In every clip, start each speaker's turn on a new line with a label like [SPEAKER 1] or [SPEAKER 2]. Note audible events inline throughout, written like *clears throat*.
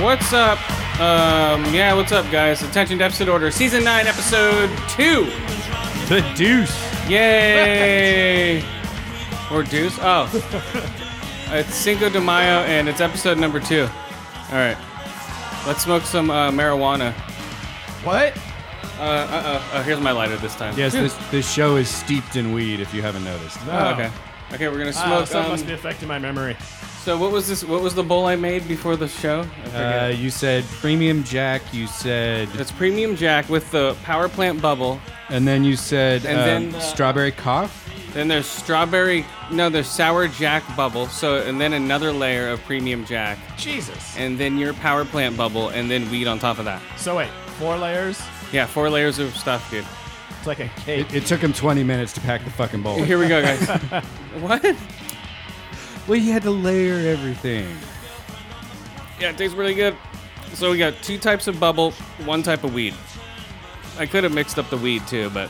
[SPEAKER 1] What's up? Um, yeah, what's up, guys? Attention Deficit Order, Season 9, Episode 2.
[SPEAKER 2] The deuce.
[SPEAKER 1] Yay! or Deuce? Oh. it's Cinco de Mayo, and it's episode number 2. All right. Let's smoke some uh, marijuana.
[SPEAKER 2] What?
[SPEAKER 1] Uh, uh, uh, uh, here's my lighter this time.
[SPEAKER 2] Yes, this, this show is steeped in weed. If you haven't noticed,
[SPEAKER 1] Oh, okay. Okay, we're gonna
[SPEAKER 3] Oh,
[SPEAKER 1] smoke
[SPEAKER 3] that must be
[SPEAKER 1] some.
[SPEAKER 3] affecting my memory.
[SPEAKER 1] So, what was this? What was the bowl I made before the show? I forget.
[SPEAKER 2] Uh, you said premium Jack. You said,
[SPEAKER 1] it's premium Jack with the power plant bubble.
[SPEAKER 2] and then you said
[SPEAKER 1] And
[SPEAKER 2] um,
[SPEAKER 1] then, uh,
[SPEAKER 2] strawberry cough.
[SPEAKER 1] Then there's strawberry. No, there's sour Jack bubble. So, and then another layer of premium Jack,
[SPEAKER 3] Jesus.
[SPEAKER 1] and then your power plant bubble, and then weed on top of that.
[SPEAKER 3] So wait, four layers.
[SPEAKER 1] Yeah, four layers of stuff, dude.
[SPEAKER 3] It's like a cake.
[SPEAKER 2] It, it took him 20 minutes to pack the fucking bowl.
[SPEAKER 1] Here we go, guys. what?
[SPEAKER 2] well, you had to layer everything.
[SPEAKER 1] Yeah, it tastes really good. So we got two types of bubble, one type of weed. I could have mixed up the weed too, but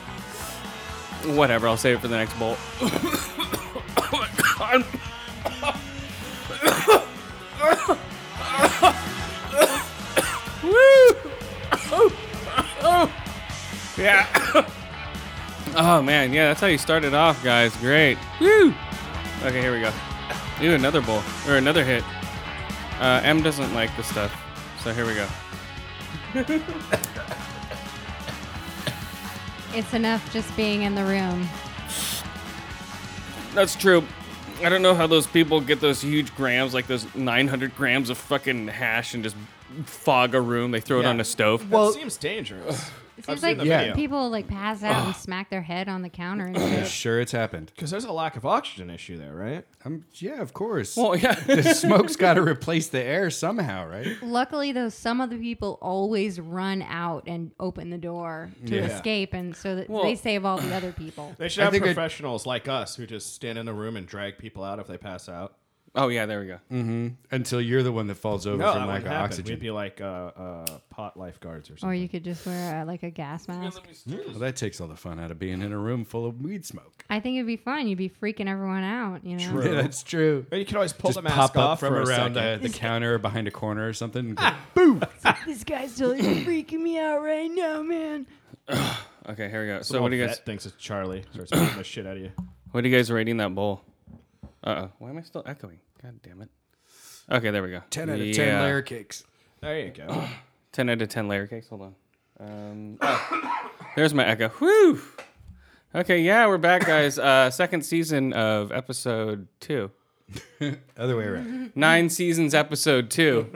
[SPEAKER 1] whatever. I'll save it for the next bowl. *coughs* oh my god. Woo! yeah. oh man, yeah, that's how you started off, guys. Great. Woo! Okay, here we go. Ooh, another bowl or another hit. Uh, M doesn't like this stuff, so here we go.
[SPEAKER 4] It's enough just being in the room.
[SPEAKER 1] That's true. I don't know how those people get those huge grams, like those 900 grams of fucking hash, and just fog a room. They throw it
[SPEAKER 3] Yeah.
[SPEAKER 1] on a stove. *laughs*
[SPEAKER 3] That seems dangerous.
[SPEAKER 4] It seems
[SPEAKER 3] seen
[SPEAKER 4] like
[SPEAKER 3] the
[SPEAKER 2] video.
[SPEAKER 4] people like pass out and smack their head on the counter and
[SPEAKER 2] I'm
[SPEAKER 4] shit.
[SPEAKER 2] sure it's happened.
[SPEAKER 3] Because there's a lack of oxygen issue there, right?
[SPEAKER 2] Um, yeah, of course.
[SPEAKER 1] Well, Oh, yeah. *laughs*
[SPEAKER 2] *laughs* the smoke's got to replace the air somehow, right?
[SPEAKER 4] Luckily, though, some of the people always run out and open the door to
[SPEAKER 2] Yeah.
[SPEAKER 4] escape, and so that
[SPEAKER 1] Well-
[SPEAKER 4] they save all the other people.
[SPEAKER 3] They
[SPEAKER 2] I
[SPEAKER 3] should have
[SPEAKER 2] think it-
[SPEAKER 3] professionals like us who just stand in a room and drag people out if they pass out.
[SPEAKER 1] oh, yeah, there we go.
[SPEAKER 2] Until you're the one that falls over
[SPEAKER 3] No,
[SPEAKER 2] from
[SPEAKER 3] Oh, that
[SPEAKER 2] lack
[SPEAKER 3] wouldn't
[SPEAKER 2] of
[SPEAKER 3] happen.
[SPEAKER 2] oxygen.
[SPEAKER 3] We'd be like uh, uh, pot lifeguards or
[SPEAKER 4] Or
[SPEAKER 3] something.
[SPEAKER 4] you could just wear uh, like a gas mask.
[SPEAKER 2] well, that takes all the fun out of being in a room full of weed smoke.
[SPEAKER 4] I think it'd be fun. You'd be freaking everyone out, you know.
[SPEAKER 3] True.
[SPEAKER 2] Yeah, *laughs* that's true.
[SPEAKER 3] Or you could always pull
[SPEAKER 2] Just
[SPEAKER 3] the mask
[SPEAKER 2] pop
[SPEAKER 3] off
[SPEAKER 2] up from
[SPEAKER 3] for a
[SPEAKER 2] around uh,
[SPEAKER 3] second. Ah,
[SPEAKER 2] the counter or behind a corner or something.
[SPEAKER 3] *laughs*
[SPEAKER 2] and go,
[SPEAKER 4] This guy's still freaking me out right now, man.
[SPEAKER 1] Okay, here we go. So, what do you guys
[SPEAKER 3] Vet thinks it's Charlie? Starts beating the shit
[SPEAKER 2] *coughs*
[SPEAKER 3] out of you.
[SPEAKER 1] what are you guys rating that bowl? Uh oh. Why am I still echoing? God damn it. Okay, there we go.
[SPEAKER 2] 10 out of 10
[SPEAKER 1] Yeah.
[SPEAKER 2] layer cakes.
[SPEAKER 3] There you go.
[SPEAKER 1] 10 out of 10 layer cakes. Hold on. Um, oh, there's my echo. Whew. Okay, yeah, we're back, guys. Uh, second season of episode two.
[SPEAKER 2] Other way around. *laughs*
[SPEAKER 1] Nine seasons, episode two.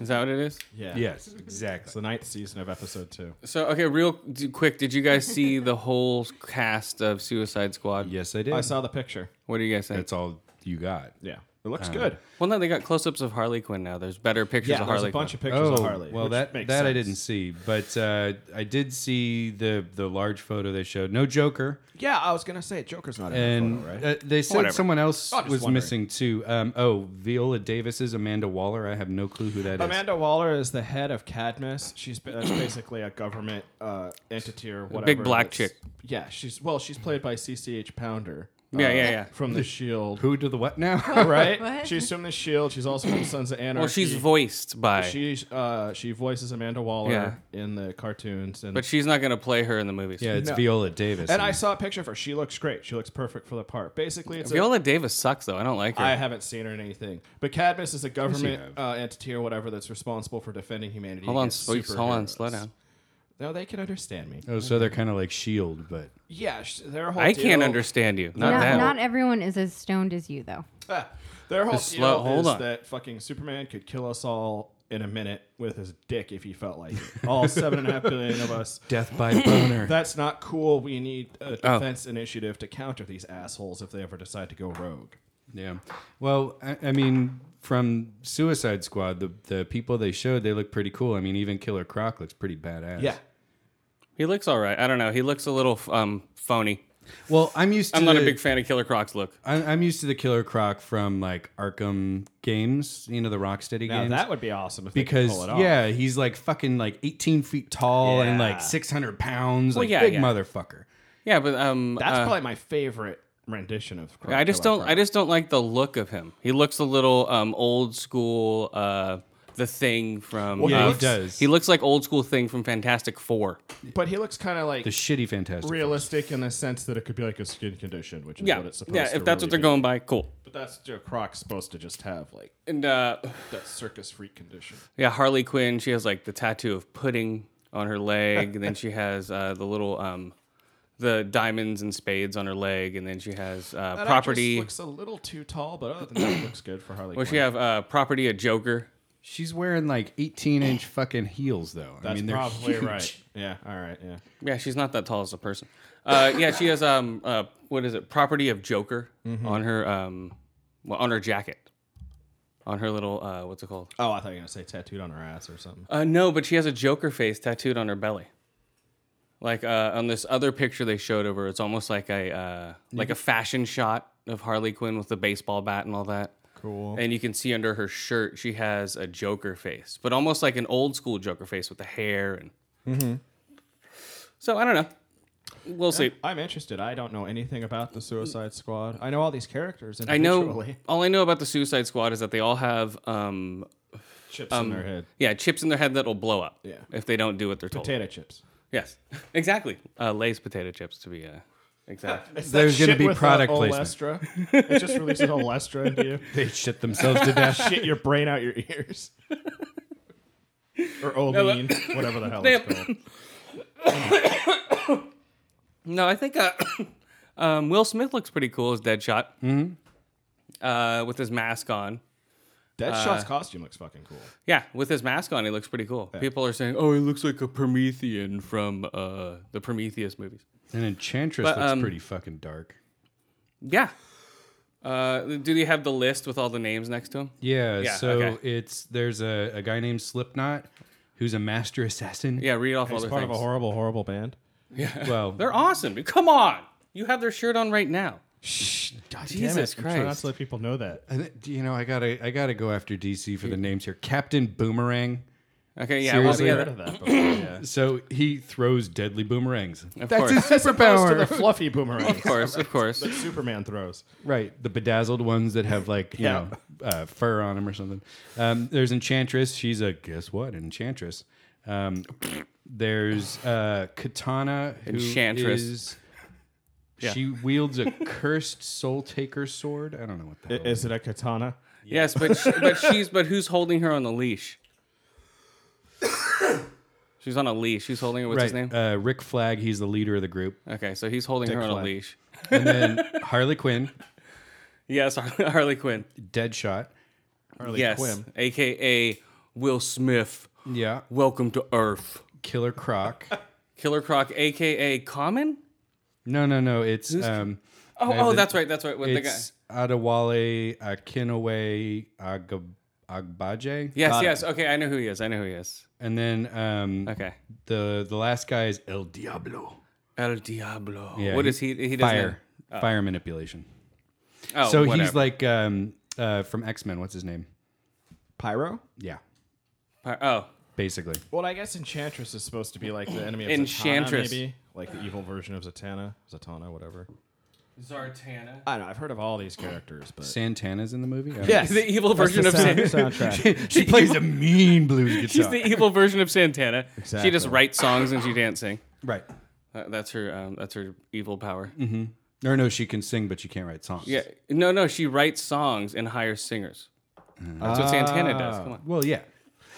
[SPEAKER 1] Is that what it is?
[SPEAKER 3] Yeah.
[SPEAKER 2] yes,
[SPEAKER 3] It's
[SPEAKER 2] exactly.
[SPEAKER 3] the ninth season of episode two.
[SPEAKER 1] So, okay, real d- quick, did you guys see the whole cast of Suicide Squad?
[SPEAKER 2] Yes, I did.
[SPEAKER 3] I saw the picture.
[SPEAKER 1] What do you guys think?
[SPEAKER 2] That's all you got.
[SPEAKER 3] Yeah. It
[SPEAKER 2] Uh,
[SPEAKER 3] looks good.
[SPEAKER 1] Well, no, they got close-ups of Harley Quinn now. There's better pictures
[SPEAKER 3] Yeah,
[SPEAKER 1] of
[SPEAKER 3] there's
[SPEAKER 1] Harley
[SPEAKER 3] a bunch
[SPEAKER 1] Quinn.
[SPEAKER 3] of pictures
[SPEAKER 2] oh,
[SPEAKER 3] of Harley.
[SPEAKER 2] well,
[SPEAKER 3] which
[SPEAKER 2] that that
[SPEAKER 3] makes
[SPEAKER 2] I
[SPEAKER 3] sense.
[SPEAKER 2] didn't see, but uh, I did see the the large photo they showed. No Joker,
[SPEAKER 3] Yeah, I was gonna say Joker's not in
[SPEAKER 2] and
[SPEAKER 3] the photo, right?
[SPEAKER 2] uh, they said
[SPEAKER 1] Whatever.
[SPEAKER 2] someone else
[SPEAKER 3] I'm just
[SPEAKER 2] was
[SPEAKER 3] wondering.
[SPEAKER 2] missing too. Um, oh, Viola Davis's Amanda Waller. I have no clue who that is.
[SPEAKER 3] Amanda Waller is the head of Cadmus. She's ba- that's basically a government uh, entity or whatever.
[SPEAKER 1] black
[SPEAKER 3] that's-
[SPEAKER 1] chick.
[SPEAKER 3] Yeah, she's well, she's played by CCH Pounder. uh,
[SPEAKER 1] Yeah, yeah, yeah.
[SPEAKER 3] From
[SPEAKER 1] *laughs*
[SPEAKER 3] the Shield,
[SPEAKER 2] Who to the what
[SPEAKER 3] *laughs*
[SPEAKER 2] now?
[SPEAKER 3] right?
[SPEAKER 4] What?
[SPEAKER 3] She's from the Shield. She's also from Sons of Anarchy.
[SPEAKER 1] Well, she's voiced by,
[SPEAKER 3] She's uh, she voices Amanda Waller
[SPEAKER 1] Yeah.
[SPEAKER 3] in the cartoons, and
[SPEAKER 1] but she's not going to play her in the movies.
[SPEAKER 2] yeah, it's
[SPEAKER 3] No.
[SPEAKER 2] Viola Davis.
[SPEAKER 3] and I saw a picture of her. She looks great. She looks perfect for the part. Basically, it's a-
[SPEAKER 1] Viola Davis sucks, though. I don't like her.
[SPEAKER 3] I haven't seen her in anything. But Cadmus is a government
[SPEAKER 2] have.
[SPEAKER 3] uh, entity or whatever that's responsible for defending humanity.
[SPEAKER 1] hold on,
[SPEAKER 3] against
[SPEAKER 1] sweet- hold on,
[SPEAKER 3] superheroes.
[SPEAKER 1] slow down.
[SPEAKER 3] No, they can understand me.
[SPEAKER 2] Oh, so they're kind of like Shield,
[SPEAKER 3] *laughs*
[SPEAKER 2] but
[SPEAKER 3] Yeah, sh- their whole
[SPEAKER 1] I
[SPEAKER 3] deal,
[SPEAKER 1] can't understand you. Not
[SPEAKER 4] Not,
[SPEAKER 1] that.
[SPEAKER 4] not everyone is as stoned as you, though.
[SPEAKER 3] Ah, *laughs* their whole
[SPEAKER 1] Just slow-
[SPEAKER 3] deal
[SPEAKER 1] hold
[SPEAKER 3] is
[SPEAKER 1] on.
[SPEAKER 3] that fucking Superman could kill us all in a minute with his dick if he felt like it. All
[SPEAKER 1] *laughs*
[SPEAKER 3] seven and a half billion of us.
[SPEAKER 2] Death by Boner.
[SPEAKER 3] That's not
[SPEAKER 1] Oh.
[SPEAKER 3] cool. We need a defense initiative to counter these assholes if they ever decide to go rogue.
[SPEAKER 2] Yeah. Well, I, I mean, from Suicide Squad, the the people they showed, they look pretty cool. I mean, even Killer Croc looks pretty badass.
[SPEAKER 3] Yeah.
[SPEAKER 1] He looks all right. I don't know. He looks a little um, phony.
[SPEAKER 2] Well, I'm used. to
[SPEAKER 1] I'm not a
[SPEAKER 2] the-
[SPEAKER 1] big fan of Killer Croc's look.
[SPEAKER 2] I'm, I'm used to the Killer Croc from like Arkham games, you know, the Rocksteady
[SPEAKER 3] Now
[SPEAKER 2] games.
[SPEAKER 3] that would be awesome if they could
[SPEAKER 2] because
[SPEAKER 3] pull it off.
[SPEAKER 2] yeah, he's like fucking like 18 feet tall and
[SPEAKER 3] Yeah.
[SPEAKER 2] like 600 pounds, like
[SPEAKER 1] yeah,
[SPEAKER 2] big
[SPEAKER 1] yeah.
[SPEAKER 2] motherfucker.
[SPEAKER 1] Yeah, but um,
[SPEAKER 3] that's
[SPEAKER 1] uh,
[SPEAKER 3] probably my favorite rendition of. Killer
[SPEAKER 1] I just
[SPEAKER 3] Croc.
[SPEAKER 1] don't. I just don't like the look of him. He looks a little um, old school. Uh, the thing from
[SPEAKER 3] Well, he
[SPEAKER 1] uh,
[SPEAKER 2] Yeah, he
[SPEAKER 3] looks-
[SPEAKER 2] does.
[SPEAKER 1] He looks like old school thing from Fantastic Four.
[SPEAKER 3] But he looks kind of like
[SPEAKER 2] the shitty Fantastic. Four.
[SPEAKER 3] realistic in the sense that it could be like a skin condition, which is
[SPEAKER 1] Yeah,
[SPEAKER 3] what it's supposed
[SPEAKER 1] yeah.
[SPEAKER 3] to
[SPEAKER 1] If that's what
[SPEAKER 3] really
[SPEAKER 1] they're
[SPEAKER 3] be.
[SPEAKER 1] going by, cool.
[SPEAKER 3] But that's Joe Croc's supposed to just have like
[SPEAKER 1] And uh,
[SPEAKER 3] that circus freak condition.
[SPEAKER 1] yeah, Harley Quinn. She has like the tattoo of pudding on her leg, and then
[SPEAKER 3] *laughs*
[SPEAKER 1] she has uh, the little um, the diamonds and spades on her leg, and then she has uh,
[SPEAKER 3] That
[SPEAKER 1] property.
[SPEAKER 3] actress looks a little too tall, but other than that, it looks good for Harley.
[SPEAKER 1] Well,
[SPEAKER 3] Quinn.
[SPEAKER 1] she have uh, property of Joker.
[SPEAKER 2] She's wearing like 18 inch fucking heels though. I
[SPEAKER 3] That's
[SPEAKER 2] mean, they're
[SPEAKER 3] probably
[SPEAKER 2] huge.
[SPEAKER 3] right. Yeah. All right. Yeah.
[SPEAKER 1] Yeah, she's not that tall as a person. Uh, yeah, she has um, uh, what is it? Property of Joker on her um, well, on her jacket, on her little uh, what's it called?
[SPEAKER 3] Oh, I thought you were gonna say tattooed on her ass or something.
[SPEAKER 1] Uh, no, but she has a Joker face tattooed on her belly. Like uh, on this other picture they showed of her, it's almost like a uh, like a fashion shot of Harley Quinn with the baseball bat and all that.
[SPEAKER 3] Cool.
[SPEAKER 1] And you can see under her shirt she has a Joker face, but almost like an old school Joker face with the hair and.
[SPEAKER 3] Mm-hmm.
[SPEAKER 1] So I don't know. We'll see.
[SPEAKER 3] I'm interested. I don't know anything about the Suicide Squad. I know all these characters
[SPEAKER 1] I know.
[SPEAKER 3] individually. *laughs*
[SPEAKER 1] All I know about the Suicide Squad is that they all have, um,
[SPEAKER 3] chips in their head.
[SPEAKER 1] yeah, chips in their head that'll blow up.
[SPEAKER 3] Yeah.
[SPEAKER 1] If they don't do what they're told.
[SPEAKER 3] Potato chips.
[SPEAKER 1] Yes, *laughs* exactly. Uh, Lay's potato chips, to be uh, *laughs* exact.
[SPEAKER 2] There's gonna be product placement.
[SPEAKER 3] uh, Olestra. it just releases Olestra into
[SPEAKER 1] *laughs*
[SPEAKER 3] you.
[SPEAKER 2] *laughs* They shit themselves to
[SPEAKER 3] *laughs*
[SPEAKER 2] death.
[SPEAKER 3] Shit your brain out your ears. or Olean, whatever the hell
[SPEAKER 1] Damn.
[SPEAKER 3] it's *laughs* called.
[SPEAKER 1] *coughs* no, I think uh, *coughs* um, Will Smith looks pretty cool as Deadshot. Mm-hmm. Uh, with his mask on.
[SPEAKER 3] Deadshot's costume looks fucking cool.
[SPEAKER 1] Yeah, with his mask on, he looks pretty cool. People are saying, "Oh, he looks like a Promethean from uh, the Prometheus movies."
[SPEAKER 2] And Enchantress
[SPEAKER 1] But,
[SPEAKER 2] looks
[SPEAKER 1] um,
[SPEAKER 2] pretty fucking dark.
[SPEAKER 1] Yeah. Uh, do they have the list with all the names next to him?
[SPEAKER 2] Yeah,
[SPEAKER 1] yeah,
[SPEAKER 2] so
[SPEAKER 1] okay.
[SPEAKER 2] it's there's a, a guy named Slipknot who's a master *laughs* assassin.
[SPEAKER 1] Yeah, read off all
[SPEAKER 3] He's
[SPEAKER 1] their
[SPEAKER 3] part
[SPEAKER 1] things.
[SPEAKER 3] of a horrible, horrible band.
[SPEAKER 2] Well, *laughs*
[SPEAKER 1] They're awesome. dude. Come on, you have their shirt on right now.
[SPEAKER 3] Shh, God
[SPEAKER 1] Jesus
[SPEAKER 3] I'm trying not
[SPEAKER 1] Christ.
[SPEAKER 3] to let people know that.
[SPEAKER 2] I thi- uh, you know, I gotta I gotta go after DC for the names here. Captain Boomerang.
[SPEAKER 1] Okay, yeah,
[SPEAKER 2] Seriously?
[SPEAKER 1] well,
[SPEAKER 3] Heard
[SPEAKER 1] yeah,
[SPEAKER 3] of that before, yeah.
[SPEAKER 2] So he throws deadly boomerangs.
[SPEAKER 1] of
[SPEAKER 2] That's
[SPEAKER 1] course, *laughs*
[SPEAKER 2] his
[SPEAKER 3] Opposed to the
[SPEAKER 2] superpower.
[SPEAKER 3] fluffy boomerang
[SPEAKER 1] of course, of course.
[SPEAKER 3] that Superman throws.
[SPEAKER 2] right, the bedazzled ones that have like you
[SPEAKER 3] Yeah.
[SPEAKER 2] know uh, fur on them or something. Um, there's Enchantress. She's a guess what enchantress. Um, there's uh, Katana. who
[SPEAKER 1] Enchantress.
[SPEAKER 2] is- She wields a cursed soul taker sword. I don't know what that is.
[SPEAKER 3] Is it a katana?
[SPEAKER 1] Yes, but she, but she's but who's holding her on the
[SPEAKER 2] *coughs*
[SPEAKER 1] leash? she's on a leash. Who's holding her? What's his name?
[SPEAKER 2] Uh, Rick Flag. He's the leader of the group.
[SPEAKER 1] okay, so he's holding her on a
[SPEAKER 2] Flag.
[SPEAKER 1] leash.
[SPEAKER 2] And then Harley Quinn,
[SPEAKER 1] Yes, Har- *laughs* Harley Quinn.
[SPEAKER 2] Deadshot.
[SPEAKER 3] Harley
[SPEAKER 1] yes,
[SPEAKER 3] Quinn.
[SPEAKER 1] aka Will Smith.
[SPEAKER 2] Yeah.
[SPEAKER 1] Welcome to Earth.
[SPEAKER 2] Killer Croc.
[SPEAKER 1] Killer Croc, aka Common.
[SPEAKER 2] No, no, no. It's um.
[SPEAKER 1] Oh,
[SPEAKER 2] I
[SPEAKER 1] oh,
[SPEAKER 2] haven't-
[SPEAKER 1] that's right, that's right. With the guy.
[SPEAKER 2] It's Adewale Akinaway Agab- Agbaje.
[SPEAKER 1] Yes, yes. Okay, I know who he is. I know who he is.
[SPEAKER 2] And then um,
[SPEAKER 1] Okay.
[SPEAKER 2] the the last guy is El Diablo.
[SPEAKER 1] El Diablo.
[SPEAKER 2] Yeah,
[SPEAKER 1] what
[SPEAKER 2] he-
[SPEAKER 1] is he? He doesn't.
[SPEAKER 2] Fire. Fire manipulation.
[SPEAKER 1] Oh,
[SPEAKER 2] so
[SPEAKER 1] whatever.
[SPEAKER 2] he's like um uh from X Men. What's his name?
[SPEAKER 3] Pyro?
[SPEAKER 2] Yeah,
[SPEAKER 1] Fire- Oh,
[SPEAKER 2] basically.
[SPEAKER 3] Well, I guess Enchantress is supposed to be like *clears throat* the enemy of
[SPEAKER 1] Enchantress.
[SPEAKER 3] Zatanna, maybe like the evil version of Zatanna, Zatanna, whatever.
[SPEAKER 1] Zartana.
[SPEAKER 3] I don't know. I've heard of all these characters, but
[SPEAKER 2] Santana's in the movie. I don't
[SPEAKER 3] *laughs*
[SPEAKER 1] Yes, the evil version of Santa.
[SPEAKER 3] soundtrack.
[SPEAKER 2] know.
[SPEAKER 1] *laughs*
[SPEAKER 2] she plays a mean blues
[SPEAKER 1] She's
[SPEAKER 2] guitar.
[SPEAKER 1] the evil version of
[SPEAKER 3] *laughs*
[SPEAKER 1] Santana. She just
[SPEAKER 3] Exactly.
[SPEAKER 1] writes songs and she can't sing.
[SPEAKER 2] right.
[SPEAKER 1] Uh, that's her. Um, that's her evil power.
[SPEAKER 3] Mm-hmm.
[SPEAKER 2] Or no, she can sing, but she can't write songs.
[SPEAKER 1] Yeah. No, no. She writes songs and hires singers. That's what Santana
[SPEAKER 3] Ah.
[SPEAKER 1] does. Come on.
[SPEAKER 2] Well, yeah.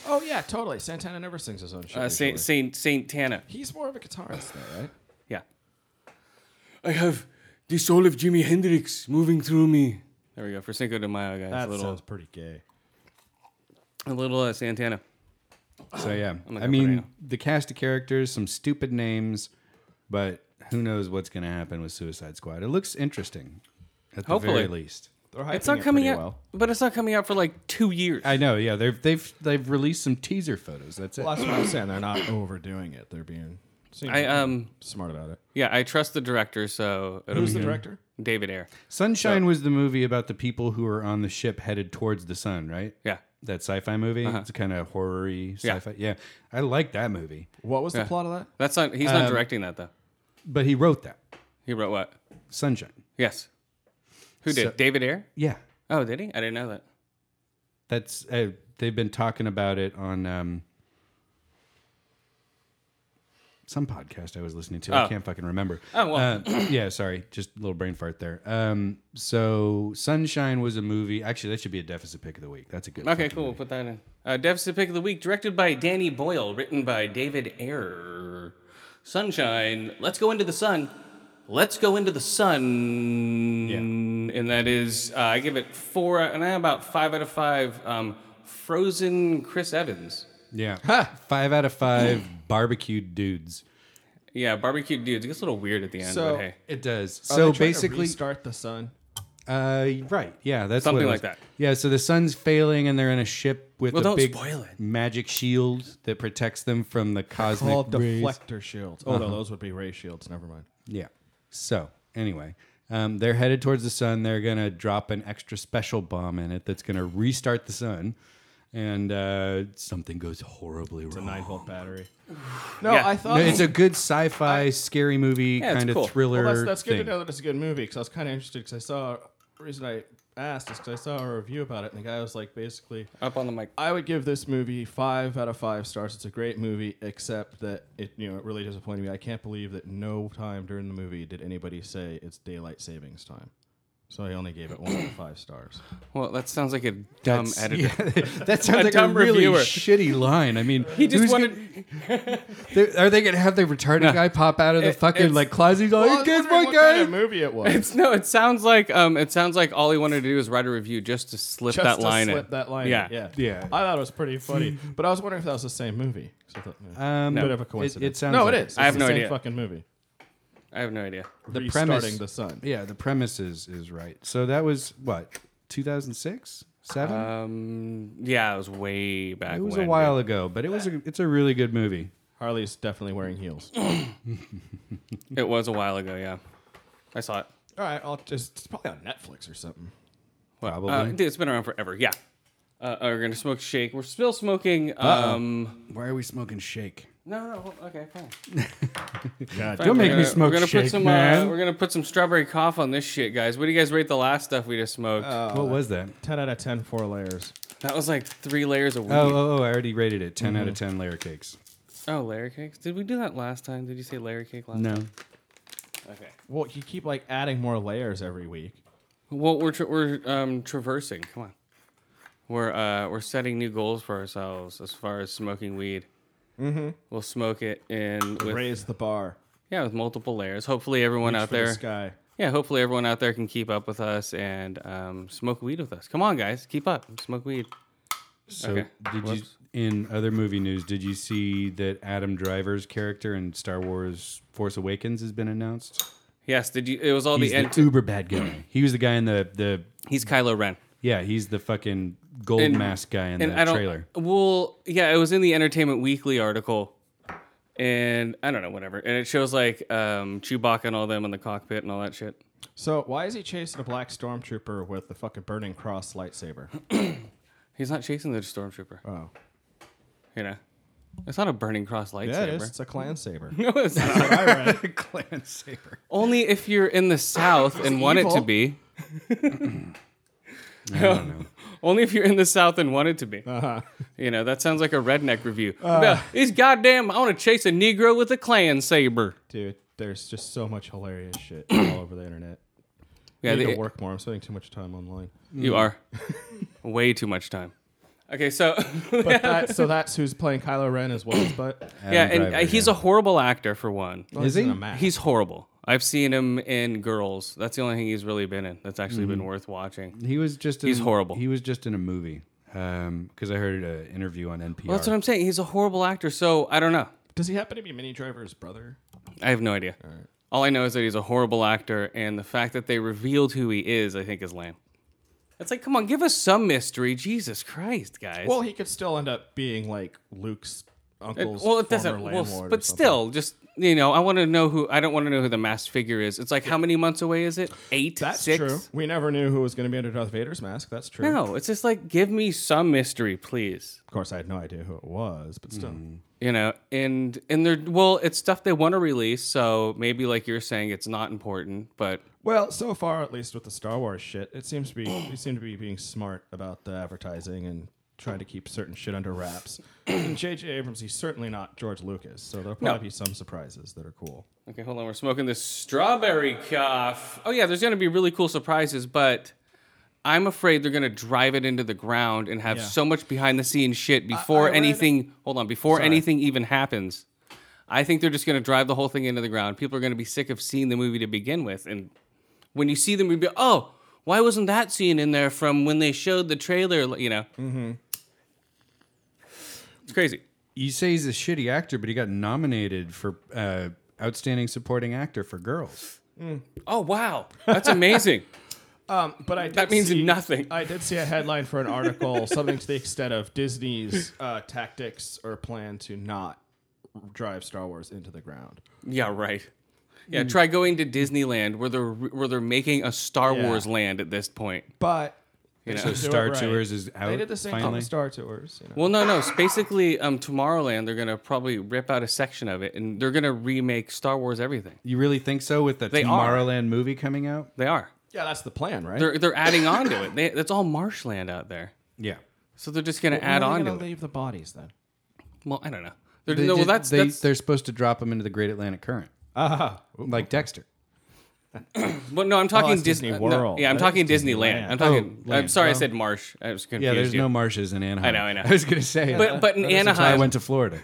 [SPEAKER 3] oh yeah, totally. Santana never sings his own shit.
[SPEAKER 1] Uh,
[SPEAKER 3] usually.
[SPEAKER 1] Saint Saint Saint Tana.
[SPEAKER 3] He's more of a guitarist, though, right?
[SPEAKER 1] Yeah. I have the soul of Jimi Hendrix moving through me. There we go for Cinco de Mayo, guys.
[SPEAKER 3] That
[SPEAKER 1] a little,
[SPEAKER 3] sounds pretty gay.
[SPEAKER 1] a little uh, Santana.
[SPEAKER 2] So yeah,
[SPEAKER 1] not
[SPEAKER 2] I
[SPEAKER 1] gonna put it
[SPEAKER 2] mean
[SPEAKER 1] in.
[SPEAKER 2] the cast of characters, some stupid names, but who knows what's going to happen with Suicide Squad? It looks interesting, at the
[SPEAKER 1] Hopefully.
[SPEAKER 2] very least.
[SPEAKER 3] They're hyping
[SPEAKER 1] It's not
[SPEAKER 3] it
[SPEAKER 1] coming
[SPEAKER 3] pretty
[SPEAKER 1] out,
[SPEAKER 3] Well.
[SPEAKER 1] but it's not coming out for like two years.
[SPEAKER 2] I know. Yeah, they've they've they've released some teaser photos. That's it.
[SPEAKER 3] Well, that's what I'm saying. They're not overdoing it. They're being seems
[SPEAKER 1] I um
[SPEAKER 3] smart about it.
[SPEAKER 1] yeah, I trust the director, so it'll
[SPEAKER 3] Who's
[SPEAKER 1] be
[SPEAKER 3] the
[SPEAKER 1] good.
[SPEAKER 3] director?
[SPEAKER 1] David Ayer.
[SPEAKER 2] Sunshine was the movie about the people who are on the ship headed towards the sun, right?
[SPEAKER 1] Yeah.
[SPEAKER 2] That sci-fi movie. It's kind of horror-y sci-fi. Yeah. I like that movie.
[SPEAKER 3] What was
[SPEAKER 1] Yeah.
[SPEAKER 3] the plot of that?
[SPEAKER 1] That's not he's
[SPEAKER 3] Um,
[SPEAKER 1] not directing that though.
[SPEAKER 2] But he wrote that.
[SPEAKER 1] He wrote what?
[SPEAKER 2] Sunshine.
[SPEAKER 1] Yes. Who did?
[SPEAKER 2] So-
[SPEAKER 1] David Ayer?
[SPEAKER 2] Yeah.
[SPEAKER 1] Oh, did he? I didn't know that.
[SPEAKER 2] That's uh, they've been talking about it on um, some podcast I was listening to.
[SPEAKER 1] Oh.
[SPEAKER 2] I can't fucking remember.
[SPEAKER 1] Oh, well.
[SPEAKER 2] Uh, *clears throat* yeah, sorry, just a little brain fart there. Um, so Sunshine was a movie. Actually, that should be a deficit pick of the week. That's a good.
[SPEAKER 1] Okay,
[SPEAKER 2] fucking
[SPEAKER 1] cool. We'll
[SPEAKER 2] movie.
[SPEAKER 1] put that in. Uh, Deficit Pick of the Week, directed by Danny Boyle, written by David Ayer. Sunshine. Let's go into the sun. Let's go into the sun.
[SPEAKER 2] Yeah.
[SPEAKER 1] And that is, uh, I give it four, and I have about five out of five. Um, frozen Chris Evans.
[SPEAKER 2] Yeah, five out of five *laughs* barbecued dudes.
[SPEAKER 1] Yeah, barbecue dudes. It gets a little weird at the end,
[SPEAKER 3] So-
[SPEAKER 1] but hey.
[SPEAKER 2] It does.
[SPEAKER 3] Are
[SPEAKER 2] so
[SPEAKER 3] they trying to
[SPEAKER 2] basically,
[SPEAKER 3] restart the sun.
[SPEAKER 2] uh, right? Yeah, that's
[SPEAKER 1] Something
[SPEAKER 2] what it
[SPEAKER 1] like
[SPEAKER 2] was.
[SPEAKER 1] that.
[SPEAKER 2] Yeah. So the sun's failing, and they're in a ship with
[SPEAKER 1] Well,
[SPEAKER 2] a
[SPEAKER 1] don't
[SPEAKER 2] big
[SPEAKER 1] spoil it.
[SPEAKER 2] magic shield that protects them from the cosmic
[SPEAKER 3] Called
[SPEAKER 2] rays.
[SPEAKER 3] deflector shields. Oh
[SPEAKER 1] Uh-huh.
[SPEAKER 3] no, those would be ray shields. Never mind.
[SPEAKER 2] Yeah. So anyway, um, they're headed towards the sun. They're gonna drop an extra special bomb in it that's gonna restart the sun, and uh, something goes
[SPEAKER 1] *sighs*
[SPEAKER 2] horribly
[SPEAKER 3] The
[SPEAKER 2] wrong.
[SPEAKER 3] nine volt battery. No,
[SPEAKER 1] Yeah.
[SPEAKER 3] I
[SPEAKER 2] No,
[SPEAKER 3] thought
[SPEAKER 2] it's a good sci-fi, scary movie
[SPEAKER 1] it's
[SPEAKER 2] kind of
[SPEAKER 1] cool.
[SPEAKER 2] thriller.
[SPEAKER 3] Well, that's, that's good to
[SPEAKER 2] thing.
[SPEAKER 3] know that it's a good movie because I was kind of interested because I saw the reason I asked is because I saw a review about it and the guy was like basically
[SPEAKER 1] Up on the mic.
[SPEAKER 3] I would give this movie five out of five stars. It's a great movie, except that it you know it really disappointed me. I can't believe that no time during the movie did anybody say it's daylight savings time. So I only gave it one out of five
[SPEAKER 2] *coughs*
[SPEAKER 3] stars.
[SPEAKER 1] Well, that sounds like a dumb
[SPEAKER 2] That's-
[SPEAKER 1] editor.
[SPEAKER 2] *laughs* yeah, that sounds like a
[SPEAKER 1] dumb
[SPEAKER 2] really
[SPEAKER 1] reviewer.
[SPEAKER 2] shitty line. I mean,
[SPEAKER 1] *laughs* He just
[SPEAKER 2] who's
[SPEAKER 1] wanted.
[SPEAKER 2] gonna- they're- are they gonna have the retarded guy pop out of the
[SPEAKER 1] It-
[SPEAKER 2] fucking
[SPEAKER 1] it's-
[SPEAKER 2] like closet? He's
[SPEAKER 3] Well, I
[SPEAKER 2] Like,
[SPEAKER 3] was
[SPEAKER 2] "Guess
[SPEAKER 3] wondering
[SPEAKER 2] what,
[SPEAKER 3] what
[SPEAKER 2] guy?"
[SPEAKER 3] kind of movie it
[SPEAKER 2] *laughs*
[SPEAKER 3] was.
[SPEAKER 1] It's no. It sounds like um. It sounds like all he wanted to do is write a review just to slip
[SPEAKER 3] Just
[SPEAKER 1] that
[SPEAKER 3] to
[SPEAKER 1] line
[SPEAKER 3] slip
[SPEAKER 1] in.
[SPEAKER 3] that line. in,
[SPEAKER 1] Yeah.
[SPEAKER 3] yeah,
[SPEAKER 2] Yeah.
[SPEAKER 3] I thought it was
[SPEAKER 2] *laughs*
[SPEAKER 3] pretty funny, but I was wondering if that was the same movie. 'cause I thought, yeah,
[SPEAKER 2] Um,
[SPEAKER 3] bit of
[SPEAKER 2] it-
[SPEAKER 3] a
[SPEAKER 2] it
[SPEAKER 3] coincidence.
[SPEAKER 2] sounds
[SPEAKER 3] no,
[SPEAKER 2] like-
[SPEAKER 3] it is. It's
[SPEAKER 1] I have
[SPEAKER 3] the
[SPEAKER 1] no
[SPEAKER 3] same
[SPEAKER 1] idea.
[SPEAKER 3] Fucking movie.
[SPEAKER 1] I have no idea.
[SPEAKER 2] The
[SPEAKER 3] Restarting
[SPEAKER 2] premise-
[SPEAKER 3] the sun.
[SPEAKER 2] Yeah, the premise is, is right. So that was what 2006, seven.
[SPEAKER 1] Um. Yeah, it was way back.
[SPEAKER 2] it was a
[SPEAKER 1] when,
[SPEAKER 2] while ago, but it was a, it's a really good movie.
[SPEAKER 3] Harley's definitely
[SPEAKER 2] *coughs*
[SPEAKER 3] wearing heels.
[SPEAKER 1] dude. It was a while ago. Yeah, I saw it.
[SPEAKER 3] All right, I'll just. It's probably on Netflix or something.
[SPEAKER 2] Probably.
[SPEAKER 1] Uh, dude, it's been around forever. Yeah. Uh, we're gonna smoke shake. We're still smoking. Um.
[SPEAKER 2] Why are we smoking shake?
[SPEAKER 1] No, no. well, Okay, fine.
[SPEAKER 3] God,
[SPEAKER 2] Don't make
[SPEAKER 1] We're
[SPEAKER 2] me
[SPEAKER 1] gonna-
[SPEAKER 2] smoke
[SPEAKER 1] we're gonna
[SPEAKER 2] shake,
[SPEAKER 1] put some,
[SPEAKER 2] man.
[SPEAKER 1] Uh, we're gonna put some strawberry cough on this shit, guys. What do you guys rate the last stuff we just smoked?
[SPEAKER 2] what was that?
[SPEAKER 3] ten out of ten, four layers.
[SPEAKER 1] that was like three layers of weed. Oh,
[SPEAKER 2] Oh, oh, oh, I already rated it 10 out of
[SPEAKER 1] Mm-hmm.
[SPEAKER 2] 10 layer cakes.
[SPEAKER 1] layer cakes. Did we do that last time? Did you say layer cake last?
[SPEAKER 2] No.
[SPEAKER 1] time? Okay.
[SPEAKER 3] Well, you keep like adding more layers every week.
[SPEAKER 1] Well, we're tra- we're um, traversing. Come on, we're uh, we're setting new goals for ourselves as far as smoking weed. Mm-hmm. We'll smoke it in with
[SPEAKER 3] Raise the bar.
[SPEAKER 1] yeah with multiple layers. Hopefully, everyone
[SPEAKER 3] Reach
[SPEAKER 1] out
[SPEAKER 3] for the
[SPEAKER 1] there
[SPEAKER 3] sky.
[SPEAKER 1] yeah, hopefully everyone out there can keep up with us and um, smoke weed with us. Come on, guys, keep up, smoke weed.
[SPEAKER 2] So,
[SPEAKER 1] Okay.
[SPEAKER 2] did
[SPEAKER 1] Whoops.
[SPEAKER 2] you, in other movie news, did you see that Adam Driver's character in Star Wars Force Awakens has been announced?
[SPEAKER 1] Yes, did you? It was all
[SPEAKER 2] He's
[SPEAKER 1] Oh, the
[SPEAKER 2] the,
[SPEAKER 1] end.
[SPEAKER 2] uber bad guy. he was the guy in the, the,
[SPEAKER 1] he's Kylo Ren.
[SPEAKER 2] yeah, he's the fucking gold
[SPEAKER 1] And-
[SPEAKER 2] mask guy in
[SPEAKER 1] and
[SPEAKER 2] the
[SPEAKER 1] I don't. *laughs*
[SPEAKER 2] trailer.
[SPEAKER 1] Well, yeah, it was in the Entertainment Weekly article, and I don't know, whatever. And it shows like um, Chewbacca and all them in the cockpit and all that shit.
[SPEAKER 3] So why is he chasing a black stormtrooper with the fucking burning cross
[SPEAKER 1] *clears throat*
[SPEAKER 3] lightsaber?
[SPEAKER 1] He's not chasing the stormtrooper.
[SPEAKER 3] Oh,
[SPEAKER 1] You know, it's not a burning cross lightsaber.
[SPEAKER 3] yeah, it
[SPEAKER 1] *laughs*
[SPEAKER 3] is. It's a clan saber.
[SPEAKER 1] No, it's
[SPEAKER 3] *laughs*
[SPEAKER 1] not.
[SPEAKER 2] Clan Saber.
[SPEAKER 1] Only if you're in the South and want it to
[SPEAKER 3] evil. *laughs*
[SPEAKER 1] be. *laughs*
[SPEAKER 2] I don't know.
[SPEAKER 1] Only if you're in the South and want it to be.
[SPEAKER 3] Uh-huh.
[SPEAKER 1] You know, that sounds like a redneck review.
[SPEAKER 3] Uh.
[SPEAKER 1] No, he's goddamn. I want to chase a Negro with a clan saber.
[SPEAKER 3] Dude, there's just so much hilarious shit
[SPEAKER 1] *clears throat*
[SPEAKER 3] all over the internet.
[SPEAKER 1] Yeah,
[SPEAKER 3] I need
[SPEAKER 1] they-
[SPEAKER 3] to work Mm. more. I'm spending too much
[SPEAKER 1] *laughs*
[SPEAKER 3] time online.
[SPEAKER 1] you
[SPEAKER 3] *laughs*
[SPEAKER 1] are. Way too much time. Okay, so *laughs*
[SPEAKER 3] But that, so that's who's playing Kylo Ren as well
[SPEAKER 1] *clears throat*
[SPEAKER 3] as but
[SPEAKER 1] yeah, and uh, he's a horrible actor for one.
[SPEAKER 2] Is he?
[SPEAKER 1] He's horrible. I've seen him in Girls. That's the only thing he's really been in. That's actually
[SPEAKER 3] Mm-hmm.
[SPEAKER 1] been worth watching.
[SPEAKER 2] He was just in,
[SPEAKER 1] He's horrible.
[SPEAKER 2] He was just in a movie because I heard an interview on NPR.
[SPEAKER 1] Well, that's what I'm saying. He's a horrible actor, so I don't know.
[SPEAKER 3] Does he happen to be Mini Driver's brother?
[SPEAKER 1] I have no idea. All, I know is that he's a horrible actor, and the fact that they revealed who he is, I think, is lame. It's like, come on, give us some mystery, Jesus Christ, guys.
[SPEAKER 3] Well, he could still end up being like Luke's
[SPEAKER 1] It-
[SPEAKER 3] uncle's
[SPEAKER 1] well, it
[SPEAKER 3] former
[SPEAKER 1] doesn't. Well,
[SPEAKER 3] landlord.
[SPEAKER 1] s-
[SPEAKER 3] or
[SPEAKER 1] but
[SPEAKER 3] something.
[SPEAKER 1] still, just you know, I want to know who. I don't want to know who the masked figure is. It's like, how many months away is it? Eight.
[SPEAKER 3] that's
[SPEAKER 1] six?
[SPEAKER 3] true. We never knew who was going to be under Darth Vader's mask. That's true.
[SPEAKER 1] No, it's just like, give me some mystery, please.
[SPEAKER 3] Of course, I had no idea who it was, but still.
[SPEAKER 2] Mm.
[SPEAKER 1] You know, and and they're well, it's stuff they want to release. So maybe like you're saying, it's not important, but
[SPEAKER 3] Well, so far, at least with the Star Wars shit, it seems to be they seem to be being smart about the advertising and trying to keep certain shit under wraps. and J.J. Abrams, he's certainly not George Lucas, so there'll probably be some surprises that are cool.
[SPEAKER 1] Okay, hold on. We're smoking this strawberry cuff. Oh yeah, there's gonna be really cool surprises, but I'm afraid they're gonna drive it into the ground and have
[SPEAKER 3] Yeah.
[SPEAKER 1] so much behind the scenes shit before
[SPEAKER 3] read-
[SPEAKER 1] anything. Hold on, before anything even happens. I think they're just gonna drive the whole thing into the ground. People are gonna be sick of seeing the movie to begin with, and when you see them, you'll be oh, why wasn't that scene in there from when they showed the trailer? You know, mm-hmm. it's crazy.
[SPEAKER 2] You say he's a shitty actor, but he got nominated for uh, Outstanding Supporting Actor for Girls.
[SPEAKER 1] Oh wow, that's
[SPEAKER 3] *laughs*
[SPEAKER 1] amazing.
[SPEAKER 3] Um, but I did
[SPEAKER 1] That means
[SPEAKER 3] see-
[SPEAKER 1] nothing.
[SPEAKER 3] I did see a headline for
[SPEAKER 1] *laughs*
[SPEAKER 3] an article, something to the extent of Disney's uh, tactics or plan to not drive Star Wars into the ground.
[SPEAKER 1] Yeah, right. Yeah,
[SPEAKER 2] Hmm.
[SPEAKER 1] try going to Disneyland where they're where they're making a Star
[SPEAKER 3] Yeah.
[SPEAKER 1] Wars land at this point.
[SPEAKER 3] But
[SPEAKER 1] You know?
[SPEAKER 2] So
[SPEAKER 3] Do it
[SPEAKER 2] Star
[SPEAKER 3] right.
[SPEAKER 2] Tours is out.
[SPEAKER 3] they did the same thing
[SPEAKER 2] finally.
[SPEAKER 3] with Star Tours. You know?
[SPEAKER 1] well, no, no. It's basically um, Tomorrowland. They're gonna probably rip out a section of it, and they're gonna remake Star Wars everything.
[SPEAKER 2] You really think so? With the
[SPEAKER 1] They are.
[SPEAKER 2] Tomorrowland movie coming out?
[SPEAKER 1] They are.
[SPEAKER 3] Yeah, that's the plan, right?
[SPEAKER 1] They're they're adding on to it. They, that's all marshland out there.
[SPEAKER 2] Yeah.
[SPEAKER 1] So they're just gonna
[SPEAKER 3] Where
[SPEAKER 1] add
[SPEAKER 3] are they
[SPEAKER 1] on to
[SPEAKER 3] gonna
[SPEAKER 1] it.
[SPEAKER 3] leave the bodies *laughs* then?
[SPEAKER 1] Well, I don't know. They're,
[SPEAKER 2] They
[SPEAKER 1] no, well,
[SPEAKER 2] did-
[SPEAKER 1] that's,
[SPEAKER 2] they,
[SPEAKER 1] that's
[SPEAKER 2] they're supposed to drop him into the Great Atlantic Current,
[SPEAKER 3] Ah,
[SPEAKER 2] like Dexter.
[SPEAKER 1] well, no. I'm talking
[SPEAKER 3] that's
[SPEAKER 1] Disney
[SPEAKER 3] Disney
[SPEAKER 1] World.
[SPEAKER 3] World.
[SPEAKER 1] yeah, I'm
[SPEAKER 3] That
[SPEAKER 1] talking
[SPEAKER 3] is
[SPEAKER 1] Disneyland.
[SPEAKER 3] Disneyland.
[SPEAKER 1] I'm talking.
[SPEAKER 2] Oh,
[SPEAKER 1] I'm
[SPEAKER 2] land.
[SPEAKER 1] sorry, I
[SPEAKER 2] Well-
[SPEAKER 1] said marsh. I was confused.
[SPEAKER 2] Yeah, there's
[SPEAKER 1] you.
[SPEAKER 2] no marshes in Anaheim.
[SPEAKER 1] know, I know.
[SPEAKER 2] *laughs* I was gonna say,
[SPEAKER 1] But but in
[SPEAKER 2] that's why I
[SPEAKER 1] Anaheim,
[SPEAKER 2] went to Florida.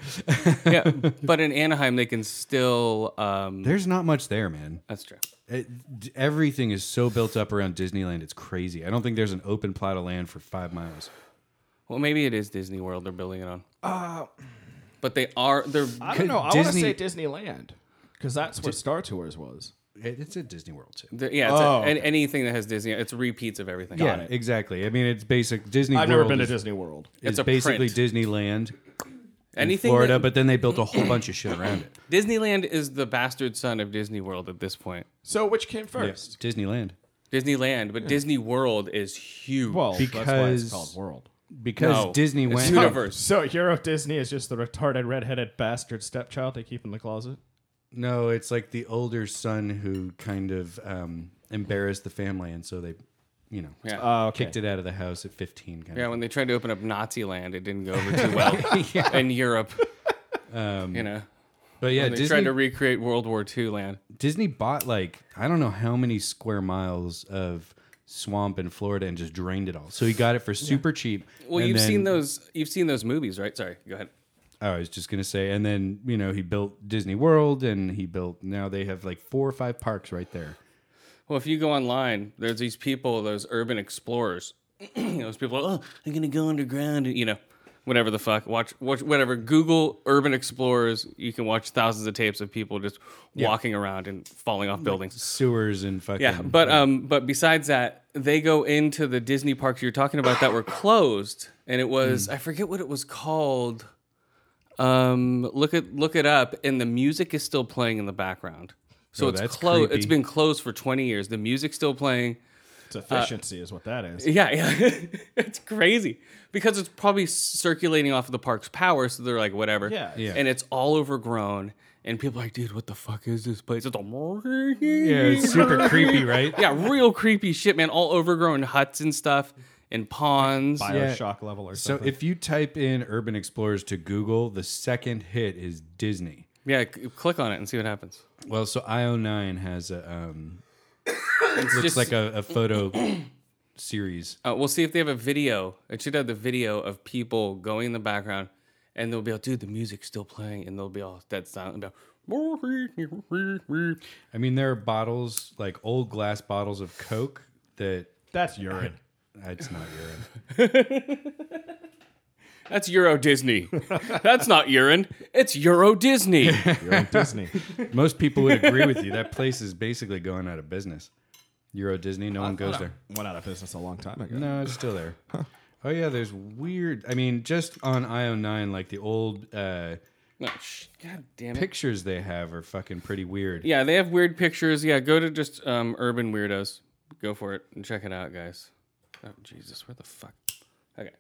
[SPEAKER 1] yeah, *laughs* but in Anaheim they can still. Um,
[SPEAKER 2] There's not much there, man.
[SPEAKER 1] that's true.
[SPEAKER 2] It, d- everything is so built up around Disneyland. It's crazy. I don't think there's an open plot of land for five miles.
[SPEAKER 1] Well, maybe it is Disney World they're building it on. Uh, but they are they're
[SPEAKER 3] I don't know. I want to
[SPEAKER 2] Disney-
[SPEAKER 3] say Disneyland because that's where Star Tours was.
[SPEAKER 2] It, it's at Disney World too.
[SPEAKER 1] they're- yeah. It's a-
[SPEAKER 3] Oh,
[SPEAKER 1] an- anything that has Disney, it's repeats of everything.
[SPEAKER 2] yeah, exactly. I mean, it's basic Disney.
[SPEAKER 3] I've never
[SPEAKER 2] World
[SPEAKER 3] been to
[SPEAKER 2] is-
[SPEAKER 3] Disney World.
[SPEAKER 1] It's
[SPEAKER 2] It's
[SPEAKER 1] a
[SPEAKER 2] basically
[SPEAKER 1] print.
[SPEAKER 2] Disneyland, in
[SPEAKER 1] Anything.
[SPEAKER 2] Florida,
[SPEAKER 1] that-
[SPEAKER 2] but then they built a whole bunch of shit around it.
[SPEAKER 1] Disneyland is the bastard son of Disney World at this point.
[SPEAKER 3] So which came first?
[SPEAKER 2] Disneyland.
[SPEAKER 1] Disneyland, but Disney World is huge.
[SPEAKER 3] Well, that's why
[SPEAKER 2] Because-
[SPEAKER 3] it's called World.
[SPEAKER 2] Because
[SPEAKER 1] No,
[SPEAKER 2] Disney
[SPEAKER 1] it's
[SPEAKER 2] went
[SPEAKER 1] universe.
[SPEAKER 3] So Euro Disney is just the retarded redheaded bastard stepchild they keep in the closet.
[SPEAKER 2] No, it's like the older son who kind of um, embarrassed the family, and so they, you know,
[SPEAKER 1] Yeah.
[SPEAKER 3] Uh,
[SPEAKER 2] kicked it out of the house at 15. Kind
[SPEAKER 1] yeah, when they tried to open up Nazi land, it didn't go over
[SPEAKER 2] *laughs*
[SPEAKER 1] too well in Europe. you know,
[SPEAKER 2] of. But Um,
[SPEAKER 1] they
[SPEAKER 2] yeah,
[SPEAKER 1] tried
[SPEAKER 2] Disney,
[SPEAKER 1] to recreate World War II land.
[SPEAKER 2] Disney bought like I don't know how many square miles of swamp in Florida and just drained it all. So he got it for super cheap.
[SPEAKER 1] Well,
[SPEAKER 2] and
[SPEAKER 1] you've
[SPEAKER 2] then- Oh,
[SPEAKER 1] seen those. You've seen those movies, right? Sorry, go ahead.
[SPEAKER 2] I was just gonna say, and then you know he built Disney World, and he built now they have like four or five parks right there.
[SPEAKER 1] Well, if you go online, there's these people, those urban explorers. *clears throat* you know, those people are, oh, I'm gonna go underground, and, you know, whatever the fuck. Watch, watch, whatever. Google urban explorers. You can watch thousands of tapes of people just walking around and falling off buildings.
[SPEAKER 2] Sewers and fucking
[SPEAKER 1] Yeah, but um, but besides that, they go into the Disney parks you're talking about that
[SPEAKER 2] *sighs*
[SPEAKER 1] were closed, and it was
[SPEAKER 2] Hmm.
[SPEAKER 1] I forget what it was called. Um, look it look it up, and the music is still playing in the background. So
[SPEAKER 2] Oh,
[SPEAKER 1] it's
[SPEAKER 2] that's
[SPEAKER 1] closed. It's
[SPEAKER 2] creepy.
[SPEAKER 1] been closed for 20 years. The music's still playing.
[SPEAKER 3] It's efficiency is what that is.
[SPEAKER 1] Yeah, yeah, *laughs* it's crazy because it's probably circulating off of the park's power, so they're like, whatever.
[SPEAKER 3] Yeah. Yeah.
[SPEAKER 1] And it's all overgrown, and people are like, dude, what the fuck is this place? It's all
[SPEAKER 2] yeah,
[SPEAKER 1] *laughs*
[SPEAKER 2] it's super creepy, right?
[SPEAKER 1] yeah, real creepy shit, man. All overgrown huts and stuff, and ponds.
[SPEAKER 3] Bioshock level or
[SPEAKER 2] So
[SPEAKER 3] something.
[SPEAKER 2] if you type in urban explorers to Google, the second hit is Disney.
[SPEAKER 1] Yeah, c- click on it and see what happens.
[SPEAKER 2] Well, so IO9 has a um,
[SPEAKER 1] It's
[SPEAKER 2] looks
[SPEAKER 1] just
[SPEAKER 2] like a, a photo *coughs* series.
[SPEAKER 1] uh, we'll see if they have a video. It should have the video of people going in the background, and they'll be like, dude, the music's still playing, and they'll be all dead silent. And be like,
[SPEAKER 2] I mean, there are bottles like old glass bottles of Coke that
[SPEAKER 3] that's urine.
[SPEAKER 2] it's not urine.
[SPEAKER 1] That's Euro Disney. *laughs* That's not urine. It's Euro Disney.
[SPEAKER 3] *laughs* Euro Disney.
[SPEAKER 2] Most people would agree with you. That place is basically going out of business. Euro Disney.
[SPEAKER 1] Uh,
[SPEAKER 2] No one goes there.
[SPEAKER 3] Went out of business a long time ago.
[SPEAKER 2] No, it's still there. Oh yeah, there's weird. I mean, just on IO9, like the old uh,
[SPEAKER 1] No, sh- God damn it.
[SPEAKER 2] pictures they have are fucking pretty weird.
[SPEAKER 1] yeah, they have weird pictures. Yeah, go to just um, Urban Weirdos. Go for it and check it out, guys. Oh, Jesus, where the fuck? Okay.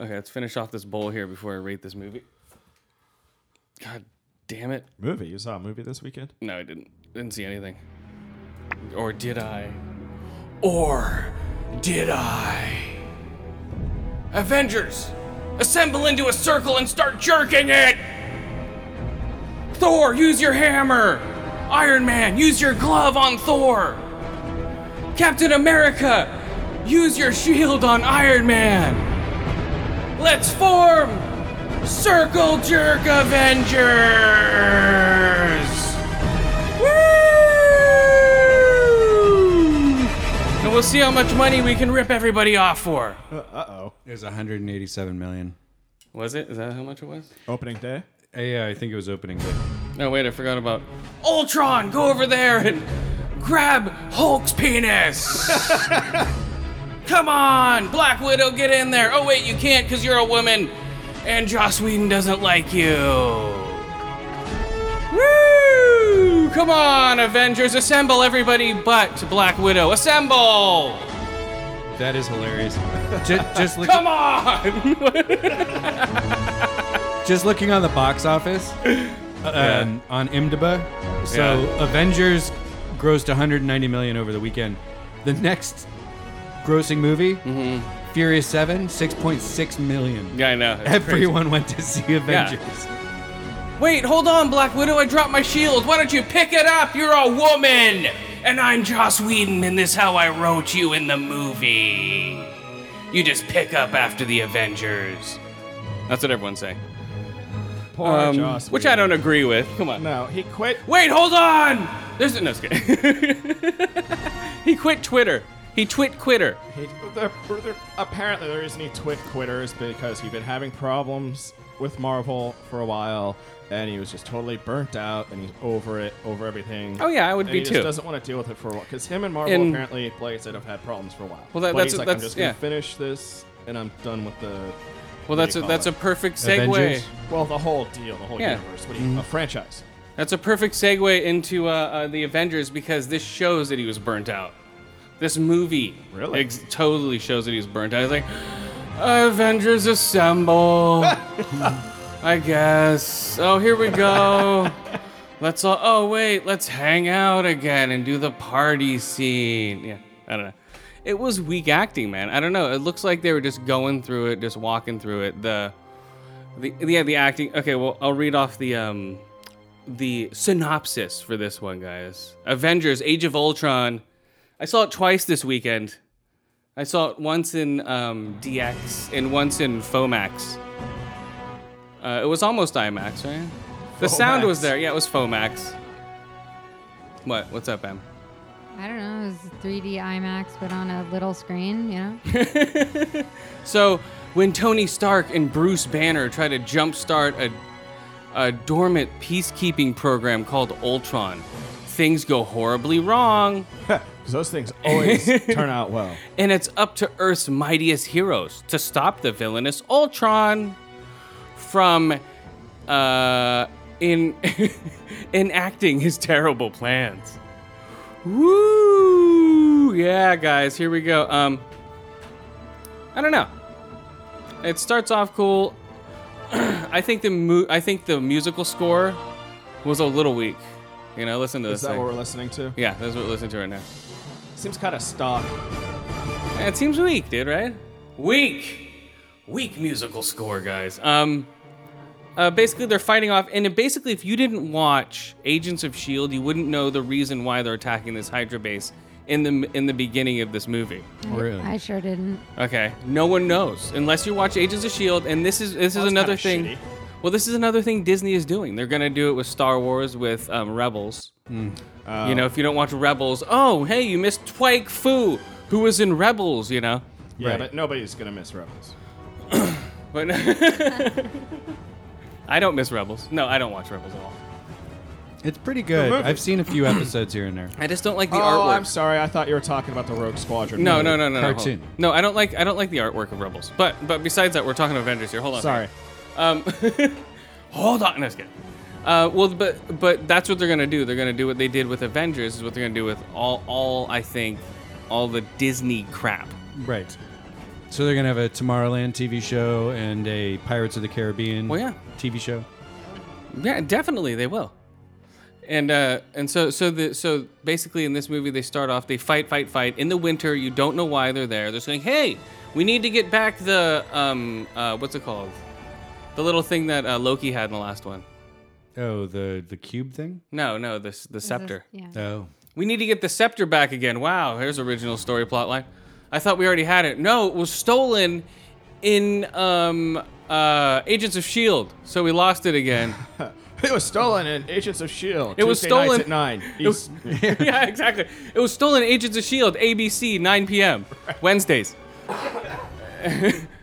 [SPEAKER 1] Okay, let's finish off this bowl here before I rate this movie. God damn it.
[SPEAKER 3] Movie. You saw a movie this weekend?
[SPEAKER 1] No, I didn't. Didn't see anything. Or did I? Or did I? Avengers! Assemble into a circle and start jerking it! Thor, use your hammer! Iron Man, use your glove on Thor! Captain America, use your shield on Iron Man! Let's form Circle Jerk Avengers! Woo! And we'll see how much money we can rip everybody off for.
[SPEAKER 3] Uh,
[SPEAKER 2] There's 187 million.
[SPEAKER 1] Was it? Is that how much it was?
[SPEAKER 3] Opening day.
[SPEAKER 2] Uh, yeah, I think it was opening day.
[SPEAKER 1] No, wait, I forgot about Ultron. Go over there and grab Hulk's *laughs* penis. Come on, Black Widow, get in there. Oh wait, you can't because you're a woman, and Joss Whedon doesn't like you. Woo! Come on, Avengers, assemble everybody but Black Widow. Assemble!
[SPEAKER 2] That is hilarious. just, just, look,
[SPEAKER 1] Come on!
[SPEAKER 2] just looking on the
[SPEAKER 1] *laughs*
[SPEAKER 2] box office um, on IMDb. So
[SPEAKER 1] Yeah.
[SPEAKER 2] Avengers grossed 190 million over the weekend. The next grossing movie, Furious Seven, 6.6 million.
[SPEAKER 1] Mm-hmm. yeah, I know. it's crazy.
[SPEAKER 2] Everyone went to see Avengers.
[SPEAKER 1] Wait, hold on, Black Widow. I dropped my shield. Why don't you pick it up? You're a woman, and I'm Joss Whedon, and this how I wrote you in the movie. You just pick up after the Avengers. That's what everyone's saying,
[SPEAKER 3] Poor Joss.
[SPEAKER 1] Um, which I don't agree with. Come on.
[SPEAKER 3] No, he quit.
[SPEAKER 1] Wait, hold on. There's no. just kidding. *laughs* he quit Twitter. He twit quitter.
[SPEAKER 3] He, there, there, apparently, there isn't any twit quitters because he'd been having problems with Marvel for a while, and he was just totally burnt out, and he's over it, over everything.
[SPEAKER 1] Oh, yeah, I would
[SPEAKER 3] and
[SPEAKER 1] be
[SPEAKER 3] he
[SPEAKER 1] too.
[SPEAKER 3] Just doesn't want to deal with it for a while because him and Marvel
[SPEAKER 1] In-
[SPEAKER 3] apparently, like I said, have had problems for a while.
[SPEAKER 1] Well, that-
[SPEAKER 3] But
[SPEAKER 1] that's-
[SPEAKER 3] he's like,
[SPEAKER 1] that's-
[SPEAKER 3] I'm just gonna
[SPEAKER 1] yeah.
[SPEAKER 3] finish this, and I'm done with the.
[SPEAKER 1] Well,
[SPEAKER 3] what
[SPEAKER 1] that's
[SPEAKER 3] do
[SPEAKER 1] a,
[SPEAKER 3] you call
[SPEAKER 1] that's
[SPEAKER 3] it?
[SPEAKER 1] a perfect segue.
[SPEAKER 2] Avengers?
[SPEAKER 3] well, the whole deal, the whole
[SPEAKER 1] Yeah. Mm-hmm.
[SPEAKER 3] universe. What do you, a franchise?
[SPEAKER 1] That's a perfect segue into uh, uh, the Avengers because this shows that he was burnt out. This movie
[SPEAKER 3] Really?
[SPEAKER 1] ex- totally shows that he's burnt out. He's like, Avengers assemble. I guess. Oh, here we go. let's all. Oh wait, let's hang out again and do the party scene. Yeah, I don't know. It was weak acting, man. I don't know. It looks like they were just going through it, just walking through it. The, the yeah, the acting. Okay, well, I'll read off the um, the synopsis for this one, guys. Avengers: Age of Ultron. I saw it twice this weekend. I saw it once in um, DX and once in Fomax. Uh, it was almost IMAX, right? The sound was
[SPEAKER 3] Fomax.
[SPEAKER 1] there. Yeah, it was Fomax. What? What's up, Em?
[SPEAKER 4] I don't know. It was 3D IMAX, but on a little screen, you know?
[SPEAKER 1] So when Tony Stark and Bruce Banner try to jumpstart a, a dormant peacekeeping program called Ultron, things go horribly wrong.
[SPEAKER 3] Because those things
[SPEAKER 1] *laughs*
[SPEAKER 3] always turn out well.
[SPEAKER 1] and it's up to Earth's mightiest heroes to stop the villainous Ultron from uh, in *laughs* enacting his terrible plans. Woo! Yeah, guys, here we go. Um, I don't know. It starts off cool. *clears throat* I think the mu- I think the musical score was a little weak. You know, listen to this.
[SPEAKER 3] Is that
[SPEAKER 1] thing.
[SPEAKER 3] what we're listening to?
[SPEAKER 1] yeah, that's what we're listening to right now.
[SPEAKER 3] Seems kind of stock.
[SPEAKER 1] It seems weak, dude, right? Weak. Weak musical score, guys. Um uh, basically they're fighting off and it- basically if you didn't watch Agents of Shield, E you wouldn't know the reason why they're attacking this Hydra base in the in the beginning of this movie.
[SPEAKER 2] Really?
[SPEAKER 4] I sure didn't.
[SPEAKER 1] Okay. No one knows unless you watch Agents of Shield E and this is this
[SPEAKER 3] Well,
[SPEAKER 1] is
[SPEAKER 3] that's
[SPEAKER 1] another
[SPEAKER 3] kinda
[SPEAKER 1] thing.
[SPEAKER 3] shitty.
[SPEAKER 1] Well, this is another thing Disney is doing. They're going to do it with Star Wars with um, Rebels. You know, if you don't watch Rebels, oh, hey, you missed Twike Fu who was in Rebels, you know.
[SPEAKER 3] Yeah,
[SPEAKER 2] Right.
[SPEAKER 3] but nobody's gonna miss Rebels.
[SPEAKER 1] But *laughs* I don't miss Rebels. No, I don't watch Rebels at all.
[SPEAKER 2] It's pretty good. I've seen a few episodes here
[SPEAKER 1] *clears throat*
[SPEAKER 2] and there.
[SPEAKER 1] I just don't like the
[SPEAKER 3] oh,
[SPEAKER 1] artwork.
[SPEAKER 3] I'm sorry. I thought you were talking about the Rogue Squadron.
[SPEAKER 1] no, no, no, no, no. hold-
[SPEAKER 2] Cartoon.
[SPEAKER 1] No, I don't like I don't like the artwork of Rebels. But but besides that, we're talking Avengers here. Hold on.
[SPEAKER 3] Sorry.
[SPEAKER 1] Um, *laughs* hold on, no, just kidding. Uh, well, but but that's what they're gonna do. They're gonna do what they did with Avengers. Is what they're gonna do with all all I think all the Disney crap.
[SPEAKER 2] Right. So they're gonna have a Tomorrowland TV show and a Pirates of the Caribbean.
[SPEAKER 1] Well, Oh, yeah.
[SPEAKER 2] TV show.
[SPEAKER 1] Yeah, definitely they will. And uh, and so so the so basically in this movie they start off they fight fight fight in the winter. You don't know why they're there. They're saying, hey, we need to get back the um uh, what's it called, the little thing that uh, Loki had in the last one.
[SPEAKER 2] Oh, the the cube thing.
[SPEAKER 1] No, no, this the scepter.
[SPEAKER 4] Yeah.
[SPEAKER 2] Oh,
[SPEAKER 1] We need to get the scepter back again. Wow, here's original story plotline. I thought we already had it. No, it was stolen in um, uh, Agents of Shield, so we lost it again.
[SPEAKER 3] *laughs* It was stolen in Agents of Shield.
[SPEAKER 1] It was
[SPEAKER 3] E Tuesday nights
[SPEAKER 1] stolen-
[SPEAKER 3] at nine.
[SPEAKER 1] It was- *laughs*
[SPEAKER 3] East-
[SPEAKER 1] yeah, exactly. It was stolen in Agents of Shield, ABC, 9 p.m. Wednesdays. *laughs*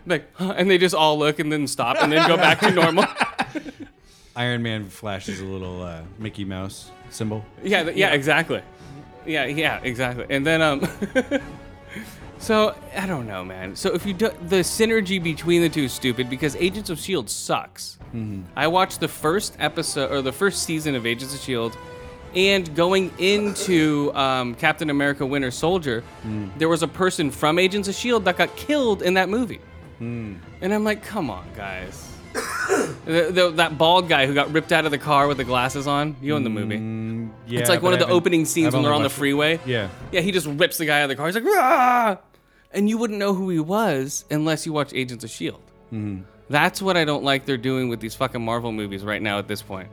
[SPEAKER 1] like, huh, and they just all look and then stop and then go back to normal.
[SPEAKER 2] Iron Man flashes a little uh, Mickey Mouse symbol.
[SPEAKER 1] Yeah, th- yeah, exactly. Yeah, yeah, exactly. And then um *laughs* So, I don't know, man. So if you do the synergy between the two is stupid because Agents of Shield E sucks. I watched the first episode or the first season of Agents of Shield E and going into um, Captain America Winter Soldier, there was a person from Agents of Shield E that got killed in that movie. And I'm like, "Come on, guys." *coughs* the, the, that bald guy who got ripped out of the car with the glasses on, you in the movie.
[SPEAKER 2] Yeah,
[SPEAKER 1] It's like one
[SPEAKER 2] but
[SPEAKER 1] of the
[SPEAKER 2] I've been-
[SPEAKER 1] opening
[SPEAKER 2] I've
[SPEAKER 1] scenes when they're on the
[SPEAKER 2] only watched it-
[SPEAKER 1] freeway.
[SPEAKER 2] Yeah.
[SPEAKER 1] Yeah, he just rips the guy out of the car. He's like, Rah! and you wouldn't know who he was unless you watch Agents of Shield. E
[SPEAKER 2] Mm-hmm.
[SPEAKER 1] That's what I don't like they're doing with these fucking Marvel movies right now. At this point,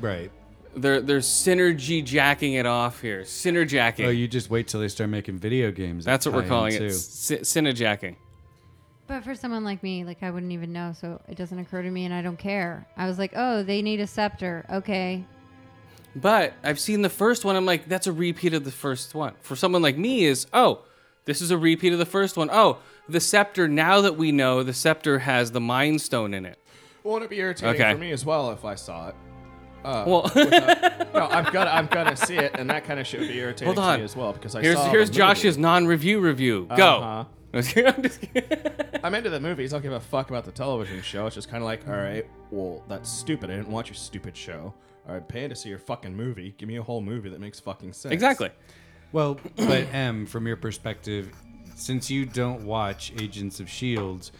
[SPEAKER 2] Right.
[SPEAKER 1] they're they're synergy jacking it off here. Synerjacking.
[SPEAKER 2] Oh, you just wait till they start making video games.
[SPEAKER 1] That's what we're
[SPEAKER 2] tie in
[SPEAKER 1] calling
[SPEAKER 2] too.
[SPEAKER 1] it. Sy- Synerjacking.
[SPEAKER 4] But for someone like me, like I wouldn't even know, so it doesn't occur to me, and I don't care. I was like, oh, they need a scepter. Okay,
[SPEAKER 1] But I've seen the first one. I'm like, that's a repeat of the first one. For someone like me, is oh, this is a repeat of the first one. Oh, the scepter. Now that we know the scepter has the Mind Stone in it.
[SPEAKER 3] *laughs* Won't it be irritating
[SPEAKER 1] Okay.
[SPEAKER 3] for me as well if I saw it?
[SPEAKER 2] Oh.
[SPEAKER 1] Well, *laughs*
[SPEAKER 3] No, I'm gonna I'm gonna see it, and that kind of shit would be irritating
[SPEAKER 1] Hold on.
[SPEAKER 3] to me as well because I
[SPEAKER 1] here's
[SPEAKER 3] saw.
[SPEAKER 1] here's
[SPEAKER 3] the
[SPEAKER 1] Josh's
[SPEAKER 3] movie. Uh-huh.
[SPEAKER 1] non-review review. Go. I'm just kidding.
[SPEAKER 3] I'm into the movies. I don't give a fuck about the television show. It's just kind of like, all right, well, that's stupid. I didn't watch your stupid show. All right, paying to see your fucking movie. Give me a whole movie that makes fucking sense.
[SPEAKER 1] *laughs* exactly.
[SPEAKER 2] Well, but *clears throat* M, from your perspective, since you don't watch Agents of Shields,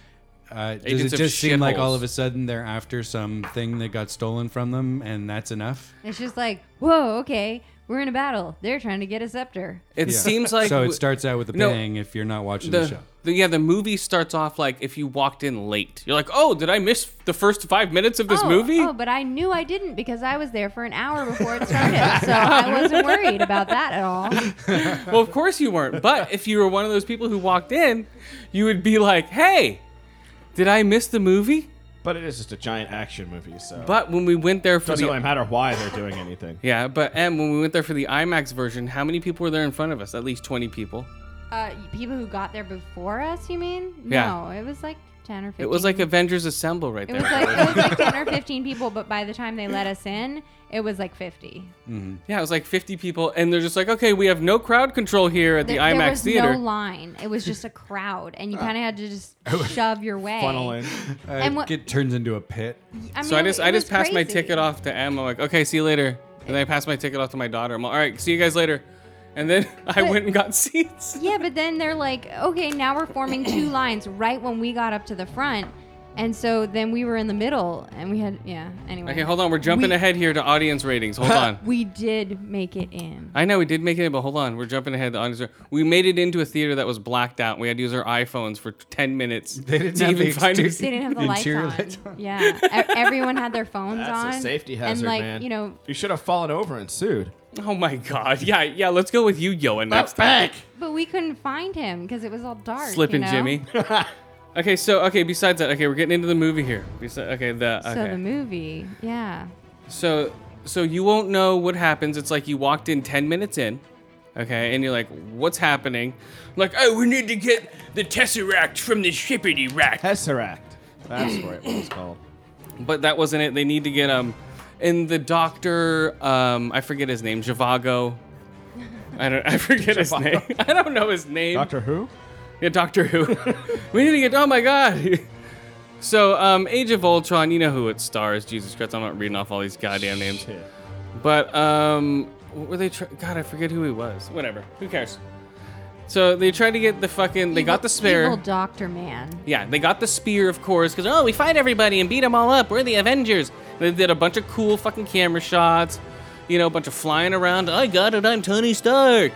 [SPEAKER 2] E uh, does
[SPEAKER 1] Agents
[SPEAKER 2] it
[SPEAKER 1] of
[SPEAKER 2] just seem like all
[SPEAKER 1] Shitholes.
[SPEAKER 2] of a sudden they're after something that got stolen from them, and that's enough?
[SPEAKER 4] it's just like, whoa, okay, we're in a battle. They're trying to get a scepter.
[SPEAKER 1] It
[SPEAKER 2] Yeah.
[SPEAKER 1] seems like
[SPEAKER 2] so.
[SPEAKER 1] w-
[SPEAKER 2] It starts out with a
[SPEAKER 1] No,
[SPEAKER 2] bang if you're not watching the,
[SPEAKER 1] the,
[SPEAKER 2] show.
[SPEAKER 1] the- yeah the movie starts off like if you walked in late, you're like, oh, did I miss the first five minutes of this
[SPEAKER 4] oh,
[SPEAKER 1] movie?
[SPEAKER 4] Oh, but I knew I didn't because I was there for an hour before it started, so I
[SPEAKER 1] *laughs*
[SPEAKER 4] wasn't worried about that at all.
[SPEAKER 1] well, of course you weren't. But if you were one of those people who walked in, you would be like, hey, did I miss the movie?
[SPEAKER 3] But it is just a giant action movie, so
[SPEAKER 1] But when we went there for
[SPEAKER 3] doesn't really
[SPEAKER 1] the
[SPEAKER 3] matter why they're doing anything.
[SPEAKER 1] *laughs* yeah, but and when we went there for the IMAX version, how many people were there in front of us? At least twenty people.
[SPEAKER 4] Uh, people who got there before us, you mean?
[SPEAKER 1] Yeah.
[SPEAKER 4] No, it was like ten or fifteen.
[SPEAKER 1] It was like Avengers Assemble right
[SPEAKER 4] It
[SPEAKER 1] there.
[SPEAKER 4] was like it was like ten or fifteen people, but by the time they let us in, it was like fifty.
[SPEAKER 1] Yeah, it was like 50 people, and they're just like, okay, we have no crowd control here at the
[SPEAKER 4] There-
[SPEAKER 1] IMAX
[SPEAKER 4] there was
[SPEAKER 1] theater.
[SPEAKER 4] no line. It was just a crowd, and you kind of had to
[SPEAKER 3] *laughs*
[SPEAKER 4] just shove your way.
[SPEAKER 3] Uh, Funnel in.
[SPEAKER 2] Uh,
[SPEAKER 4] and what-
[SPEAKER 2] it turns into a pit.
[SPEAKER 4] I
[SPEAKER 1] so I
[SPEAKER 4] mean,
[SPEAKER 1] just
[SPEAKER 4] it
[SPEAKER 1] I just
[SPEAKER 4] was
[SPEAKER 1] passed my
[SPEAKER 4] crazy.
[SPEAKER 1] ticket off to Em. I'm like, okay, see you later. And then I passed my ticket off to my daughter. I'm like, all right, see you guys later. And then *laughs* I
[SPEAKER 4] But-
[SPEAKER 1] went and got seats.
[SPEAKER 4] Yeah, but then they're like, okay, now we're
[SPEAKER 1] *coughs*
[SPEAKER 4] forming two lines right when we got up to the front, and so then we were in the middle, and we had yeah. Anyway.
[SPEAKER 1] Okay, hold on, we're jumping
[SPEAKER 4] We-
[SPEAKER 1] ahead here to audience ratings.
[SPEAKER 2] *laughs*
[SPEAKER 1] Hold on.
[SPEAKER 4] We did make it in.
[SPEAKER 1] I know we did make it, but hold on, we're jumping ahead. The audience, ra- we made it into a theater that was blacked out. We had to use our iPhones for 10 minutes
[SPEAKER 2] They didn't
[SPEAKER 1] to
[SPEAKER 2] have
[SPEAKER 1] even
[SPEAKER 2] the
[SPEAKER 1] find
[SPEAKER 2] exterior-
[SPEAKER 1] a
[SPEAKER 4] They
[SPEAKER 1] seat.
[SPEAKER 3] *laughs*
[SPEAKER 4] didn't have the
[SPEAKER 2] The
[SPEAKER 4] lights
[SPEAKER 2] interior
[SPEAKER 4] on.
[SPEAKER 2] lights on.
[SPEAKER 4] *laughs* Yeah, E- everyone had their phones on.
[SPEAKER 3] That's a safety hazard,
[SPEAKER 4] And like
[SPEAKER 3] man.
[SPEAKER 4] you know,
[SPEAKER 3] you should have fallen over and sued.
[SPEAKER 1] Oh my god. Yeah, yeah. Let's go with you, Yoan, next time.
[SPEAKER 4] but we couldn't find him because it was all dark.
[SPEAKER 1] Slipping
[SPEAKER 4] you know?
[SPEAKER 1] Jimmy. okay, so okay. Besides that, okay, we're getting into the movie here. Besi- okay, the okay.
[SPEAKER 4] So the movie, yeah.
[SPEAKER 1] So so you won't know what happens. It's like you walked in 10 minutes in, okay, and you're like, what's happening? Like, oh, we need to get the Tesseract from the shippity rack.
[SPEAKER 3] Tesseract. That's what it was called.
[SPEAKER 1] But that wasn't it. They need to get um and the doctor, um, I forget his name, Javago. I don't. I forget his name. *laughs* I don't know his name.
[SPEAKER 3] Doctor Who?
[SPEAKER 1] Yeah, Doctor Who. *laughs* we need to get. Oh my God. *laughs* so, um, Age of Ultron. You know who it stars. Jesus Christ, I'm not reading off all these goddamn names.
[SPEAKER 3] Shit.
[SPEAKER 1] But um, what were they? Try- God, I forget who he was. Whatever. Who cares? So they tried to get the fucking. They got the spare.
[SPEAKER 4] Evil doctor man.
[SPEAKER 1] Yeah, they got the spear, of course, because, oh, we fight everybody and beat them all up. We're the Avengers. They did a bunch of cool fucking camera shots, you know, a bunch of flying around. I got it, I'm Tony Stark.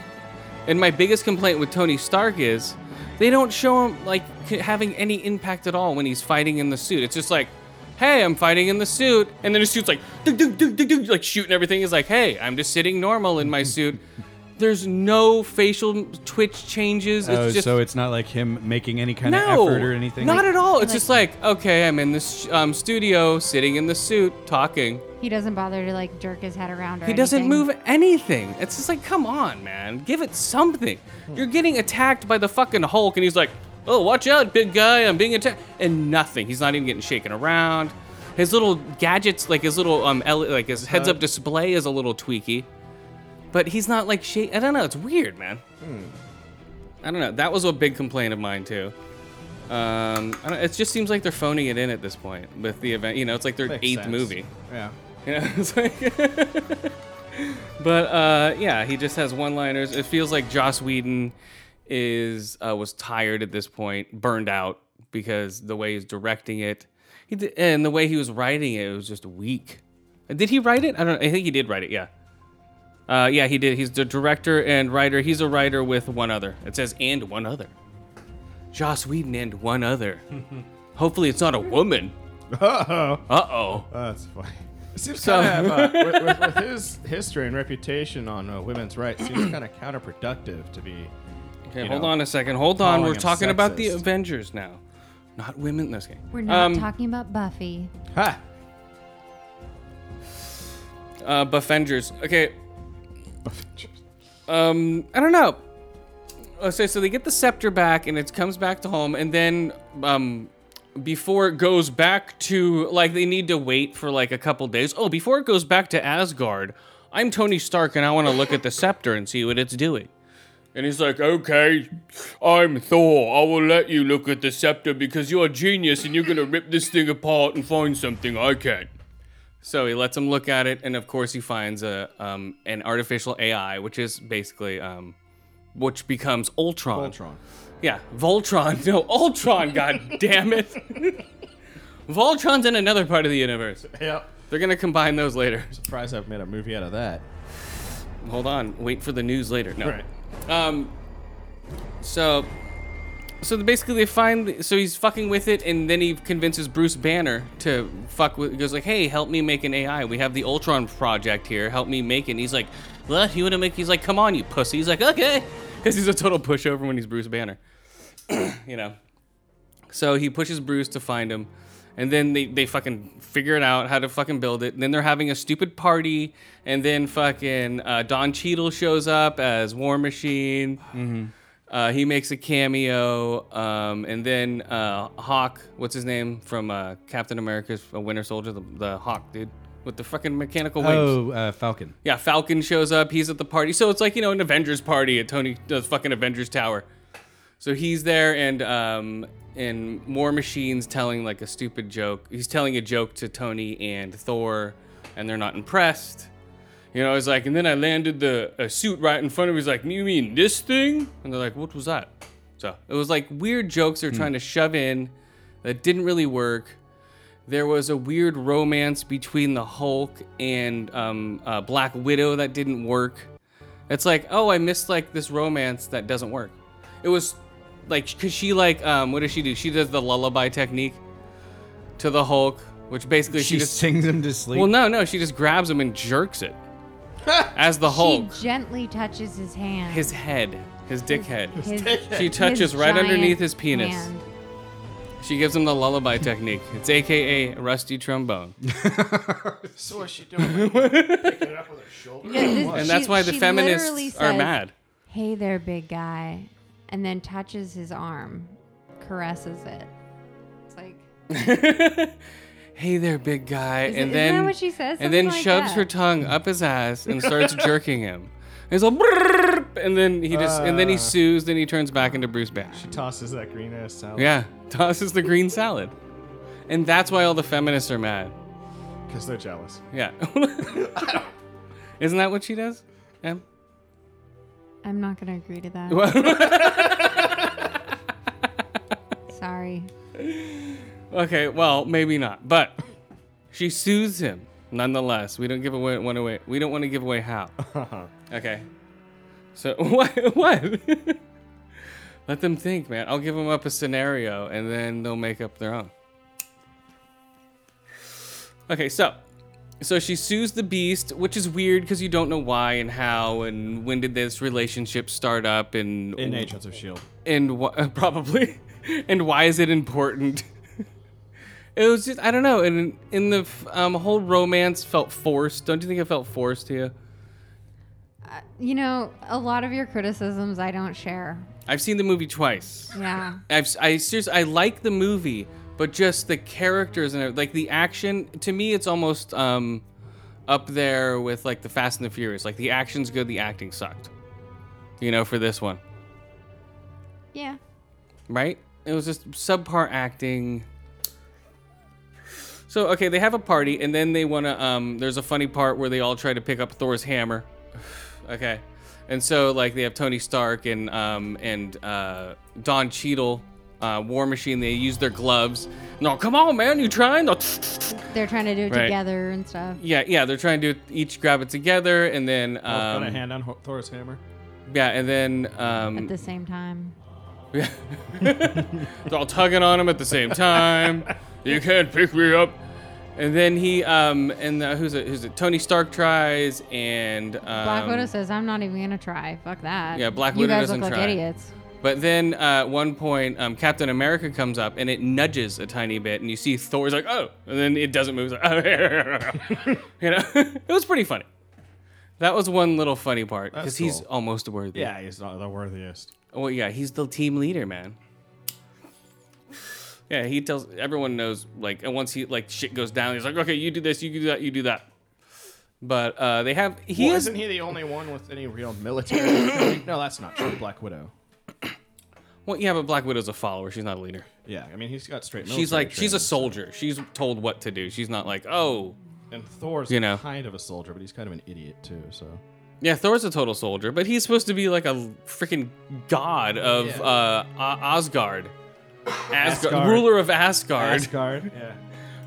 [SPEAKER 1] And my biggest complaint with Tony Stark is they don't show him, like, c- having any impact at all when he's fighting in the suit. It's just like, hey, I'm fighting in the suit. And then his suit's like, "Dug, dug, dug, dug, dug," like shooting everything. He's like, hey, I'm just sitting normal in my suit. There's no facial twitch changes. It's
[SPEAKER 2] Oh,
[SPEAKER 1] just
[SPEAKER 2] so it's not like him making any kind
[SPEAKER 1] no,
[SPEAKER 2] of effort or anything.
[SPEAKER 1] Not at all. It's
[SPEAKER 4] Like-
[SPEAKER 1] just like, okay, I'm in this um, studio, sitting in the suit, talking.
[SPEAKER 4] He doesn't bother to like jerk his head around or
[SPEAKER 1] He doesn't
[SPEAKER 4] anything.
[SPEAKER 1] move anything. It's just like, come on, man, give it something. You're getting attacked by the fucking Hulk, and he's like, oh, watch out, big guy, I'm being attacked, and nothing. He's not even getting shaken around. His little gadgets, like his little um, L- like his heads-up display, is a little tweaky, but he's not like shake. I don't know. It's weird, man. I don't know. That was a big complaint of mine too. Um, I don't, it just seems like they're phoning it in at this point with the event. You know, it's like their
[SPEAKER 3] Makes
[SPEAKER 1] eighth
[SPEAKER 3] sense.
[SPEAKER 1] movie.
[SPEAKER 3] Yeah.
[SPEAKER 1] You know, *laughs* it's like. but uh, yeah, he just has one-liners. It feels like Joss Whedon is uh, was tired at this point, burned out because the way he's directing it, he did, and the way he was writing it, it was just weak. Did he write it? I don't. I think he did write it. Yeah. Uh, yeah, he did. He's the director and writer. He's a writer with one other. It says and one other. Joss Whedon and one other. Hopefully, it's not a woman.
[SPEAKER 3] Uh-oh.
[SPEAKER 1] Uh oh.
[SPEAKER 3] That's funny. It seems
[SPEAKER 1] So-
[SPEAKER 3] kind of *laughs* uh, with, with, with his history and reputation on uh, women's rights, it seems kind of counterproductive to be.
[SPEAKER 1] Okay,
[SPEAKER 3] you
[SPEAKER 1] hold
[SPEAKER 3] know,
[SPEAKER 1] on a second. Hold on.
[SPEAKER 3] calling
[SPEAKER 1] We're
[SPEAKER 3] him
[SPEAKER 1] talking about the
[SPEAKER 3] sexist.
[SPEAKER 1] Avengers now, not women. This game.
[SPEAKER 4] We're not
[SPEAKER 1] um,
[SPEAKER 4] talking about Buffy.
[SPEAKER 3] Ha!
[SPEAKER 1] Uh, Buffengers. Okay. Um, I don't know. Uh, So, so they get the scepter back, and it comes back to home, and then um, before it goes back to like they need to wait for like a couple days. Oh, before it goes back to Asgard, I'm Tony Stark, and I want to look at the scepter and see what it's doing. And he's like, okay, I'm Thor. I will let you look at the scepter because you're a genius and you're going to rip this thing apart and find something I can't. So he lets him look at it, and of course he finds a um, an artificial AI, which is basically um, which becomes Ultron.
[SPEAKER 3] Ultron.
[SPEAKER 1] Yeah, Voltron. *laughs* No, Ultron. God damn it. Voltron's in another part of the universe.
[SPEAKER 3] Yep.
[SPEAKER 1] They're gonna combine those later.
[SPEAKER 3] Surprised I've made a movie out of that.
[SPEAKER 1] Hold on. Wait for the news later. No.
[SPEAKER 3] Right.
[SPEAKER 1] Um. So. So basically, they find. So he's fucking with it, and then he convinces Bruce Banner to fuck with. He goes like, "Hey, help me make an AI. We have the Ultron project here. Help me make it." And he's like, "What? You want to make?" He's like, "Come on, you pussy." He's like, "Okay," because he's a total pushover when he's Bruce Banner. you know. So he pushes Bruce to find him, and then they, they fucking figure it out how to fucking build it. And then they're having a stupid party, and then fucking uh, Don Cheadle shows up as War Machine. Uh, he makes a cameo, um, and then uh, Hawk, what's his name from uh, Captain America's uh, Winter Soldier, the, the Hawk dude with the fucking mechanical wings.
[SPEAKER 2] Oh, uh, Falcon.
[SPEAKER 1] Yeah, Falcon shows up. He's at the party. So it's like, you know, an Avengers party at Tony, the fucking Avengers Tower. So he's there and, um, and War Machine's telling like a stupid joke. He's telling a joke to Tony and Thor, and they're not impressed. You know, it's like, and then I landed the a suit right in front of me. He's like, you mean this thing? And they're like, what was that? So it was like weird jokes they're trying to shove in that didn't really work there was a weird romance between the Hulk and um, uh, Black Widow that didn't work. It's like, oh, I missed like this romance that doesn't work. It was like, cause she like, um, what does she do? She does the lullaby technique to the Hulk, which basically she,
[SPEAKER 2] She
[SPEAKER 1] just
[SPEAKER 2] sings him to sleep.
[SPEAKER 1] well, no, no, she just grabs him and jerks it as the Hulk,
[SPEAKER 4] She gently touches his hand.
[SPEAKER 1] his head, his dick
[SPEAKER 4] *laughs*
[SPEAKER 1] head.
[SPEAKER 4] his,
[SPEAKER 1] She *laughs* touches
[SPEAKER 4] his
[SPEAKER 1] right
[SPEAKER 4] giant
[SPEAKER 1] underneath his penis.
[SPEAKER 4] hand.
[SPEAKER 1] She gives him the
[SPEAKER 4] *laughs*
[SPEAKER 1] lullaby technique. It's AKA rusty trombone.
[SPEAKER 3] So what's she doing? picking it up *laughs* with her shoulder?
[SPEAKER 4] Yeah, this-
[SPEAKER 1] And that's
[SPEAKER 4] she-
[SPEAKER 1] why the
[SPEAKER 4] she literally
[SPEAKER 1] feminists are
[SPEAKER 4] says,
[SPEAKER 1] mad.
[SPEAKER 4] Hey there, big guy, and then touches his arm, caresses it. It's like
[SPEAKER 1] "Hey there, big guy,"
[SPEAKER 4] Is it-
[SPEAKER 1] and
[SPEAKER 4] isn't
[SPEAKER 1] then
[SPEAKER 4] that what she says?
[SPEAKER 1] and then
[SPEAKER 4] Something like
[SPEAKER 1] shoves
[SPEAKER 4] that.
[SPEAKER 1] her tongue up his ass and
[SPEAKER 4] *laughs*
[SPEAKER 1] starts jerking him. And he's like, "Brrrr," and then he just and then he
[SPEAKER 3] Ah.
[SPEAKER 1] sues. Then he turns back into Bruce Banner.
[SPEAKER 3] She tosses that green ass salad.
[SPEAKER 1] Yeah, *laughs* tosses the green salad, and that's why all the feminists are mad.
[SPEAKER 3] Because they're jealous.
[SPEAKER 1] Yeah, isn't that what she does? Em?
[SPEAKER 4] I'm not gonna agree to that. *laughs*
[SPEAKER 1] *laughs*
[SPEAKER 4] Sorry.
[SPEAKER 1] Okay, well, maybe not, but she sues him nonetheless. We don't give away one away. We don't want to give away how. okay. So *laughs* what? What? Let them think, man. I'll give them up a scenario, and then they'll make up their own. Okay, so so she sues the beast, which is weird because you don't know why and how and when did this relationship start up and
[SPEAKER 3] In Agents of S.H.I.E.L.D.
[SPEAKER 1] and wh- *laughs* probably and why is it important *laughs* it was just i don't know and in the f- um, whole romance felt forced don't you think it felt forced to you
[SPEAKER 4] You know, a lot of your criticisms I don't share.
[SPEAKER 1] i've seen the movie twice
[SPEAKER 4] Yeah.
[SPEAKER 1] I've, s- i seriously i like the movie but just the characters and everyth- like the action to me it's almost um up there with like the fast and the furious like the action's good the acting sucked you know for this one
[SPEAKER 4] Yeah.
[SPEAKER 1] right? It was just subpar acting. So okay, they have a party, and then they wanna. Um, there's a funny part where they all try to pick up Thor's hammer. *sighs* okay, and so like they have Tony Stark and um and uh, Don Cheadle, uh, War Machine. They use their gloves. No, come on, man, you trying? No,
[SPEAKER 4] They're trying to do it
[SPEAKER 1] Right.
[SPEAKER 4] together and stuff.
[SPEAKER 1] *sniffs* Yeah, yeah, they're trying to each grab it together, and then
[SPEAKER 3] Got a
[SPEAKER 1] um,
[SPEAKER 3] hand on Ho- Thor's hammer.
[SPEAKER 1] yeah, and then um,
[SPEAKER 4] At the same time.
[SPEAKER 1] They're all tugging on him at the same
[SPEAKER 3] *laughs*
[SPEAKER 1] time. you can't pick me up. And then he, um, and uh, who's it? Who's it? Tony Stark tries, and um,
[SPEAKER 4] Black Widow says, "I'm not even gonna try. Fuck that."
[SPEAKER 1] Yeah, Black
[SPEAKER 4] You
[SPEAKER 1] Widow
[SPEAKER 4] guys
[SPEAKER 1] doesn't
[SPEAKER 4] look
[SPEAKER 1] try.
[SPEAKER 4] like idiots.
[SPEAKER 1] But then uh, at one point, um, Captain America comes up and it nudges a tiny bit, and you see Thor's like, oh, and then it doesn't move. It's *laughs* like, oh, you know, *laughs* it was pretty funny. That was one little funny part because
[SPEAKER 3] That's
[SPEAKER 1] he's
[SPEAKER 3] cool.
[SPEAKER 1] almost worthy.
[SPEAKER 3] Yeah, he's not the worthiest.
[SPEAKER 1] Well, yeah, he's the team leader, man. Yeah, he tells everyone knows like, and once he like shit goes down, he's like, okay, you do this, you do that, you do that. But uh, they have he
[SPEAKER 3] Well,
[SPEAKER 1] is
[SPEAKER 3] isn't he the only one with any real military? no, that's not true. Black Widow.
[SPEAKER 1] well, yeah, but Black Widow's a follower. She's not a leader.
[SPEAKER 3] Yeah, I mean he's got straight.
[SPEAKER 1] she's
[SPEAKER 3] military
[SPEAKER 1] like she's a
[SPEAKER 3] training.
[SPEAKER 1] soldier. She's told what to do. She's not like oh
[SPEAKER 3] and Thor's
[SPEAKER 1] you know.
[SPEAKER 3] kind of a soldier, but he's kind of an idiot too. So
[SPEAKER 1] yeah, Thor's a total soldier, but he's supposed to be like a freaking god of
[SPEAKER 3] Yeah.
[SPEAKER 1] uh, O- Asgard. Asgard,
[SPEAKER 3] Asgard.
[SPEAKER 1] ruler of Asgard,
[SPEAKER 3] Asgard, *laughs* yeah,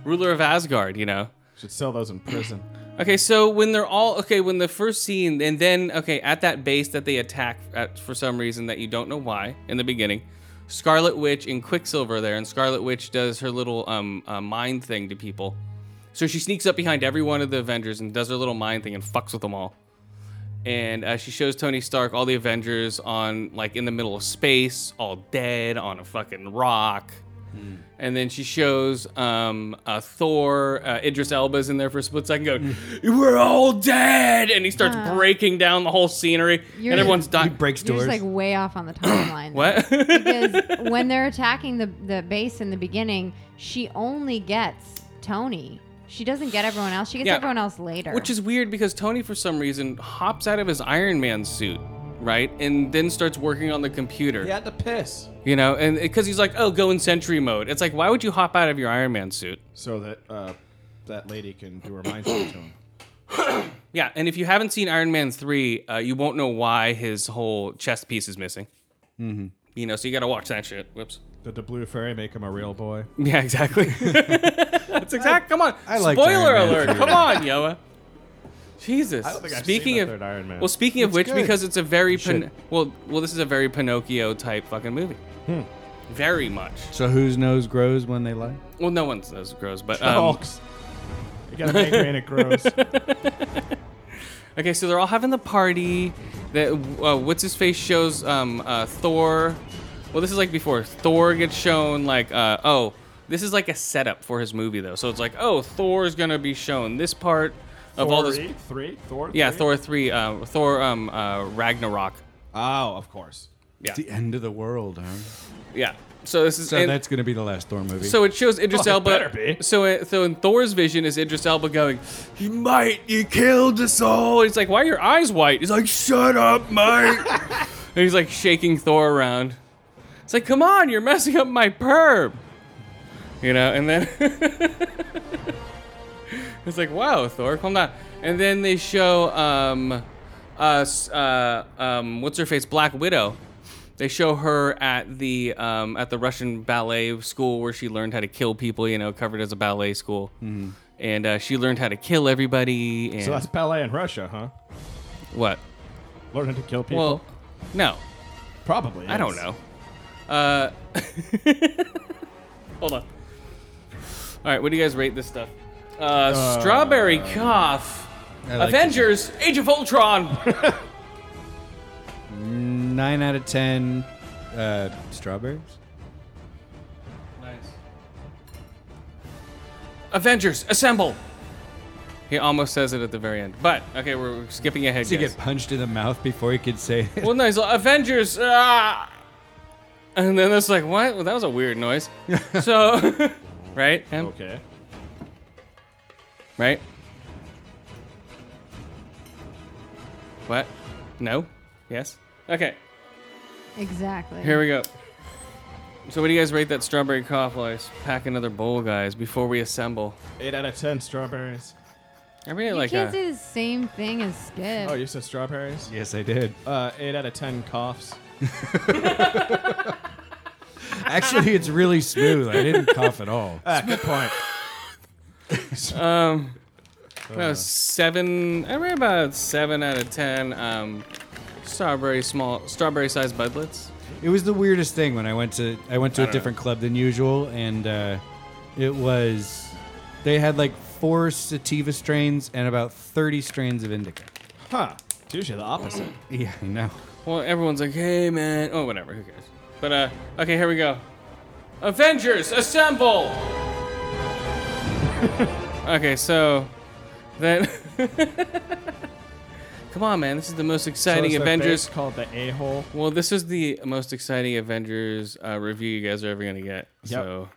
[SPEAKER 1] ruler of Asgard. You know.
[SPEAKER 3] should sell those in prison.
[SPEAKER 1] Okay, so when they're all okay, when the first scene, and then okay, at that base that they attack at for some reason that you don't know why in the beginning, Scarlet Witch and Quicksilver are there, and Scarlet Witch does her little um uh, mind thing to people. So she sneaks up behind every one of the Avengers and does her little mind thing and fucks with them all. And uh, she shows Tony Stark all the Avengers on like in the middle of space, all dead on a fucking rock. And then she shows um, uh, Thor, uh, Idris Elba's in there for a split second, going, We're all dead! And he starts breaking down the whole scenery,
[SPEAKER 4] You're-
[SPEAKER 1] and everyone's dying.
[SPEAKER 2] Breaks
[SPEAKER 4] You're
[SPEAKER 2] doors.
[SPEAKER 4] just like way off on the timeline.
[SPEAKER 1] what? *laughs*
[SPEAKER 4] *laughs* because when they're attacking the, the base in the beginning, she only gets Tony. She doesn't get everyone else. She gets
[SPEAKER 1] Yeah.
[SPEAKER 4] everyone else later.
[SPEAKER 1] Which is weird because Tony, for some reason, hops out of his Iron Man suit, right? And then starts working on the computer.
[SPEAKER 3] *clears throat* He had to piss
[SPEAKER 1] You know, and because he's like, Oh, go in sentry mode. It's like, why would you hop out of your Iron Man suit?
[SPEAKER 3] so that uh, that lady can do her mind thing to him.
[SPEAKER 1] Yeah, and if you haven't seen Iron Man 3, uh, you won't know why his whole chest piece is missing. Mm-hmm. You know, so you gotta watch that shit. Whoops.
[SPEAKER 3] Did the blue fairy make him a real boy?
[SPEAKER 1] Yeah,
[SPEAKER 3] *laughs*
[SPEAKER 1] exactly. That's exact. Come on.
[SPEAKER 2] I liked
[SPEAKER 1] Spoiler
[SPEAKER 2] Iron Man
[SPEAKER 1] alert.
[SPEAKER 2] 3.
[SPEAKER 1] Come on, Yoa. Jesus.
[SPEAKER 3] I don't think I've
[SPEAKER 1] speaking
[SPEAKER 3] seen
[SPEAKER 1] of
[SPEAKER 3] the third Iron Man.
[SPEAKER 1] well, speaking of which,
[SPEAKER 2] good.
[SPEAKER 1] because it's a very pin-
[SPEAKER 2] should.
[SPEAKER 1] well, well, this is a very Pinocchio type fucking movie.
[SPEAKER 3] Hmm.
[SPEAKER 1] Very much.
[SPEAKER 2] so whose nose grows when they lie?
[SPEAKER 1] Well, no one says gross,
[SPEAKER 3] *laughs*
[SPEAKER 1] but um,
[SPEAKER 3] Hulks. Oh, You got migraine.
[SPEAKER 1] *laughs*
[SPEAKER 3] It grows.
[SPEAKER 1] Okay, so they're all having the party. That uh, what's his face shows um, uh, Thor. Well, this is like before Thor gets shown. Like, uh, oh, this is like a setup for his movie though. So it's like, oh, Thor's gonna be shown this part of all this.
[SPEAKER 3] Thor-y? three Thor.
[SPEAKER 1] Yeah,
[SPEAKER 3] three?
[SPEAKER 1] Thor three, uh, Thor um, uh, Ragnarok.
[SPEAKER 3] Oh, of course.
[SPEAKER 1] Yeah.
[SPEAKER 2] It's the end of the world, huh?
[SPEAKER 1] Yeah. So this is
[SPEAKER 2] So
[SPEAKER 1] and-
[SPEAKER 2] that's going to be the last Thor movie.
[SPEAKER 1] So it shows Idris
[SPEAKER 3] Well, it
[SPEAKER 1] Elba.
[SPEAKER 3] better be.
[SPEAKER 1] So it, so in Thor's vision is Idris Elba going, "You might, you killed us all." He's like, "Why are your eyes white?" He's like, "Shut up, mate." and he's like shaking Thor around. It's like, "Come on, you're messing up my perm." You know, and then *laughs* it's like, "Wow, Thor, calm down." And then they show um, us uh, um, what's her face, Black Widow. They show her at the um, at the Russian ballet school where she learned how to kill people. You know, covered as a ballet school, and uh, she learned how to kill everybody. And
[SPEAKER 3] Mm-hmm. So that's ballet in Russia, huh?
[SPEAKER 1] what?
[SPEAKER 3] Learning to kill people.
[SPEAKER 1] Well, no,
[SPEAKER 3] probably.
[SPEAKER 1] I don't
[SPEAKER 3] yes.
[SPEAKER 1] know. Uh, *laughs* hold on. All right, what do you guys rate this stuff? Uh, Strawberry Cough,
[SPEAKER 2] I like
[SPEAKER 1] Avengers, Age of Ultron.
[SPEAKER 2] Nine out of ten uh, strawberries.
[SPEAKER 1] Nice. Avengers, assemble! He almost says it at the very end. But, okay, we're we're skipping ahead.
[SPEAKER 2] To
[SPEAKER 1] guys.
[SPEAKER 2] get punched in the mouth before he could say it.
[SPEAKER 1] Well, no, he's like, Avengers! Ah! And then it's like, what? Well, that was a weird noise. so, *laughs* right? Em?
[SPEAKER 3] Okay.
[SPEAKER 1] Right? What? No? Yes? Okay,
[SPEAKER 4] Exactly.
[SPEAKER 1] here we go. So, what do you guys rate that strawberry cough lice? Pack another bowl, guys, before we assemble.
[SPEAKER 3] Eight out of ten strawberries.
[SPEAKER 1] I really
[SPEAKER 4] you
[SPEAKER 1] like
[SPEAKER 4] can't
[SPEAKER 1] a-
[SPEAKER 4] say the same thing as Skip.
[SPEAKER 3] Oh, you said strawberries?
[SPEAKER 2] Yes, I did.
[SPEAKER 3] Uh, eight out of ten coughs.
[SPEAKER 2] Actually, it's really smooth. I didn't cough at all.
[SPEAKER 3] Ah, good point.
[SPEAKER 1] Um, no, seven. I read about seven out of ten. Um, strawberry small, strawberry sized budlets.
[SPEAKER 2] It was the weirdest thing when I went to I went to
[SPEAKER 1] I
[SPEAKER 2] a
[SPEAKER 1] don't
[SPEAKER 2] different club than usual, and uh, it was they had like four sativa strains and about thirty strains of indica.
[SPEAKER 3] Huh. It's usually the opposite.
[SPEAKER 2] Yeah, I know.
[SPEAKER 1] Well, everyone's like, "Hey, man." Oh, whatever. Who cares? But uh, okay, here we go. Avengers, assemble! *laughs* okay, so then. *laughs* Come on, man! This is the most exciting
[SPEAKER 3] So is their
[SPEAKER 1] Avengers.
[SPEAKER 3] base called the a hole.
[SPEAKER 1] Well, this is the most exciting Avengers uh, review you guys are ever going to get. So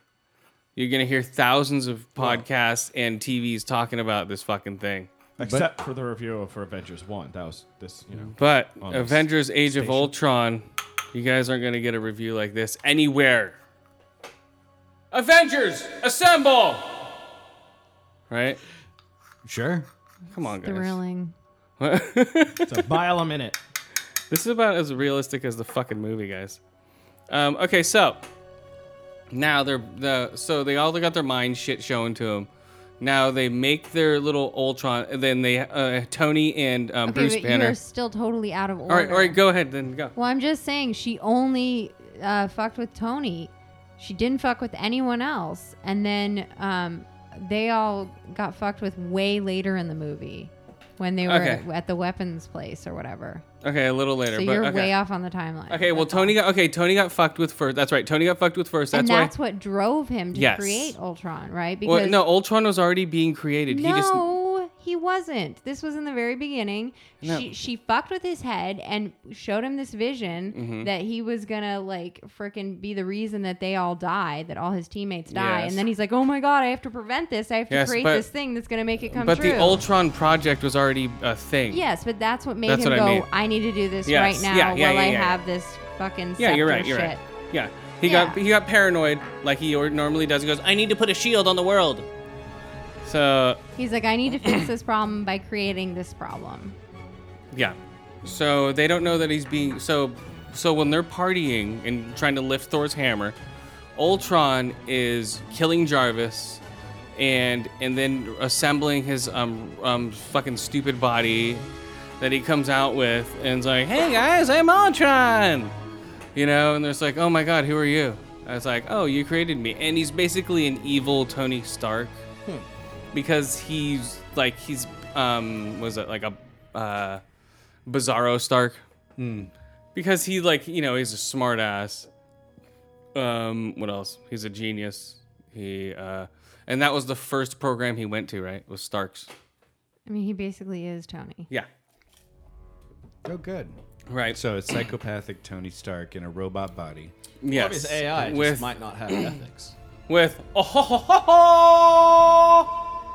[SPEAKER 1] you're going to hear thousands of podcasts and TVs talking about this fucking thing.
[SPEAKER 3] Except for the review for Avengers One. That was this, you know.
[SPEAKER 1] But
[SPEAKER 3] On this
[SPEAKER 1] Avengers Age of
[SPEAKER 3] station.
[SPEAKER 1] Ultron, you guys aren't going to get a review like this anywhere. Avengers, assemble! Right?
[SPEAKER 2] Sure.
[SPEAKER 1] Come on, guys.
[SPEAKER 4] Thrilling.
[SPEAKER 1] *laughs*
[SPEAKER 3] It's a mile a minute.
[SPEAKER 1] This is about as realistic as the fucking movie, guys. Um, okay, so now they're the so they all got their mind shit shown to them. Now they make their little Ultron. and Then they uh, Tony and um,
[SPEAKER 4] Okay,
[SPEAKER 1] Bruce
[SPEAKER 4] but
[SPEAKER 1] Banner.
[SPEAKER 4] you're still totally out of order.
[SPEAKER 1] All right, all right, go ahead then go.
[SPEAKER 4] Well, I'm just saying she only uh, fucked with Tony. She didn't fuck with anyone else. And then um, they all got fucked with way later in the movie when they were
[SPEAKER 1] Okay.
[SPEAKER 4] at the weapons place or whatever.
[SPEAKER 1] Okay, a little later.
[SPEAKER 4] So
[SPEAKER 1] but,
[SPEAKER 4] you're
[SPEAKER 1] okay.
[SPEAKER 4] way off on the timeline.
[SPEAKER 1] Okay, well
[SPEAKER 4] That's all.
[SPEAKER 1] Tony got okay. Tony got fucked with first. That's right. Tony got fucked with first. That's
[SPEAKER 4] and
[SPEAKER 1] why.
[SPEAKER 4] that's what drove him to
[SPEAKER 1] Yes.
[SPEAKER 4] create Ultron, right? Because
[SPEAKER 1] well, no, Ultron was already being created. He just
[SPEAKER 4] no, he wasn't. This was in the very beginning.
[SPEAKER 1] No.
[SPEAKER 4] She she fucked with his head and showed him this vision
[SPEAKER 1] Mm-hmm.
[SPEAKER 4] that he was gonna like freaking be the reason that they all die, that all his teammates die,
[SPEAKER 1] Yes.
[SPEAKER 4] and then he's like, "Oh my god, I have to prevent this. I have to
[SPEAKER 1] Yes,
[SPEAKER 4] create
[SPEAKER 1] but-
[SPEAKER 4] this thing that's gonna make it come
[SPEAKER 1] but
[SPEAKER 4] true."
[SPEAKER 1] the Ultron project was already a thing.
[SPEAKER 4] yes, but that's what made
[SPEAKER 1] That's
[SPEAKER 4] him
[SPEAKER 1] what I
[SPEAKER 4] go. I,
[SPEAKER 1] mean.
[SPEAKER 4] need to do this
[SPEAKER 1] Yes,
[SPEAKER 4] right now
[SPEAKER 1] yeah, yeah,
[SPEAKER 4] while
[SPEAKER 1] yeah,
[SPEAKER 4] I
[SPEAKER 1] yeah, yeah.
[SPEAKER 4] have this fucking
[SPEAKER 1] Yeah, you're
[SPEAKER 4] scepter
[SPEAKER 1] right. You're
[SPEAKER 4] shit."
[SPEAKER 1] right. Yeah, he got
[SPEAKER 4] Yeah.
[SPEAKER 1] he got paranoid like he or- normally does. He goes, "I need to put a shield on the world." So
[SPEAKER 4] He's like, "I need to fix this problem by creating this problem."
[SPEAKER 1] yeah, so they don't know that he's being so. So when they're partying and trying to lift Thor's hammer, Ultron is killing Jarvis, and and then assembling his um um fucking stupid body that he comes out with and is like, "Hey guys, I'm Ultron." you know and there's like oh my god who are you i was like oh you created me and he's basically an evil tony stark because he's like he's um was it like a uh bizarro stark because he like you know he's a smart ass um what else he's a genius he uh and that was the first program he went to right was stark's
[SPEAKER 4] I mean, he basically is Tony.
[SPEAKER 1] yeah
[SPEAKER 2] Oh, good.
[SPEAKER 1] Right. So
[SPEAKER 2] So it's psychopathic Tony Stark in a robot body.
[SPEAKER 1] yes.
[SPEAKER 3] Probably it's AI. it
[SPEAKER 1] with
[SPEAKER 3] just might not
[SPEAKER 1] *coughs*
[SPEAKER 3] have ethics.
[SPEAKER 1] with *laughs* oh, ho, ho, ho,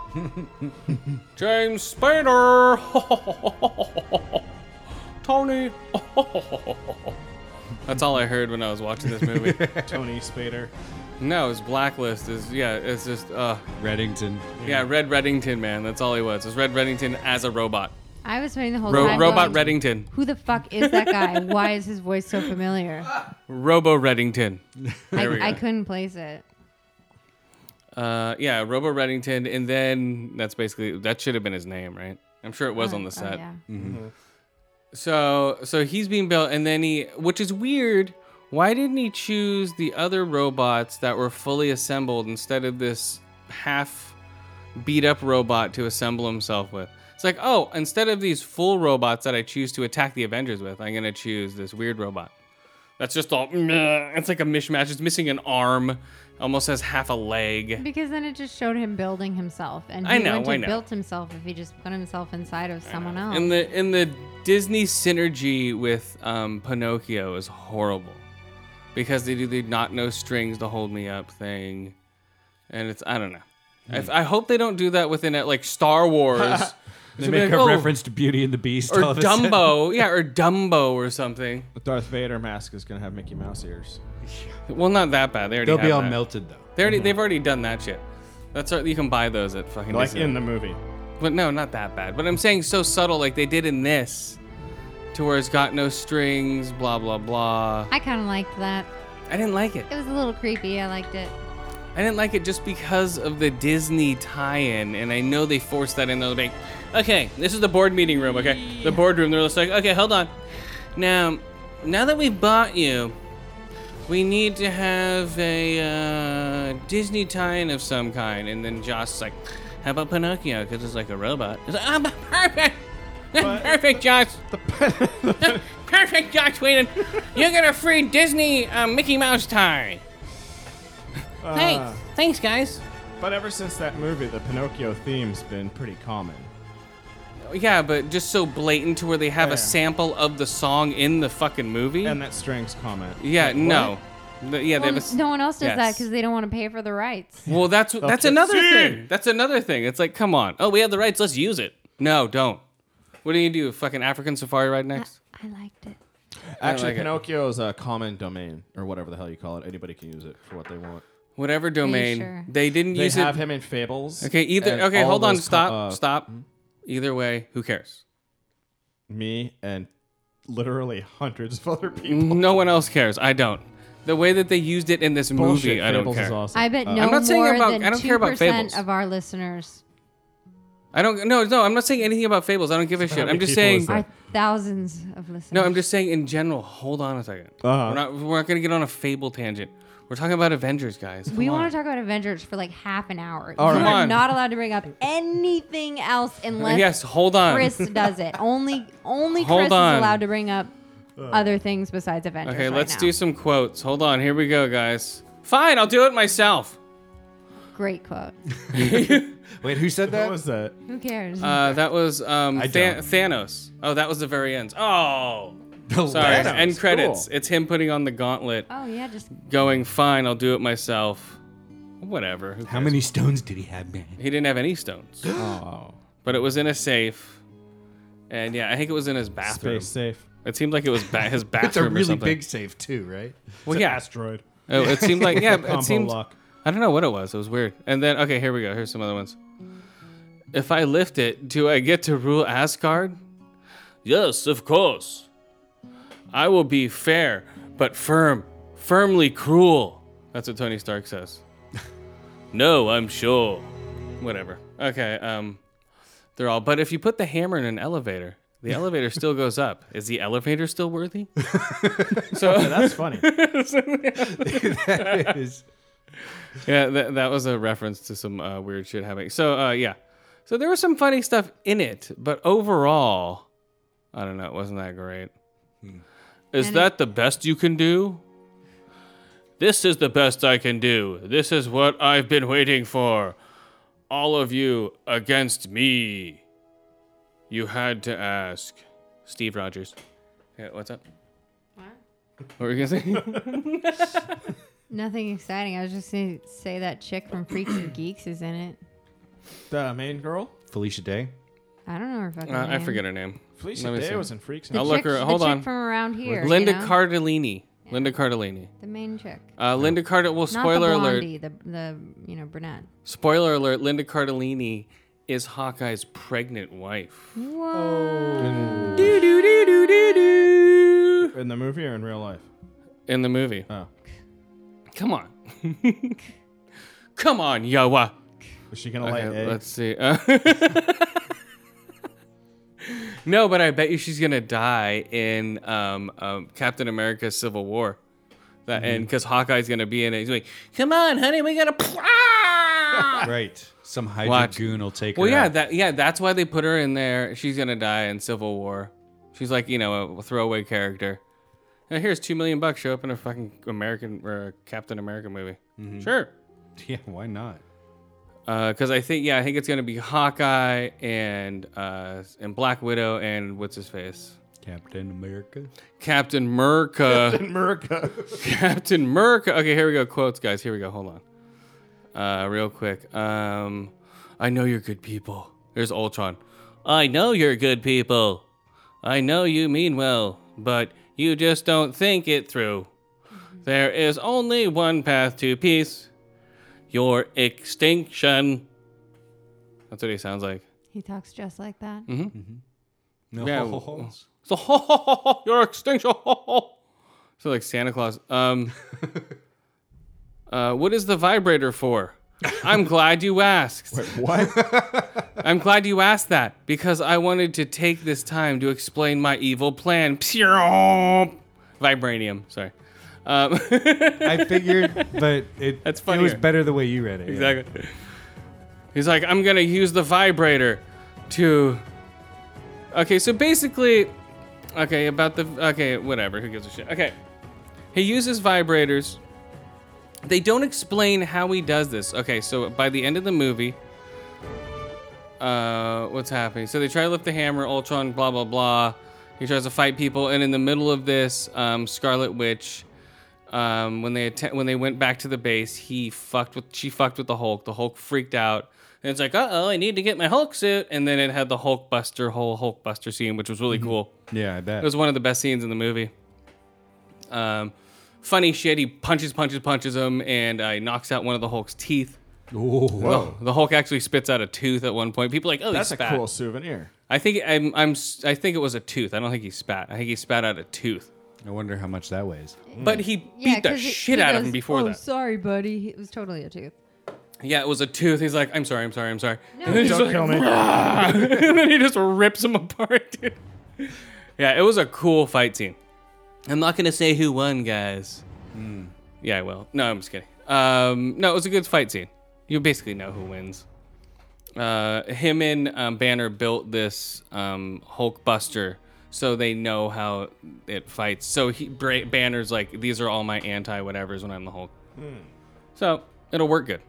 [SPEAKER 1] ho! James Spader, *laughs* Ho, ho, ho, ho, ho, ho, ho. Tony. *laughs* Oh, ho, ho, ho, ho, ho. That's all I heard when I was watching this movie.
[SPEAKER 3] Tony Spader.
[SPEAKER 1] no, his blacklist is yeah. It's just uh
[SPEAKER 2] Reddington.
[SPEAKER 1] yeah. Red Reddington man. That's all he was. It's Red Reddington as a robot.
[SPEAKER 4] I was waiting the whole
[SPEAKER 1] Ro-
[SPEAKER 4] time.
[SPEAKER 1] robot
[SPEAKER 4] going,
[SPEAKER 1] Reddington.
[SPEAKER 4] Who the fuck is that
[SPEAKER 1] *laughs*
[SPEAKER 4] guy? Why is his voice so familiar?
[SPEAKER 1] Robo Reddington. There we go.
[SPEAKER 4] I, I couldn't place it.
[SPEAKER 1] Uh, yeah, Robo Reddington, and then that's basically that should have been his name, right? I'm sure it was on the set.
[SPEAKER 4] Oh, yeah.
[SPEAKER 1] So, so he's being built, and then he, which is weird. Why didn't he choose the other robots that were fully assembled instead of this half beat up robot to assemble himself with? It's like, oh, instead of these full robots that I choose to attack the Avengers with, I'm gonna choose this weird robot. That's just all. meh. It's like a mishmash. It's missing an arm. Almost has half a leg.
[SPEAKER 4] Because then it just showed him building himself, and he
[SPEAKER 1] I know,
[SPEAKER 4] wouldn't have
[SPEAKER 1] I know.
[SPEAKER 4] built himself if he just put himself inside of someone else.
[SPEAKER 1] And the and the Disney synergy with um, Pinocchio is horrible because they do the not no strings to hold me up thing, and it's I don't know.
[SPEAKER 3] Hmm.
[SPEAKER 1] I, I hope they don't do that within it like Star
[SPEAKER 3] *laughs*
[SPEAKER 1] Wars.
[SPEAKER 2] They
[SPEAKER 1] So be
[SPEAKER 2] make
[SPEAKER 1] like,
[SPEAKER 2] a
[SPEAKER 1] "Oh,"
[SPEAKER 2] reference to Beauty and the Beast.
[SPEAKER 1] or
[SPEAKER 2] all of a sudden.
[SPEAKER 1] Dumbo, yeah, or Dumbo or something.
[SPEAKER 3] The Darth Vader mask is gonna have Mickey Mouse ears.
[SPEAKER 1] Well, not that bad. They already
[SPEAKER 2] They'll
[SPEAKER 1] have
[SPEAKER 2] be all
[SPEAKER 1] that.
[SPEAKER 2] melted though.
[SPEAKER 1] They already they've already done that shit. That's you can buy those at fucking
[SPEAKER 3] Like
[SPEAKER 1] Disney.
[SPEAKER 3] in the movie.
[SPEAKER 1] But no, not that bad. But I'm saying so subtle, like they did in this, to where it's got no strings, blah blah blah.
[SPEAKER 4] I kind of liked that.
[SPEAKER 1] I didn't like it.
[SPEAKER 4] It was a little creepy. I liked it.
[SPEAKER 1] I didn't like it just because of the Disney tie-in, and I know they forced that in. They're like, okay, this is the board meeting room. Okay, the boardroom. They're just like, okay, hold on. Now, now that we bought you, we need to have a uh, Disney tie-in of some kind. And then Josh is like, how about Pinocchio? Because it's like a robot. It's like, "Ah, but perfect. *laughs* perfect, Josh. *laughs* perfect, Josh Whedon. You get a free Disney uh, Mickey Mouse tie.
[SPEAKER 3] Ah.
[SPEAKER 1] Thanks. Thanks, guys.
[SPEAKER 3] *laughs* But ever since that movie, the Pinocchio theme's been pretty common.
[SPEAKER 1] Yeah, but just so blatant to where they have
[SPEAKER 3] Yeah.
[SPEAKER 1] a sample of the song in the fucking movie.
[SPEAKER 3] And that strings comment.
[SPEAKER 1] yeah, no. The- yeah, they
[SPEAKER 4] Well,
[SPEAKER 1] have a s-
[SPEAKER 4] Um, no one else does that
[SPEAKER 1] yes.
[SPEAKER 4] because they don't want to pay for the rights.
[SPEAKER 1] Well, that's that's
[SPEAKER 3] Okay.
[SPEAKER 1] another
[SPEAKER 3] See?
[SPEAKER 1] thing. That's another thing. It's like, come on. Oh, we have the rights. Let's use it. No, don't. What do you do? Fucking African safari ride next?
[SPEAKER 4] I liked it.
[SPEAKER 3] Actually,
[SPEAKER 1] like it.
[SPEAKER 3] Pinocchio is a common domain or whatever the hell you call it. Anybody can use it for what they want.
[SPEAKER 1] Whatever domain.
[SPEAKER 4] sure?
[SPEAKER 1] They didn't
[SPEAKER 3] They
[SPEAKER 1] use
[SPEAKER 3] have
[SPEAKER 1] it.
[SPEAKER 3] him in Fables.
[SPEAKER 1] Okay, either.
[SPEAKER 3] and
[SPEAKER 1] Okay,
[SPEAKER 3] all
[SPEAKER 1] hold on.
[SPEAKER 3] those co-
[SPEAKER 1] Stop.
[SPEAKER 3] uh,
[SPEAKER 1] stop. Either way, who cares?
[SPEAKER 3] Me and literally hundreds of other people.
[SPEAKER 1] No one else cares. I don't. The way that they used it in this movie,
[SPEAKER 3] Bullshit,
[SPEAKER 1] I don't
[SPEAKER 3] Fables
[SPEAKER 1] care.
[SPEAKER 3] Is awesome.
[SPEAKER 4] I bet no
[SPEAKER 1] uh, I'm not saying
[SPEAKER 4] more
[SPEAKER 1] about-
[SPEAKER 4] than
[SPEAKER 1] I don't care about
[SPEAKER 4] 2%
[SPEAKER 1] fables.
[SPEAKER 4] of our listeners
[SPEAKER 1] I don't. No, no. I'm not saying anything about fables. I don't give a shit. I'm
[SPEAKER 3] many
[SPEAKER 1] just
[SPEAKER 3] people
[SPEAKER 1] saying.
[SPEAKER 3] is
[SPEAKER 4] are thousands of listeners.
[SPEAKER 1] No, I'm just saying in general. Hold on a 2nd
[SPEAKER 3] Uh-huh.
[SPEAKER 1] We're not we're not gonna get on a fable tangent. We're talking about Avengers, guys.
[SPEAKER 4] We
[SPEAKER 1] Come on.
[SPEAKER 4] want to talk about Avengers for like half an hour.
[SPEAKER 3] All
[SPEAKER 4] you
[SPEAKER 3] right.
[SPEAKER 1] Come
[SPEAKER 4] are
[SPEAKER 1] on.
[SPEAKER 4] not allowed to bring up anything else
[SPEAKER 1] *laughs*
[SPEAKER 4] unless
[SPEAKER 1] Yes, hold on.
[SPEAKER 4] Chris does it. Only only
[SPEAKER 1] Hold
[SPEAKER 4] Chris
[SPEAKER 1] on.
[SPEAKER 4] is allowed to bring up other things besides Avengers.
[SPEAKER 1] okay,
[SPEAKER 4] right
[SPEAKER 1] let's
[SPEAKER 4] now.
[SPEAKER 1] do some quotes. Hold on. Here we go, guys. Fine, I'll do it myself.
[SPEAKER 4] great quote.
[SPEAKER 2] Wait, who said
[SPEAKER 3] What
[SPEAKER 2] that?
[SPEAKER 3] was that?
[SPEAKER 4] Who cares?
[SPEAKER 1] Uh, that was um,
[SPEAKER 2] I
[SPEAKER 1] Tha-
[SPEAKER 2] don't.
[SPEAKER 1] Thanos. Oh, that was the very end. Oh,
[SPEAKER 2] The
[SPEAKER 1] sorry.
[SPEAKER 2] last-
[SPEAKER 1] End
[SPEAKER 3] Cool.
[SPEAKER 1] credits. It's him putting on the gauntlet,
[SPEAKER 4] oh yeah, just
[SPEAKER 1] going. Fine, I'll do it myself. Whatever. who
[SPEAKER 2] How
[SPEAKER 1] cares?
[SPEAKER 2] many stones did he have, man?
[SPEAKER 1] He didn't have any
[SPEAKER 2] *gasps*
[SPEAKER 1] stones,
[SPEAKER 3] Oh,
[SPEAKER 1] but it was in a safe. And yeah, I think it was in his bathroom.
[SPEAKER 3] space safe.
[SPEAKER 1] It seemed like it was ba- his bathroom
[SPEAKER 2] It's a
[SPEAKER 1] or
[SPEAKER 2] really
[SPEAKER 1] something.
[SPEAKER 2] big safe too, right?
[SPEAKER 1] well,
[SPEAKER 2] *laughs*
[SPEAKER 1] yeah.
[SPEAKER 3] Asteroid.
[SPEAKER 1] Oh, it seemed like yeah. but
[SPEAKER 3] Combo
[SPEAKER 1] it seemed.
[SPEAKER 3] lock.
[SPEAKER 1] I don't know what it was. It was weird. And then okay, here we go. Here's some other ones. If I lift it, do I get to rule Asgard? Yes, of course. I will be fair, but firm, firmly cruel. That's what Tony Stark says. no, I'm sure. Whatever. Okay. Um, they're all. But if you put the hammer in an elevator, the elevator still goes up. Is the elevator still worthy? so *laughs*
[SPEAKER 3] That's funny.
[SPEAKER 2] That is-
[SPEAKER 1] yeah, that, that was a reference to some uh, weird shit happening. So, uh, yeah. So there was some funny stuff in it, but overall, I don't know, it wasn't that great. Is
[SPEAKER 4] Hmm. And
[SPEAKER 1] that the best you can do? This is the best I can do. This is what I've been waiting for. All of you against me. You had to ask. Steve Rogers. Yeah, what's up?
[SPEAKER 4] What?
[SPEAKER 1] What were you
[SPEAKER 4] *laughs*
[SPEAKER 1] gonna say?
[SPEAKER 4] Nothing exciting. I was just gonna say that chick from Freaks and Geeks is in it.
[SPEAKER 3] The main girl,
[SPEAKER 2] Felicia Day.
[SPEAKER 4] I don't know her fucking
[SPEAKER 1] uh,
[SPEAKER 4] name.
[SPEAKER 1] I forget her name.
[SPEAKER 3] Felicia
[SPEAKER 1] Let me
[SPEAKER 3] Day
[SPEAKER 1] see.
[SPEAKER 3] was in Freaks.
[SPEAKER 4] The
[SPEAKER 1] I'll
[SPEAKER 3] And
[SPEAKER 1] look
[SPEAKER 4] chick,
[SPEAKER 1] her-
[SPEAKER 4] the
[SPEAKER 1] hold
[SPEAKER 4] chick
[SPEAKER 1] on.
[SPEAKER 4] from around here. you
[SPEAKER 1] Linda
[SPEAKER 4] know?
[SPEAKER 1] Cardellini. Linda Cardellini.
[SPEAKER 4] the main chick.
[SPEAKER 1] Uh, Linda Card. Well, spoiler
[SPEAKER 4] Not
[SPEAKER 1] alert.
[SPEAKER 4] the blondie, The the you know brunette.
[SPEAKER 1] Spoiler alert. Linda Cardellini is Hawkeye's pregnant wife.
[SPEAKER 4] What?
[SPEAKER 3] Oh.
[SPEAKER 1] Do, do, do, do, do, do.
[SPEAKER 3] in the movie or in real life?
[SPEAKER 1] In the movie.
[SPEAKER 3] Oh,
[SPEAKER 1] Come on. *laughs* Come on, Yawa.
[SPEAKER 3] is she gonna
[SPEAKER 1] Okay,
[SPEAKER 3] light a?
[SPEAKER 1] let's see. *laughs* Uh, no, but I bet you she's gonna die in um, um, Captain America: Civil War. That and because Hawkeye's gonna be in it, he's like, "Come on, honey, we gotta." *laughs*
[SPEAKER 2] Right. Some Hydra
[SPEAKER 1] Watch.
[SPEAKER 2] goon will take
[SPEAKER 1] well,
[SPEAKER 2] her.
[SPEAKER 1] yeah,
[SPEAKER 2] out.
[SPEAKER 1] that yeah, that's why they put her in there. She's gonna die in Civil War. She's like, you know, a throwaway character. Now here's two million bucks. Show up in a fucking American or a Captain America movie. Sure.
[SPEAKER 2] *laughs* yeah, why not?
[SPEAKER 1] because I think yeah, I think it's gonna be Hawkeye and uh, and Black Widow and what's his face,
[SPEAKER 2] Captain America.
[SPEAKER 1] Captain Merca,
[SPEAKER 3] America.
[SPEAKER 1] *laughs* Captain Merca. Okay, here we go. Quotes, guys. Here we go. Hold on, uh, real quick. Um, I know you're good people. There's Ultron. I know you're good people. I know you mean well, but you just don't think it through. There is only one path to peace. Your extinction. That's what he sounds like.
[SPEAKER 4] He talks just like that.
[SPEAKER 1] Mm-hmm.
[SPEAKER 2] No.
[SPEAKER 1] Yeah, well- So ho ho ho ho, your extinction. Ho, ho, ho. So like Santa Claus. Um, uh, what is the vibrator for? I'm glad you asked.
[SPEAKER 3] *laughs* what?
[SPEAKER 1] I'm glad you asked that because I wanted to take this time to explain my evil plan. Vibranium. Sorry. Um, *laughs*
[SPEAKER 2] *laughs* I figured, but it,
[SPEAKER 1] That's
[SPEAKER 2] it was
[SPEAKER 1] funnier.
[SPEAKER 2] better the way you read it. yeah.
[SPEAKER 1] Exactly. He's like, I'm gonna use the vibrator to. Okay, so basically, okay, about the okay, whatever. Who gives a shit? Okay, he uses vibrators. They don't explain how he does this. Okay, so by the end of the movie, uh, what's happening? So they try to lift the hammer, Ultron, blah blah blah. He tries to fight people, and in the middle of this, um, Scarlet Witch um, when they atten- when they went back to the base, he fucked with she fucked with the Hulk. The Hulk freaked out. And it's like, uh oh, I need to get my Hulk suit. And then it had the Hulk Buster whole Hulk Buster scene, which was really
[SPEAKER 3] Mm-hmm.
[SPEAKER 1] cool.
[SPEAKER 2] Yeah, I
[SPEAKER 1] It
[SPEAKER 2] bet.
[SPEAKER 1] was one of the best scenes in the movie. Um, funny shit. He punches, punches, punches him, and uh, he knocks out one of the Hulk's teeth.
[SPEAKER 2] Whoa.
[SPEAKER 1] The Hulk actually spits out a tooth at one point. People are like, oh,
[SPEAKER 3] That's
[SPEAKER 1] he
[SPEAKER 3] a
[SPEAKER 1] spat.
[SPEAKER 3] cool souvenir.
[SPEAKER 1] I think I'm, I'm s- I think it was a tooth. I don't think he spat. I think he spat out a tooth.
[SPEAKER 2] I wonder how much that weighs.
[SPEAKER 1] But he beat
[SPEAKER 4] Yeah,
[SPEAKER 1] the
[SPEAKER 4] 'cause he-
[SPEAKER 1] shit
[SPEAKER 4] he
[SPEAKER 1] out of
[SPEAKER 4] goes,
[SPEAKER 1] him before
[SPEAKER 4] oh,
[SPEAKER 1] that.
[SPEAKER 4] sorry, buddy. It was totally a tooth.
[SPEAKER 1] Yeah, it was a tooth. He's like, I'm sorry, I'm sorry, I'm sorry. *laughs*
[SPEAKER 4] No,
[SPEAKER 1] and then *laughs* he's
[SPEAKER 3] Don't
[SPEAKER 1] like,
[SPEAKER 3] kill me.
[SPEAKER 1] and then he just rips him apart, dude. Yeah, it was a cool fight scene. I'm not gonna say who won, guys. Hmm. Yeah, I will. No, I'm just kidding. Um, no, it was a good fight scene. You basically know who wins. Uh, him and um, Banner built this um, Hulk Buster so they know how it fights. So he Bra- Banner's like, these are all my anti whatevers when I'm the Hulk. So it'll work good,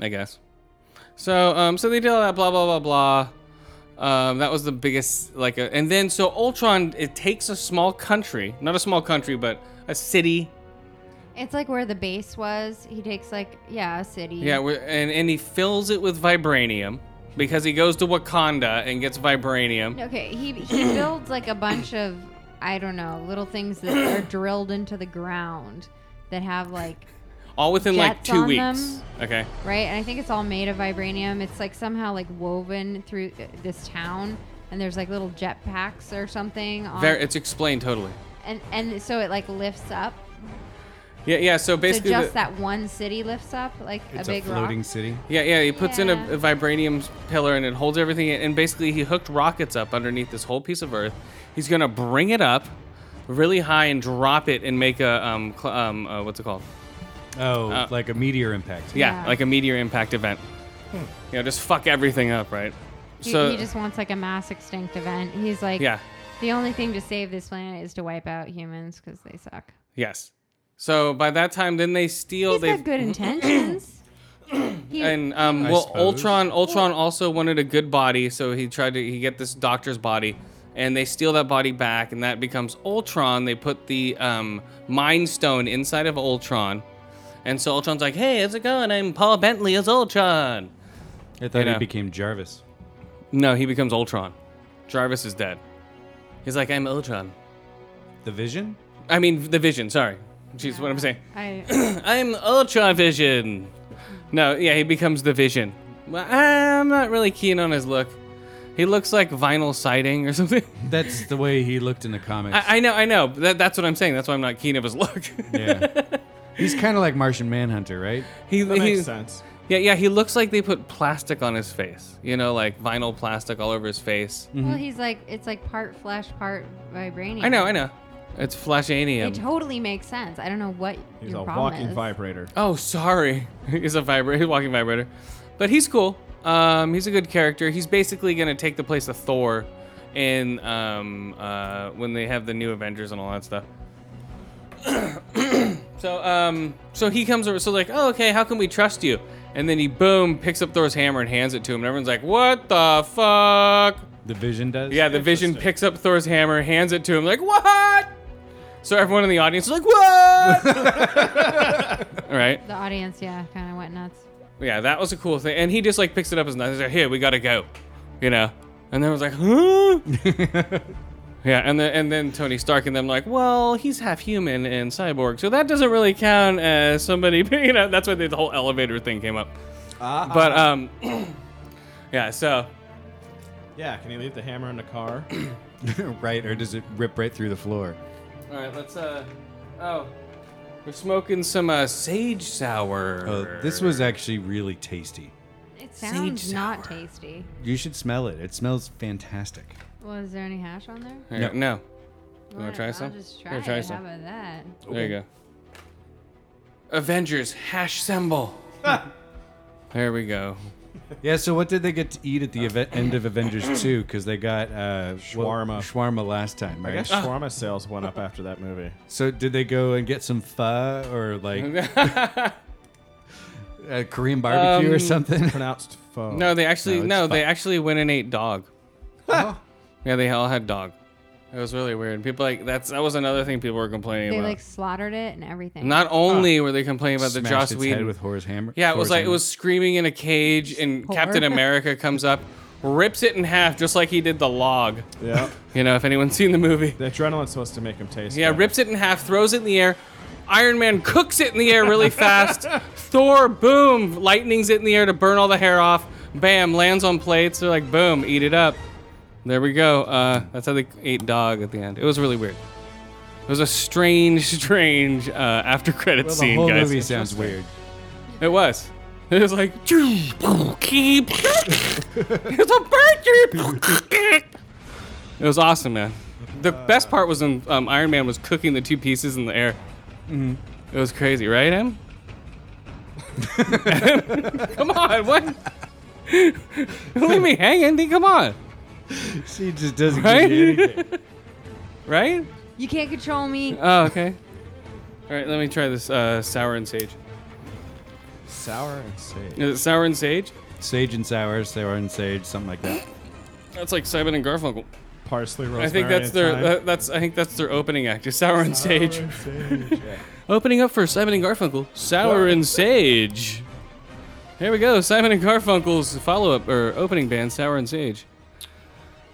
[SPEAKER 1] I guess. So um, so they did all that blah blah blah blah. Um, that was the biggest like, uh and then so Ultron it takes a small country, not a small country, but a city.
[SPEAKER 4] It's like where the base was. He takes like yeah, a city.
[SPEAKER 1] Yeah, where- and and he fills it with vibranium because he goes to Wakanda and gets vibranium.
[SPEAKER 4] Okay,
[SPEAKER 1] *clears throat*
[SPEAKER 4] he he builds like a bunch of I don't know little things that
[SPEAKER 1] *clears throat*
[SPEAKER 4] are drilled into the ground that have like
[SPEAKER 1] all within like
[SPEAKER 4] Jets
[SPEAKER 1] two
[SPEAKER 4] on
[SPEAKER 1] weeks. Okay.
[SPEAKER 4] right, and I think it's all made of vibranium. It's like somehow like woven through th- this town, and there's like little jet packs or something. On,
[SPEAKER 1] There, it's explained totally.
[SPEAKER 4] and and so it like lifts up.
[SPEAKER 1] Yeah, yeah. So basically,
[SPEAKER 4] so just
[SPEAKER 1] the-
[SPEAKER 4] that one city lifts up like
[SPEAKER 2] It's
[SPEAKER 4] a
[SPEAKER 2] a,
[SPEAKER 4] big
[SPEAKER 2] floating
[SPEAKER 4] rock.
[SPEAKER 2] city.
[SPEAKER 1] yeah, yeah. He puts in a,
[SPEAKER 4] Yeah.
[SPEAKER 1] a vibranium pillar and it holds everything. in- And basically, he hooked rockets up underneath this whole piece of earth. He's gonna bring it up really high and drop it and make a um, cl- um uh, what's it called?
[SPEAKER 2] Oh, like a meteor impact.
[SPEAKER 1] Uh, Yeah,
[SPEAKER 4] Yeah. Hmm.
[SPEAKER 1] like a meteor impact event. You know, just fuck everything up, right?
[SPEAKER 4] He,
[SPEAKER 1] so
[SPEAKER 4] he just wants like a mass extinct event. He's like,
[SPEAKER 1] yeah.
[SPEAKER 4] the only thing to save this planet is to wipe out humans because they suck.
[SPEAKER 1] Yes. So by that time, then they steal.
[SPEAKER 4] He's
[SPEAKER 1] They *clears throat*
[SPEAKER 4] got good intentions. He-
[SPEAKER 1] and um,
[SPEAKER 2] I
[SPEAKER 1] well,
[SPEAKER 2] suppose.
[SPEAKER 1] Ultron. Ultron also wanted a good body, so he tried to he get this doctor's body, and they steal that body back, and that becomes Ultron. They put the um, Mind Stone inside of Ultron, and so Ultron's like, "Hey, how's it going? I'm Paul Bentley as Ultron."
[SPEAKER 2] I thought
[SPEAKER 1] You
[SPEAKER 2] he
[SPEAKER 1] know.
[SPEAKER 2] became Jarvis.
[SPEAKER 1] No, he becomes Ultron. Jarvis is dead. He's like, "I'm Ultron."
[SPEAKER 2] The Vision?
[SPEAKER 1] I mean, the Vision. Sorry, jeez, what I'm saying.
[SPEAKER 4] I,
[SPEAKER 1] *clears throat* I'm Ultra Vision. No, yeah, he becomes the Vision. Well, I'm not really keen on his look. He looks like vinyl siding or *laughs* something.
[SPEAKER 2] That's the way he looked in the comics.
[SPEAKER 1] I, I know, I know. That, that's what I'm saying. That's why I'm not keen of his look.
[SPEAKER 2] yeah. He's kind of like Martian Manhunter, right?
[SPEAKER 1] *laughs* he,
[SPEAKER 3] That
[SPEAKER 1] he-
[SPEAKER 3] makes sense.
[SPEAKER 1] yeah, yeah. He looks like they put plastic on his face. You know, like vinyl plastic all over his face.
[SPEAKER 3] Mm-hmm.
[SPEAKER 4] well, he's like it's like part flesh, part vibranium.
[SPEAKER 1] Mm. I know, I know. It's
[SPEAKER 4] It
[SPEAKER 1] flashanium.
[SPEAKER 4] totally makes sense. I don't know what
[SPEAKER 3] He's
[SPEAKER 4] your
[SPEAKER 3] a
[SPEAKER 4] problem
[SPEAKER 3] walking
[SPEAKER 4] is.
[SPEAKER 3] vibrator.
[SPEAKER 1] Oh, sorry. *laughs* he's a vibrator. He's a walking vibrator, but he's cool. Um, he's a good character. He's basically gonna take the place of Thor in um, uh, when they have the new Avengers and all that stuff. *clears throat* so um, so he comes over. So like, oh okay, how can we trust you? And then he boom picks up Thor's hammer and hands it to him, and everyone's like, what the fuck?
[SPEAKER 2] The Vision does?
[SPEAKER 1] Yeah, the Vision picks up Thor's hammer, hands it to him, like what? So everyone in the audience is like, what? All right.
[SPEAKER 4] The audience, yeah, kind of went nuts.
[SPEAKER 1] Yeah, that was a cool thing. And he just like picks it up as nothing. He's like, here, we gotta go. You know? And then I was like, huh?
[SPEAKER 2] *laughs*
[SPEAKER 1] yeah, and then and then Tony Stark and them like, well, he's half human and cyborg, so that doesn't really count as somebody *laughs* you know, that's why the whole elevator thing came up.
[SPEAKER 2] Uh-huh.
[SPEAKER 1] but um *clears throat* Yeah, so
[SPEAKER 3] Yeah, can he leave the hammer in the car?
[SPEAKER 2] *laughs* right, or does it rip right through the floor?
[SPEAKER 1] Alright, let's uh oh. We're smoking some uh, sage sour.
[SPEAKER 2] Oh, this was actually really tasty.
[SPEAKER 4] It
[SPEAKER 1] Sage
[SPEAKER 4] sounds not
[SPEAKER 1] sour.
[SPEAKER 4] tasty.
[SPEAKER 2] You should smell it. It smells fantastic.
[SPEAKER 4] Was there any hash on there?
[SPEAKER 1] Here,
[SPEAKER 2] No.
[SPEAKER 1] no.
[SPEAKER 4] You
[SPEAKER 1] wanna try some?
[SPEAKER 4] I'll just
[SPEAKER 1] Here,
[SPEAKER 4] try,
[SPEAKER 1] try
[SPEAKER 4] it.
[SPEAKER 1] some.
[SPEAKER 4] How about that?
[SPEAKER 1] There you go. Avengers hash symbol. there we go.
[SPEAKER 2] Yeah, so what did they get to eat at the eve- end of Avengers 2? Because they got uh, what-
[SPEAKER 3] Shawarma.
[SPEAKER 2] shawarma last time,
[SPEAKER 3] I
[SPEAKER 1] *laughs*
[SPEAKER 2] right?
[SPEAKER 3] guess shawarma sales went up after that movie.
[SPEAKER 2] So did they go and get some pho or
[SPEAKER 1] *laughs*
[SPEAKER 2] like uh, Korean barbecue or
[SPEAKER 1] Um,
[SPEAKER 2] something?
[SPEAKER 3] Pronounced pho.
[SPEAKER 1] no, they actually
[SPEAKER 2] No, it's
[SPEAKER 1] no, they
[SPEAKER 2] fine.
[SPEAKER 1] actually went and ate dog. yeah, they all had dog. It was really weird. People like that's that was another thing people were complaining
[SPEAKER 4] They
[SPEAKER 1] about.
[SPEAKER 4] like slaughtered it and everything.
[SPEAKER 1] Not only were they complaining about the
[SPEAKER 2] *laughs* Smashed
[SPEAKER 1] Joss
[SPEAKER 2] its
[SPEAKER 1] Whedon
[SPEAKER 2] head with Horace Hammer.
[SPEAKER 1] Yeah, it was
[SPEAKER 2] Thor's
[SPEAKER 1] like it
[SPEAKER 2] hammer.
[SPEAKER 1] was screaming in a cage, and
[SPEAKER 4] Poor.
[SPEAKER 1] Captain America comes up, rips it in half, just like he did the log.
[SPEAKER 3] Yeah.
[SPEAKER 1] You know, if anyone's seen the movie.
[SPEAKER 3] The adrenaline's supposed to make him taste.
[SPEAKER 1] Yeah,
[SPEAKER 3] better.
[SPEAKER 1] rips it in half, throws it in the air. Iron Man cooks it in the air really
[SPEAKER 2] *laughs*
[SPEAKER 1] fast. Thor, boom, lightnings it in the air to burn all the hair off. Bam, lands on plates. They're like, boom, eat it up. There we go. Uh, that's how they ate dog at the end. It was really weird. It was a strange, *laughs* strange uh, after credit
[SPEAKER 2] Well, the
[SPEAKER 1] scene,
[SPEAKER 2] whole
[SPEAKER 1] guys.
[SPEAKER 2] movie sounds weird.
[SPEAKER 1] It was. It was like it's a bird. it was awesome, man. The best part was when um, Iron Man was cooking the two pieces in the air. It was crazy, right, Em? *laughs* Come on, what? *laughs* Don't leave me hanging, dude. Come on,
[SPEAKER 2] *laughs* She just doesn't
[SPEAKER 1] Right?
[SPEAKER 2] give
[SPEAKER 1] *laughs*
[SPEAKER 2] you anything.
[SPEAKER 1] right?
[SPEAKER 4] You can't control me.
[SPEAKER 1] Oh, okay. All right, let me try this uh, sour and sage.
[SPEAKER 3] sour and sage.
[SPEAKER 1] Is it sour and sage?
[SPEAKER 2] Sage and sour, sour and sage, something like that.
[SPEAKER 1] That's like Simon and Garfunkel.
[SPEAKER 3] Parsley, rosemary.
[SPEAKER 1] I think that's
[SPEAKER 3] and
[SPEAKER 1] their
[SPEAKER 3] thyme.
[SPEAKER 1] that, that's I think that's their opening act. Is Sour and Sage
[SPEAKER 3] Sour and sage, yeah.
[SPEAKER 1] *laughs* opening up for Simon and Garfunkel. Sour and Sage. Here we go. Simon and Garfunkel's follow-up or opening band, Sour and Sage.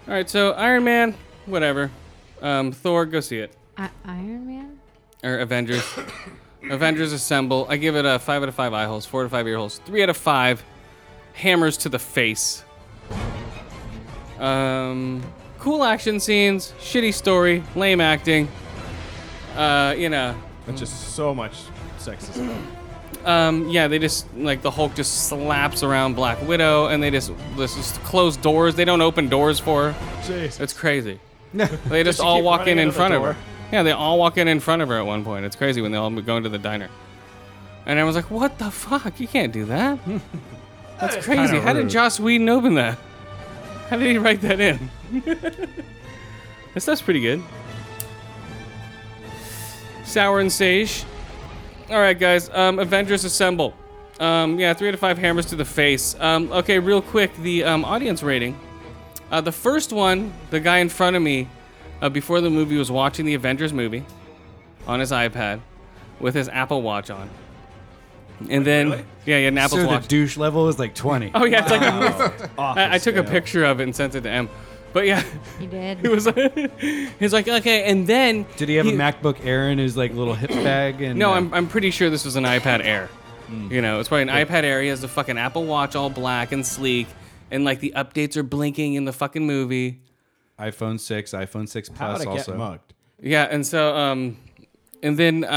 [SPEAKER 1] All right, so Iron Man, whatever. Um, Thor, go see it.
[SPEAKER 4] I- Iron Man?
[SPEAKER 1] Or Avengers. Avengers Assemble. I give it a five out of five eye holes, four out of five ear holes, three out of five hammers to the face. Um, cool action scenes, shitty story, lame acting. Uh, you know,
[SPEAKER 3] That's just so much sexism.
[SPEAKER 1] um, yeah, they just like the Hulk just slaps around Black Widow, and they just this is closed doors. They don't open doors for her.
[SPEAKER 3] Jeez.
[SPEAKER 1] It's
[SPEAKER 3] *laughs*
[SPEAKER 1] crazy. They just
[SPEAKER 3] she
[SPEAKER 1] all
[SPEAKER 3] keep
[SPEAKER 1] walk
[SPEAKER 3] running
[SPEAKER 1] in in
[SPEAKER 3] into the
[SPEAKER 1] front of
[SPEAKER 3] door?
[SPEAKER 1] her. Yeah, they all walk in in front of her at one point. It's crazy when they all go into the diner. And I was like, what the fuck? You can't do
[SPEAKER 3] *laughs*
[SPEAKER 1] that. That's crazy.
[SPEAKER 3] kinda
[SPEAKER 1] How did
[SPEAKER 3] rude.
[SPEAKER 1] Joss Whedon open that? How did he write that in?
[SPEAKER 3] *laughs*
[SPEAKER 1] this stuff's pretty good. Sour and Sage. All right, guys. Um, Avengers Assemble. Um, yeah, three out of five hammers to the face. Um, okay, real quick, the um, audience rating. Uh, the first one, the guy in front of me, uh, before the movie was watching the Avengers movie on his iPad with his Apple Watch on, and then yeah, he had an Apple
[SPEAKER 2] so
[SPEAKER 1] Watch.
[SPEAKER 2] the douche level is like 20.
[SPEAKER 1] *laughs* oh yeah, it's like a, *laughs* I, I took a
[SPEAKER 3] scale.
[SPEAKER 1] picture of it and sent it to M. But yeah, *laughs*
[SPEAKER 4] He
[SPEAKER 1] he
[SPEAKER 4] did.
[SPEAKER 1] was he's like *laughs* okay, and then
[SPEAKER 2] Did he have a MacBook Air in his like
[SPEAKER 1] *clears throat*
[SPEAKER 2] little hip bag? And
[SPEAKER 1] No,
[SPEAKER 2] uh,
[SPEAKER 1] I'm, I'm pretty sure this was an iPad Air.
[SPEAKER 2] Hmm.
[SPEAKER 1] You know, it's probably an iPad Air. He has the fucking Apple Watch all black and sleek, and like the updates are blinking in the fucking movie.
[SPEAKER 2] iPhone 6, iPhone 6
[SPEAKER 3] How
[SPEAKER 2] Plus
[SPEAKER 3] did I get
[SPEAKER 2] also.
[SPEAKER 3] mugged?
[SPEAKER 1] Yeah, and so um, and then uh,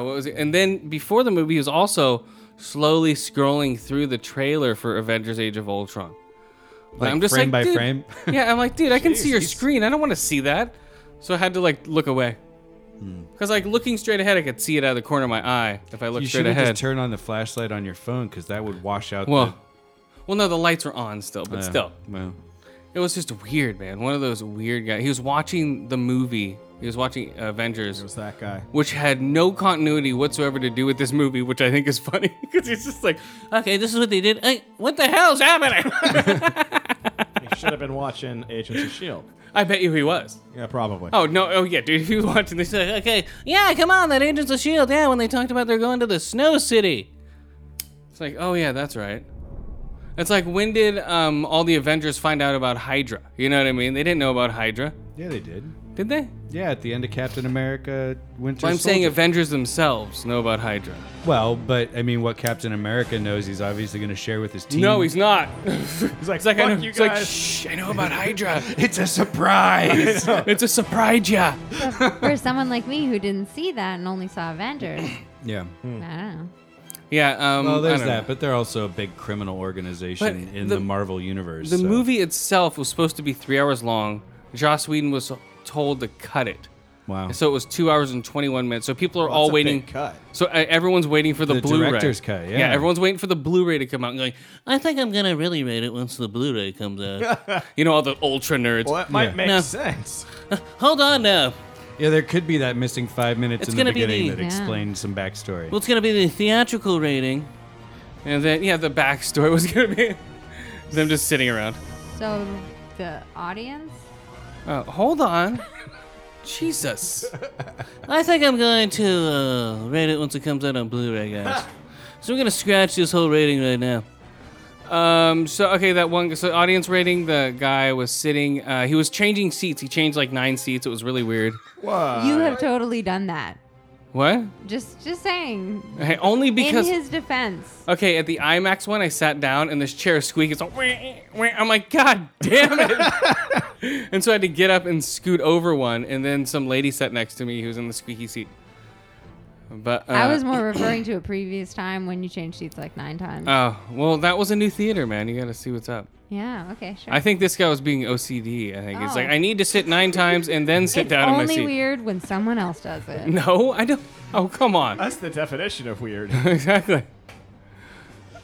[SPEAKER 1] uh, what was it? And then before the movie, he was also slowly scrolling through the trailer for Avengers: Age of Ultron. And
[SPEAKER 2] Like, frame by
[SPEAKER 1] "Dude-"
[SPEAKER 2] frame?
[SPEAKER 1] *laughs* yeah, I'm like, dude, I can see your
[SPEAKER 2] he's-
[SPEAKER 1] screen. I don't want to see that. So I had to like look away.
[SPEAKER 2] Hmm.
[SPEAKER 1] Because like looking straight ahead, I could see it out of the corner of my eye if I looked
[SPEAKER 2] You
[SPEAKER 1] straight
[SPEAKER 2] should have
[SPEAKER 1] ahead.
[SPEAKER 2] just turned on the flashlight on your phone because that would wash out
[SPEAKER 1] Well, well, no, the lights were on still, but
[SPEAKER 2] the. uh,
[SPEAKER 1] still,
[SPEAKER 2] Well,
[SPEAKER 1] it was just weird, man. One of those weird guys. He was watching the movie. He was watching Avengers,
[SPEAKER 3] It was that guy.
[SPEAKER 1] which had no continuity whatsoever to do with this movie, which I think is *laughs* funny because he's just like, okay, this is what they did. Hey, what the hell's happening? *laughs*
[SPEAKER 3] He should have been watching Agents of Shield.
[SPEAKER 1] I bet you he was.
[SPEAKER 3] *laughs* Yeah, probably.
[SPEAKER 1] Oh no! Oh yeah, dude. *laughs* If he was watching this, he's like, okay, yeah, come on, that Agents of Shield. E Yeah, when they talked about they're going to the Snow City, it's like, oh yeah, that's right. It's like when did um, all the Avengers find out about Hydra? You know what I mean? They didn't know about Hydra,
[SPEAKER 2] yeah, they did.
[SPEAKER 1] did they?
[SPEAKER 2] Yeah, at the end of Captain America Winter
[SPEAKER 1] Well, I'm saying
[SPEAKER 2] Soldier.
[SPEAKER 1] Avengers themselves know about Hydra.
[SPEAKER 2] Well, but I mean, what Captain America knows, he's obviously going to share with his team.
[SPEAKER 1] No, he's not. *laughs*
[SPEAKER 3] he's like,
[SPEAKER 1] It's like, I know,
[SPEAKER 3] "Fuck you
[SPEAKER 1] it's like
[SPEAKER 3] guys."
[SPEAKER 1] shh, I know about
[SPEAKER 2] *laughs*
[SPEAKER 1] Hydra.
[SPEAKER 2] *laughs* It's
[SPEAKER 1] *laughs*
[SPEAKER 2] a surprise.
[SPEAKER 1] it's a surprise, yeah.
[SPEAKER 4] For someone like me who didn't see that and only saw
[SPEAKER 1] *coughs*
[SPEAKER 4] Avengers,
[SPEAKER 2] yeah.
[SPEAKER 4] I don't know.
[SPEAKER 1] Yeah. Um, Hmm.
[SPEAKER 2] Well,
[SPEAKER 1] I
[SPEAKER 2] there's
[SPEAKER 1] don't
[SPEAKER 2] that,
[SPEAKER 1] know.
[SPEAKER 2] but they're also a big criminal organization
[SPEAKER 1] But
[SPEAKER 2] in
[SPEAKER 1] the-
[SPEAKER 2] the, Marvel universe.
[SPEAKER 1] The
[SPEAKER 2] so-
[SPEAKER 1] movie itself was supposed to be three hours long. Joss Whedon was told to cut it.
[SPEAKER 2] Wow.
[SPEAKER 1] So it was two hours and 21 minutes. So people are
[SPEAKER 3] That's
[SPEAKER 1] all
[SPEAKER 3] a
[SPEAKER 1] waiting.
[SPEAKER 3] big cut.
[SPEAKER 1] So uh, everyone's waiting for the,
[SPEAKER 2] The
[SPEAKER 1] Blu-ray.
[SPEAKER 2] director's cut, yeah.
[SPEAKER 1] everyone's waiting for the Blu-ray to come out and going, I think I'm going to really rate it once the Blu-ray comes
[SPEAKER 3] *laughs*
[SPEAKER 1] out. you know, all the ultra nerds.
[SPEAKER 3] Well, that might
[SPEAKER 2] Yeah.
[SPEAKER 3] make
[SPEAKER 1] No.
[SPEAKER 3] sense.
[SPEAKER 1] Hold on now.
[SPEAKER 2] yeah, there could be that missing five minutes
[SPEAKER 1] It's
[SPEAKER 2] in the
[SPEAKER 1] gonna be
[SPEAKER 2] beginning
[SPEAKER 1] the-
[SPEAKER 2] that
[SPEAKER 4] Yeah.
[SPEAKER 2] explained some backstory.
[SPEAKER 1] Well, it's going to be the theatrical rating. And then, yeah, the backstory *laughs* was going to be them just sitting around.
[SPEAKER 4] So the audience?
[SPEAKER 1] Uh, hold on. Jesus. I think I'm going to uh, rate it once it comes out on Blu-ray, *laughs* guys. so we're gonna scratch this whole rating right now. Um. So okay, that one. So audience rating. The guy was sitting. Uh, he was changing seats. He changed like nine seats. It was really weird. Uh,
[SPEAKER 3] What?
[SPEAKER 4] You have totally done that.
[SPEAKER 1] What?
[SPEAKER 4] Just just saying.
[SPEAKER 1] Okay, only because.
[SPEAKER 4] in his defense.
[SPEAKER 1] okay, at the IMAX one, I sat down and this chair squeaked. It's like, "Wah, wah." I'm like, God damn it! *laughs* and so I had to get up and scoot over one, and then some lady sat next to me who was in the squeaky seat. But uh,
[SPEAKER 4] I was more referring to a previous time when you changed seats like nine times.
[SPEAKER 1] Oh, well, that was a new theater, man. You got to see what's up.
[SPEAKER 4] yeah, okay, sure.
[SPEAKER 1] I think this guy was being OCD. I think he's
[SPEAKER 4] Oh.
[SPEAKER 1] like, I need to sit nine times and then sit
[SPEAKER 4] it's
[SPEAKER 1] down in my
[SPEAKER 4] only
[SPEAKER 1] seat.
[SPEAKER 4] weird when someone else does
[SPEAKER 1] *laughs*
[SPEAKER 4] it.
[SPEAKER 1] No, I don't. Oh, come on. *laughs*
[SPEAKER 3] That's the definition of weird.
[SPEAKER 1] exactly.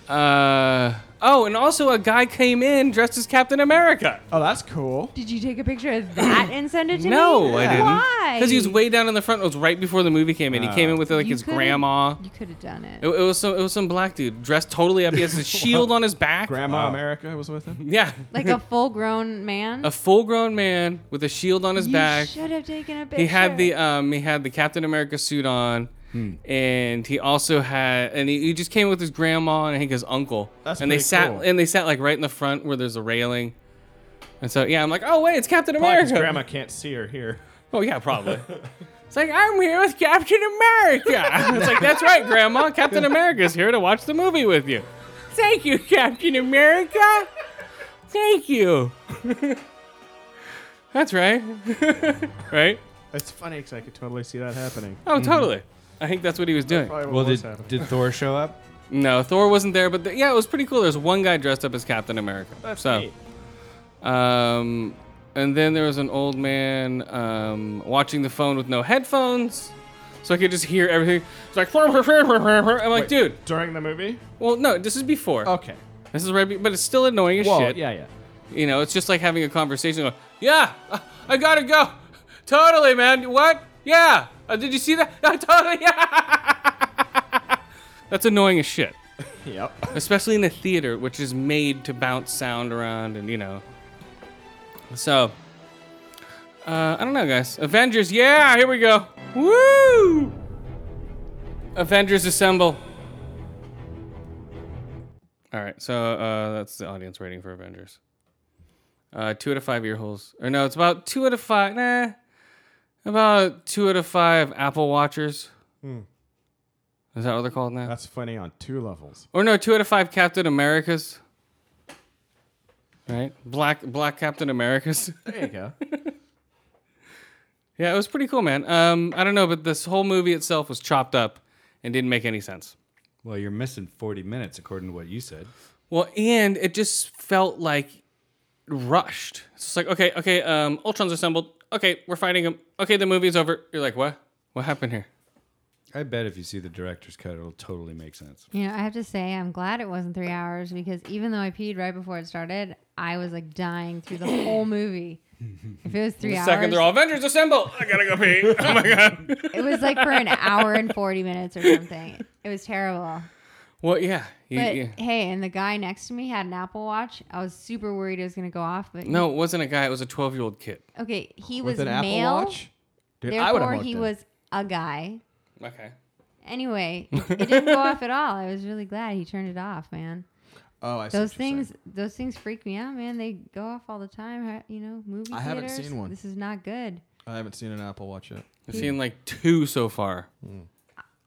[SPEAKER 1] Uh. Oh, and also a guy came in dressed as Captain America.
[SPEAKER 3] oh, that's cool.
[SPEAKER 4] Did you take a picture of that and send it to me?
[SPEAKER 1] No, I didn't.
[SPEAKER 4] Why?
[SPEAKER 1] Because he was way down in the front. It was right before the movie came in.
[SPEAKER 3] Oh.
[SPEAKER 1] He came in with like
[SPEAKER 4] You
[SPEAKER 1] his
[SPEAKER 4] could've-
[SPEAKER 1] grandma.
[SPEAKER 4] You could have done it.
[SPEAKER 1] It, it was some. It was some black dude dressed totally up. He
[SPEAKER 3] *laughs*
[SPEAKER 1] has a shield on his back.
[SPEAKER 3] Grandma America was with him.
[SPEAKER 1] yeah, *laughs*
[SPEAKER 4] Like a full grown man.
[SPEAKER 1] a full-grown man with a shield on his
[SPEAKER 4] you
[SPEAKER 1] back.
[SPEAKER 4] should have taken a picture.
[SPEAKER 1] he had the um he had the Captain America suit on,
[SPEAKER 3] Hmm.
[SPEAKER 1] and he also had and he, he just came with his grandma and I think his uncle.
[SPEAKER 3] That's
[SPEAKER 1] and they
[SPEAKER 3] pretty
[SPEAKER 1] sat
[SPEAKER 3] cool.
[SPEAKER 1] and they sat like right in the front where there's a railing. And so yeah, I'm like, oh wait, it's Captain
[SPEAKER 3] Probably 'cause
[SPEAKER 1] America.
[SPEAKER 3] grandma can't see her here.
[SPEAKER 1] Oh yeah, probably. it's like I'm here with Captain America. *laughs* it's like that's right, Grandma. Captain America's here to watch the movie with you. Thank you, Captain America. Thank you. *laughs* that's right. *laughs* right.
[SPEAKER 3] It's funny because I could totally see that happening.
[SPEAKER 1] Oh, totally. I think that's what he was doing.
[SPEAKER 3] Probably what
[SPEAKER 2] Well,
[SPEAKER 3] was
[SPEAKER 2] did,
[SPEAKER 3] happening.
[SPEAKER 2] did Thor show up?
[SPEAKER 1] No, Thor wasn't there, but the, yeah, it was pretty cool. There's one guy dressed up as Captain America.
[SPEAKER 3] That's
[SPEAKER 1] so,
[SPEAKER 3] neat.
[SPEAKER 1] um, and then there was an old man um, watching the phone with no headphones, so I could just hear everything. It's like, I'm like,
[SPEAKER 3] Wait,
[SPEAKER 1] dude.
[SPEAKER 3] During the movie?
[SPEAKER 1] Well, no, this is before.
[SPEAKER 3] Okay.
[SPEAKER 1] This is right, be- but it's still annoying as
[SPEAKER 3] Well,
[SPEAKER 1] shit.
[SPEAKER 3] yeah, yeah.
[SPEAKER 1] You know, it's just like having a conversation. Going, yeah, uh, I gotta go. *laughs* Totally, man. What? Yeah. Uh, did you see that? *laughs* Uh, totally. Yeah. *laughs* That's annoying as shit
[SPEAKER 3] Yep.
[SPEAKER 1] especially in a theater which is made to bounce sound around and you know So, uh, I don't know, guys. Avengers, yeah, here we go. Woo! Avengers assemble. All right, so uh, that's the audience rating for Avengers. Uh, two out of five ear holes, or no, it's about two out of five. Nah, about two out of five Apple watchers. Is that what they're called now?
[SPEAKER 3] That's funny on two levels.
[SPEAKER 1] Or no, two out of five Captain Americas. Right? Black black Captain Americas. *laughs*
[SPEAKER 3] There you
[SPEAKER 4] *laughs*
[SPEAKER 3] go.
[SPEAKER 1] yeah, it was pretty cool, man. Um, I don't know, but this whole movie itself was chopped up and didn't make any sense.
[SPEAKER 2] Well, you're missing 40 minutes according to what you said.
[SPEAKER 1] Well, and it just felt like rushed. It's just like, okay, okay, um, Ultron's assembled. Okay, we're fighting him. Okay, the movie's over. You're like, what? What happened here?
[SPEAKER 2] I bet if you see the director's cut, it'll totally make sense.
[SPEAKER 4] You know, I have to say, I'm glad it wasn't three hours because even though I peed right before it started, I was like dying through the whole *laughs* movie. If it was three
[SPEAKER 1] The
[SPEAKER 4] hours,
[SPEAKER 1] second they're all Avengers assemble. I gotta go pee. Oh my god.
[SPEAKER 4] it was like for an hour and 40 minutes or something. It was terrible.
[SPEAKER 1] *laughs* Well, yeah. You-
[SPEAKER 4] But
[SPEAKER 1] yeah.
[SPEAKER 4] hey, and the guy next to me had an Apple Watch. I was super worried it was going to go off, but
[SPEAKER 1] No, it wasn't a guy. It was a 12 year old kid.
[SPEAKER 4] okay, he
[SPEAKER 3] With
[SPEAKER 4] was
[SPEAKER 3] an Apple
[SPEAKER 4] male.
[SPEAKER 3] Watch? Dude, I would have
[SPEAKER 4] Therefore,
[SPEAKER 3] marked
[SPEAKER 4] he
[SPEAKER 3] it.
[SPEAKER 4] was a guy.
[SPEAKER 1] Okay. *laughs*
[SPEAKER 4] Anyway, it didn't go off at all. I was really glad he turned it off, man.
[SPEAKER 3] Oh, I see what
[SPEAKER 4] Those
[SPEAKER 3] you're saying.
[SPEAKER 4] things, those things freak me out, man. They go off all the time. ha- You know, movie
[SPEAKER 3] I haven't
[SPEAKER 4] theaters.
[SPEAKER 3] seen one.
[SPEAKER 4] This is not good.
[SPEAKER 3] I haven't seen an Apple Watch yet.
[SPEAKER 1] I've seen like two so far.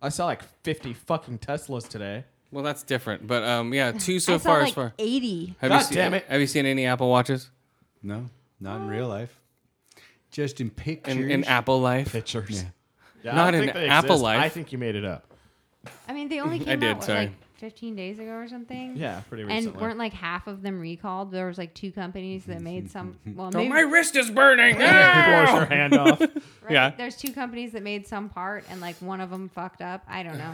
[SPEAKER 3] I saw like 50 fucking Teslas today.
[SPEAKER 1] Well, that's different, but um,
[SPEAKER 4] *sighs*
[SPEAKER 1] yeah, two so
[SPEAKER 4] I saw
[SPEAKER 1] far
[SPEAKER 4] like
[SPEAKER 1] as far.
[SPEAKER 4] eighty.
[SPEAKER 1] Have you
[SPEAKER 3] God
[SPEAKER 1] seen,
[SPEAKER 3] damn it.
[SPEAKER 1] Have you seen any Apple watches
[SPEAKER 2] No, not in real life. Just in pictures.
[SPEAKER 1] in, in Apple life?
[SPEAKER 3] Pictures. Yeah.
[SPEAKER 1] Not
[SPEAKER 3] I don't
[SPEAKER 1] an
[SPEAKER 3] think they
[SPEAKER 1] Apple
[SPEAKER 3] exist.
[SPEAKER 1] Life.
[SPEAKER 3] I think you made it up.
[SPEAKER 4] I
[SPEAKER 1] *laughs*
[SPEAKER 4] mean, they only came
[SPEAKER 1] did,
[SPEAKER 4] out what,
[SPEAKER 1] sorry.
[SPEAKER 4] like fifteen days ago or something.
[SPEAKER 3] Yeah, pretty
[SPEAKER 4] And
[SPEAKER 3] recently.
[SPEAKER 4] weren't
[SPEAKER 3] *laughs*
[SPEAKER 4] like half of them recalled? There was like two companies that
[SPEAKER 3] *laughs*
[SPEAKER 4] made some. Well,
[SPEAKER 1] Oh,
[SPEAKER 4] maybe,
[SPEAKER 1] my wrist is burning.
[SPEAKER 3] blows
[SPEAKER 1] Ah!
[SPEAKER 3] her
[SPEAKER 4] *laughs*
[SPEAKER 3] hand off.
[SPEAKER 4] right?
[SPEAKER 1] yeah.
[SPEAKER 4] There's two companies that made some part, and like one of them fucked up. I don't know.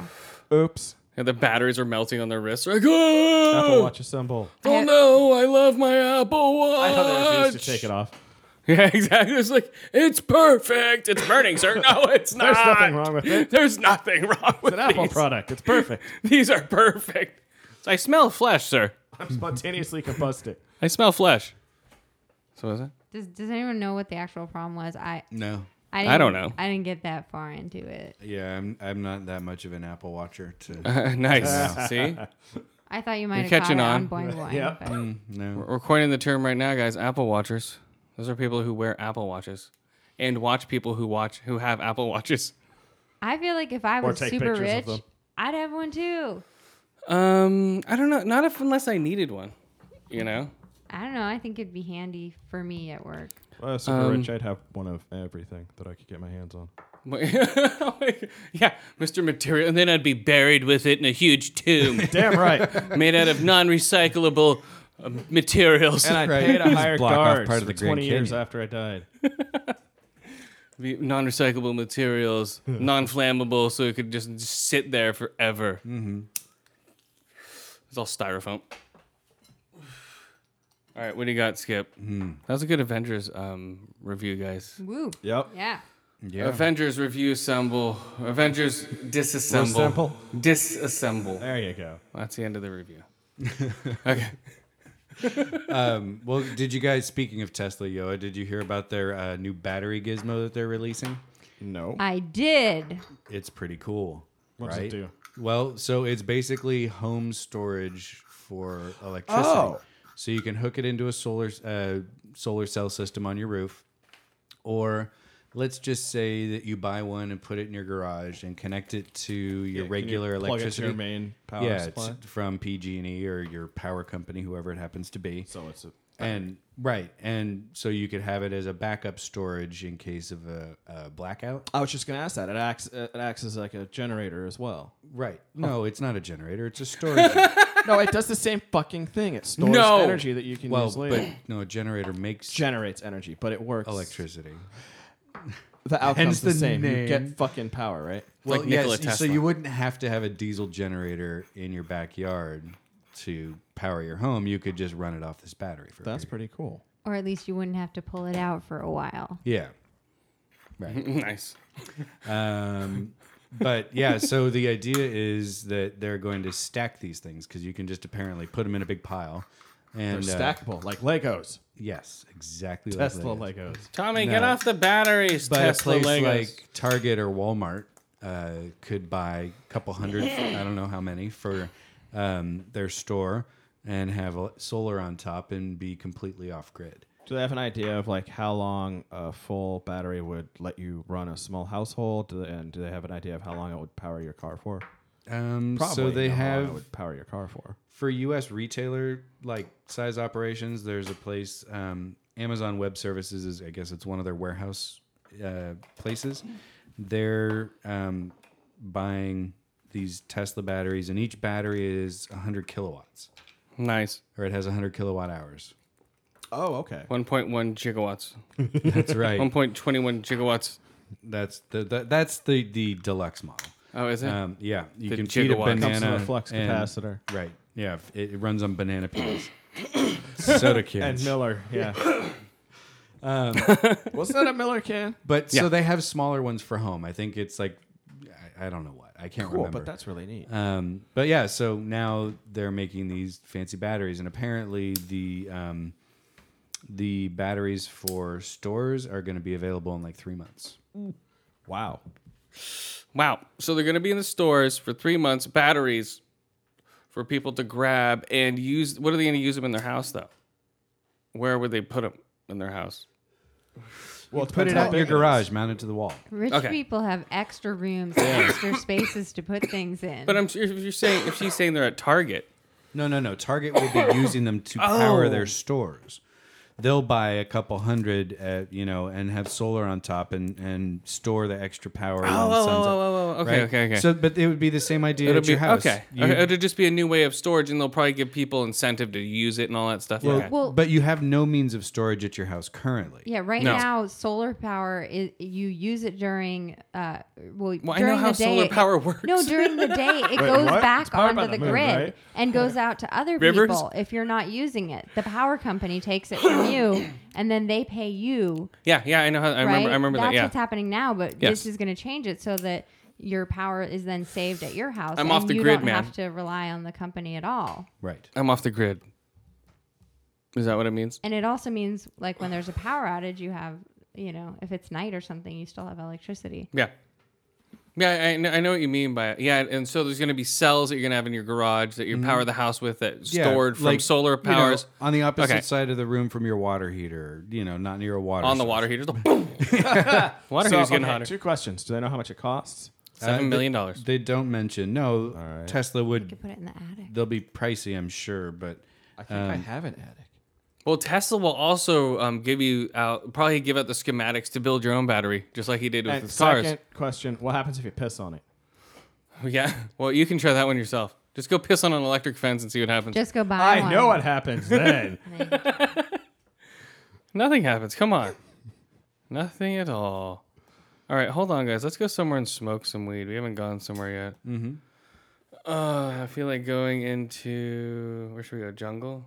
[SPEAKER 3] Oops.
[SPEAKER 1] And the batteries are melting on their wrists. Like,
[SPEAKER 3] Apple
[SPEAKER 1] oh,
[SPEAKER 3] Watch assemble.
[SPEAKER 1] oh no, I love my Apple Watch.
[SPEAKER 3] I thought they refused to take it off.
[SPEAKER 1] *laughs* Yeah, exactly. It's like it's perfect. It's burning, sir. No, it's not.
[SPEAKER 3] *laughs* There's nothing wrong with it.
[SPEAKER 1] There's nothing wrong with
[SPEAKER 3] It's an Apple
[SPEAKER 1] these.
[SPEAKER 3] product.
[SPEAKER 1] *laughs*
[SPEAKER 3] It's perfect.
[SPEAKER 1] These are perfect. I smell flesh, sir.
[SPEAKER 3] I'm spontaneously combusted.
[SPEAKER 1] I smell flesh. So is it? *laughs*
[SPEAKER 4] Does Does anyone know what the actual problem was? I
[SPEAKER 2] no.
[SPEAKER 4] I,
[SPEAKER 1] I
[SPEAKER 4] didn't,
[SPEAKER 1] don't know.
[SPEAKER 4] I didn't get that far into it.
[SPEAKER 2] Yeah, I'm, I'm not that much of an Apple watcher
[SPEAKER 3] *laughs*
[SPEAKER 2] to.
[SPEAKER 1] nice. See,
[SPEAKER 4] I thought you might have
[SPEAKER 1] catching
[SPEAKER 4] caught
[SPEAKER 1] on. Mm.
[SPEAKER 4] it on Boing Boing.
[SPEAKER 3] Yep.
[SPEAKER 4] but-
[SPEAKER 2] no.
[SPEAKER 1] we're coining the term right now, guys. Apple watchers. Those are people who wear Apple watches and watch people who watch who have Apple watches.
[SPEAKER 4] I feel like if I
[SPEAKER 3] Or
[SPEAKER 4] was
[SPEAKER 3] take
[SPEAKER 4] super
[SPEAKER 3] pictures
[SPEAKER 4] rich,
[SPEAKER 3] of them.
[SPEAKER 4] I'd have one too.
[SPEAKER 1] Um, I don't know. Not if unless I needed one. You know. *laughs*
[SPEAKER 4] I don't know. I think it'd be handy for me at work.
[SPEAKER 3] Well, super rich,
[SPEAKER 1] Um,
[SPEAKER 3] I'd have one of everything that I could get my hands on.
[SPEAKER 1] yeah, Mr. Material, and then I'd be buried with it in a huge tomb
[SPEAKER 3] Damn *laughs* right.
[SPEAKER 1] made out of non-recyclable uh, materials.
[SPEAKER 3] and I
[SPEAKER 2] Right.
[SPEAKER 3] paid a
[SPEAKER 2] Just
[SPEAKER 3] higher
[SPEAKER 2] block off
[SPEAKER 3] guard
[SPEAKER 2] part of the
[SPEAKER 3] for
[SPEAKER 2] Grand
[SPEAKER 3] 20 years
[SPEAKER 2] Canyon.
[SPEAKER 3] after I died.
[SPEAKER 1] Be- non-recyclable materials, non-flammable, so it could just, just sit there forever. Mm-hmm. It's all styrofoam. All right, what do you got, Skip?
[SPEAKER 2] Hmm.
[SPEAKER 1] That was a good Avengers um, review, guys.
[SPEAKER 4] Woo.
[SPEAKER 3] Yep.
[SPEAKER 4] Yeah.
[SPEAKER 2] Yeah.
[SPEAKER 1] Avengers review assemble. Avengers disassemble.
[SPEAKER 3] Assemble.
[SPEAKER 1] Disassemble.
[SPEAKER 3] There you go.
[SPEAKER 1] That's the end of the
[SPEAKER 2] *laughs*
[SPEAKER 1] review. okay.
[SPEAKER 2] Well, did you guys, speaking of Tesla, Yoa, did you hear about their uh, new battery gizmo that they're releasing?
[SPEAKER 3] No.
[SPEAKER 4] I did.
[SPEAKER 2] It's pretty cool.
[SPEAKER 3] What
[SPEAKER 2] right?
[SPEAKER 3] does it do?
[SPEAKER 2] Well, so it's basically home storage for electricity.
[SPEAKER 3] Oh.
[SPEAKER 2] So you can hook it into a solar uh, solar cell system on your roof, or let's just say that you buy one and put it in your garage and connect it to your
[SPEAKER 3] Can you
[SPEAKER 2] regular
[SPEAKER 3] plug it to
[SPEAKER 2] electricity.
[SPEAKER 3] your main power
[SPEAKER 2] yeah,
[SPEAKER 3] supply.
[SPEAKER 2] it's from PG&E E or your power company, whoever it happens to be.
[SPEAKER 3] so it's a
[SPEAKER 2] and right, and so you could have it as a backup storage in case of a, a blackout.
[SPEAKER 3] I was just gonna ask that. It acts it acts as like a generator as well.
[SPEAKER 2] Right? Oh. No, it's not a generator; it's a storage. *laughs*
[SPEAKER 3] no, it does the same fucking thing. It stores
[SPEAKER 1] No.
[SPEAKER 3] energy that you can
[SPEAKER 2] well,
[SPEAKER 3] use later.
[SPEAKER 2] but no, a generator makes
[SPEAKER 3] generates energy, but it works.
[SPEAKER 2] electricity.
[SPEAKER 3] The outcome's
[SPEAKER 2] Hence
[SPEAKER 3] the,
[SPEAKER 2] the
[SPEAKER 3] same. You
[SPEAKER 2] name.
[SPEAKER 3] get fucking power, right?
[SPEAKER 2] Well,
[SPEAKER 1] Like Nikola
[SPEAKER 2] yes, so
[SPEAKER 1] Tesla.
[SPEAKER 2] you wouldn't have to have a diesel generator in your backyard to power your home. You could just run it off this battery for a
[SPEAKER 3] That's
[SPEAKER 2] period.
[SPEAKER 3] pretty cool.
[SPEAKER 4] Or at least you wouldn't have to pull it out for a while.
[SPEAKER 2] yeah.
[SPEAKER 1] Nice.
[SPEAKER 2] Um, but yeah, so the idea is that they're going to stack these things because you can just apparently put them in a big pile. And
[SPEAKER 3] They're
[SPEAKER 2] uh,
[SPEAKER 3] stackable, like Legos.
[SPEAKER 2] yes, exactly. like
[SPEAKER 3] Tesla
[SPEAKER 2] Legos.
[SPEAKER 3] Legos.
[SPEAKER 1] Tommy,
[SPEAKER 2] No.
[SPEAKER 1] get off the batteries.
[SPEAKER 2] But
[SPEAKER 1] Tesla
[SPEAKER 2] a place
[SPEAKER 1] Legos.
[SPEAKER 2] like Target or Walmart uh, could buy a couple hundred, I don't know how many, for um, their store and have a- solar on top and be completely off grid.
[SPEAKER 3] Do they have an idea of like how long a full battery would let you run a small household? Do they, and do they have an idea of how long it would power your car for?
[SPEAKER 2] Um, so they
[SPEAKER 3] how long it
[SPEAKER 2] have
[SPEAKER 3] would power your car for.
[SPEAKER 2] for U.S. retailer like size operations. There's a place, um, Amazon Web Services is, I guess, it's one of their warehouse uh, places. They're um, buying these Tesla batteries, and each battery is 100 kilowatts,
[SPEAKER 1] nice.
[SPEAKER 2] or it has 100 kilowatt hours.
[SPEAKER 3] Oh, okay.
[SPEAKER 1] 1.1 gigawatts. *laughs*
[SPEAKER 2] That's right.
[SPEAKER 1] 1.21 gigawatts.
[SPEAKER 2] that's the, the that's the the deluxe model.
[SPEAKER 1] Oh, is it?
[SPEAKER 2] Um, yeah, you
[SPEAKER 1] The
[SPEAKER 2] can feed a
[SPEAKER 1] gigawatt. Comes
[SPEAKER 2] banana
[SPEAKER 1] with
[SPEAKER 3] a flux
[SPEAKER 2] and-
[SPEAKER 3] capacitor.
[SPEAKER 2] Right. Yeah, it, it runs on banana peels. *coughs* Soda cans.
[SPEAKER 3] And Miller, *laughs* yeah. Um, *laughs* was that a Miller can? Oh,
[SPEAKER 2] But
[SPEAKER 1] Yeah.
[SPEAKER 2] so they have smaller ones for home. I think it's like I, I don't know what. I can't
[SPEAKER 3] Cool,
[SPEAKER 2] remember.
[SPEAKER 3] but that's really neat.
[SPEAKER 2] um, but yeah, so now they're making these fancy batteries, and apparently the um, the batteries for stores are going to be available in like three months.
[SPEAKER 3] Wow.
[SPEAKER 1] wow. So they're going to be in the stores for three months, batteries for people to grab and use. What are they going to use them in their house, though? Where would they put them in their house?
[SPEAKER 3] Well,
[SPEAKER 2] Put it out in your garage, mount it to the wall.
[SPEAKER 4] Rich
[SPEAKER 1] Okay.
[SPEAKER 4] people have extra rooms, and extra spaces to put things in.
[SPEAKER 1] But I'm sure if you're saying, if she's saying they're at Target,
[SPEAKER 2] No, no, no. Target will
[SPEAKER 1] *laughs*
[SPEAKER 2] be using them to
[SPEAKER 1] Oh.
[SPEAKER 2] power their stores. They'll buy a couple hundred, uh, you know, and have solar on top and, and store the extra power. when the
[SPEAKER 1] oh,
[SPEAKER 2] sun's up,
[SPEAKER 1] oh, oh, oh, okay, okay, okay.
[SPEAKER 2] So, but it would be the same idea
[SPEAKER 1] it'll
[SPEAKER 2] at
[SPEAKER 1] be
[SPEAKER 2] your house.
[SPEAKER 1] okay.
[SPEAKER 2] You-
[SPEAKER 1] Okay, It'll just be a new way of storage, and they'll probably give people incentive to use it and all that stuff.
[SPEAKER 2] Well,
[SPEAKER 1] okay.
[SPEAKER 4] Well-
[SPEAKER 2] but you have no means of storage at your house currently.
[SPEAKER 4] yeah, right
[SPEAKER 1] No.
[SPEAKER 4] now solar power is you use it during uh well,
[SPEAKER 1] Well, I know
[SPEAKER 4] during
[SPEAKER 1] how
[SPEAKER 4] the day,
[SPEAKER 1] solar
[SPEAKER 4] it-
[SPEAKER 1] power works.
[SPEAKER 4] *laughs* No, during
[SPEAKER 1] *laughs*
[SPEAKER 4] the day it goes
[SPEAKER 3] what?
[SPEAKER 4] back
[SPEAKER 3] It's powered by
[SPEAKER 4] onto the,
[SPEAKER 3] the moon,
[SPEAKER 4] grid
[SPEAKER 3] right?
[SPEAKER 4] and goes out to other
[SPEAKER 1] Rivers?
[SPEAKER 4] people if you're not using it. The power company takes it
[SPEAKER 1] *coughs*
[SPEAKER 4] from you and then they pay you
[SPEAKER 1] yeah, yeah, I know. How, I remember.
[SPEAKER 4] right?
[SPEAKER 1] I remember
[SPEAKER 4] That's
[SPEAKER 1] that. Yeah,
[SPEAKER 4] what's happening now, but
[SPEAKER 1] Yes.
[SPEAKER 4] this is going to change it so that your power is then saved at your house.
[SPEAKER 1] I'm
[SPEAKER 4] and
[SPEAKER 1] off the
[SPEAKER 4] you
[SPEAKER 1] grid,
[SPEAKER 4] don't
[SPEAKER 1] man.
[SPEAKER 4] have to rely on the company at all.
[SPEAKER 2] Right.
[SPEAKER 1] I'm off the grid. Is that what it means?
[SPEAKER 4] And it also means like when there's a power outage, you have, you know, if it's night or something, you still have electricity.
[SPEAKER 1] Yeah. Yeah, I- I know, I know what you mean by it. Yeah, and so there's going to be cells that you're going to have in your garage that you power the house with that's
[SPEAKER 2] Mm-hmm. Yeah,
[SPEAKER 1] stored from
[SPEAKER 2] like,
[SPEAKER 1] solar
[SPEAKER 2] you know,
[SPEAKER 1] powers
[SPEAKER 2] on the opposite
[SPEAKER 1] Okay.
[SPEAKER 2] side of the room from your water heater. You know, not near a water.
[SPEAKER 1] on the
[SPEAKER 2] source.
[SPEAKER 1] water heater.
[SPEAKER 2] *laughs*
[SPEAKER 1] Boom! water
[SPEAKER 3] So,
[SPEAKER 1] heater's getting
[SPEAKER 3] okay,
[SPEAKER 1] hotter.
[SPEAKER 3] Two questions. Do they know how much it costs?
[SPEAKER 1] Seven
[SPEAKER 2] Uh,
[SPEAKER 1] million
[SPEAKER 2] they-
[SPEAKER 1] dollars.
[SPEAKER 2] They don't mention. No,
[SPEAKER 3] right.
[SPEAKER 2] Tesla would.
[SPEAKER 4] You put it in the attic.
[SPEAKER 2] They'll be pricey, I'm sure, but
[SPEAKER 3] I think I have an attic.
[SPEAKER 1] Well, Tesla will also um, give you out, probably give out the schematics to build your own battery, just like he did with
[SPEAKER 3] And
[SPEAKER 1] his
[SPEAKER 3] second
[SPEAKER 1] cars.
[SPEAKER 3] question: What happens if you piss on it?
[SPEAKER 1] *laughs* Yeah. Well, you can try that one yourself. Just go piss on an electric fence and see what happens.
[SPEAKER 4] Just go buy
[SPEAKER 3] I
[SPEAKER 4] one.
[SPEAKER 3] know what happens *laughs* then.
[SPEAKER 1] Nothing happens. Come on. Nothing at all. All right, hold on, guys. Let's go somewhere and smoke some weed. We haven't gone somewhere yet. Mm-hmm. Uh, I feel like going into where should we go? Jungle.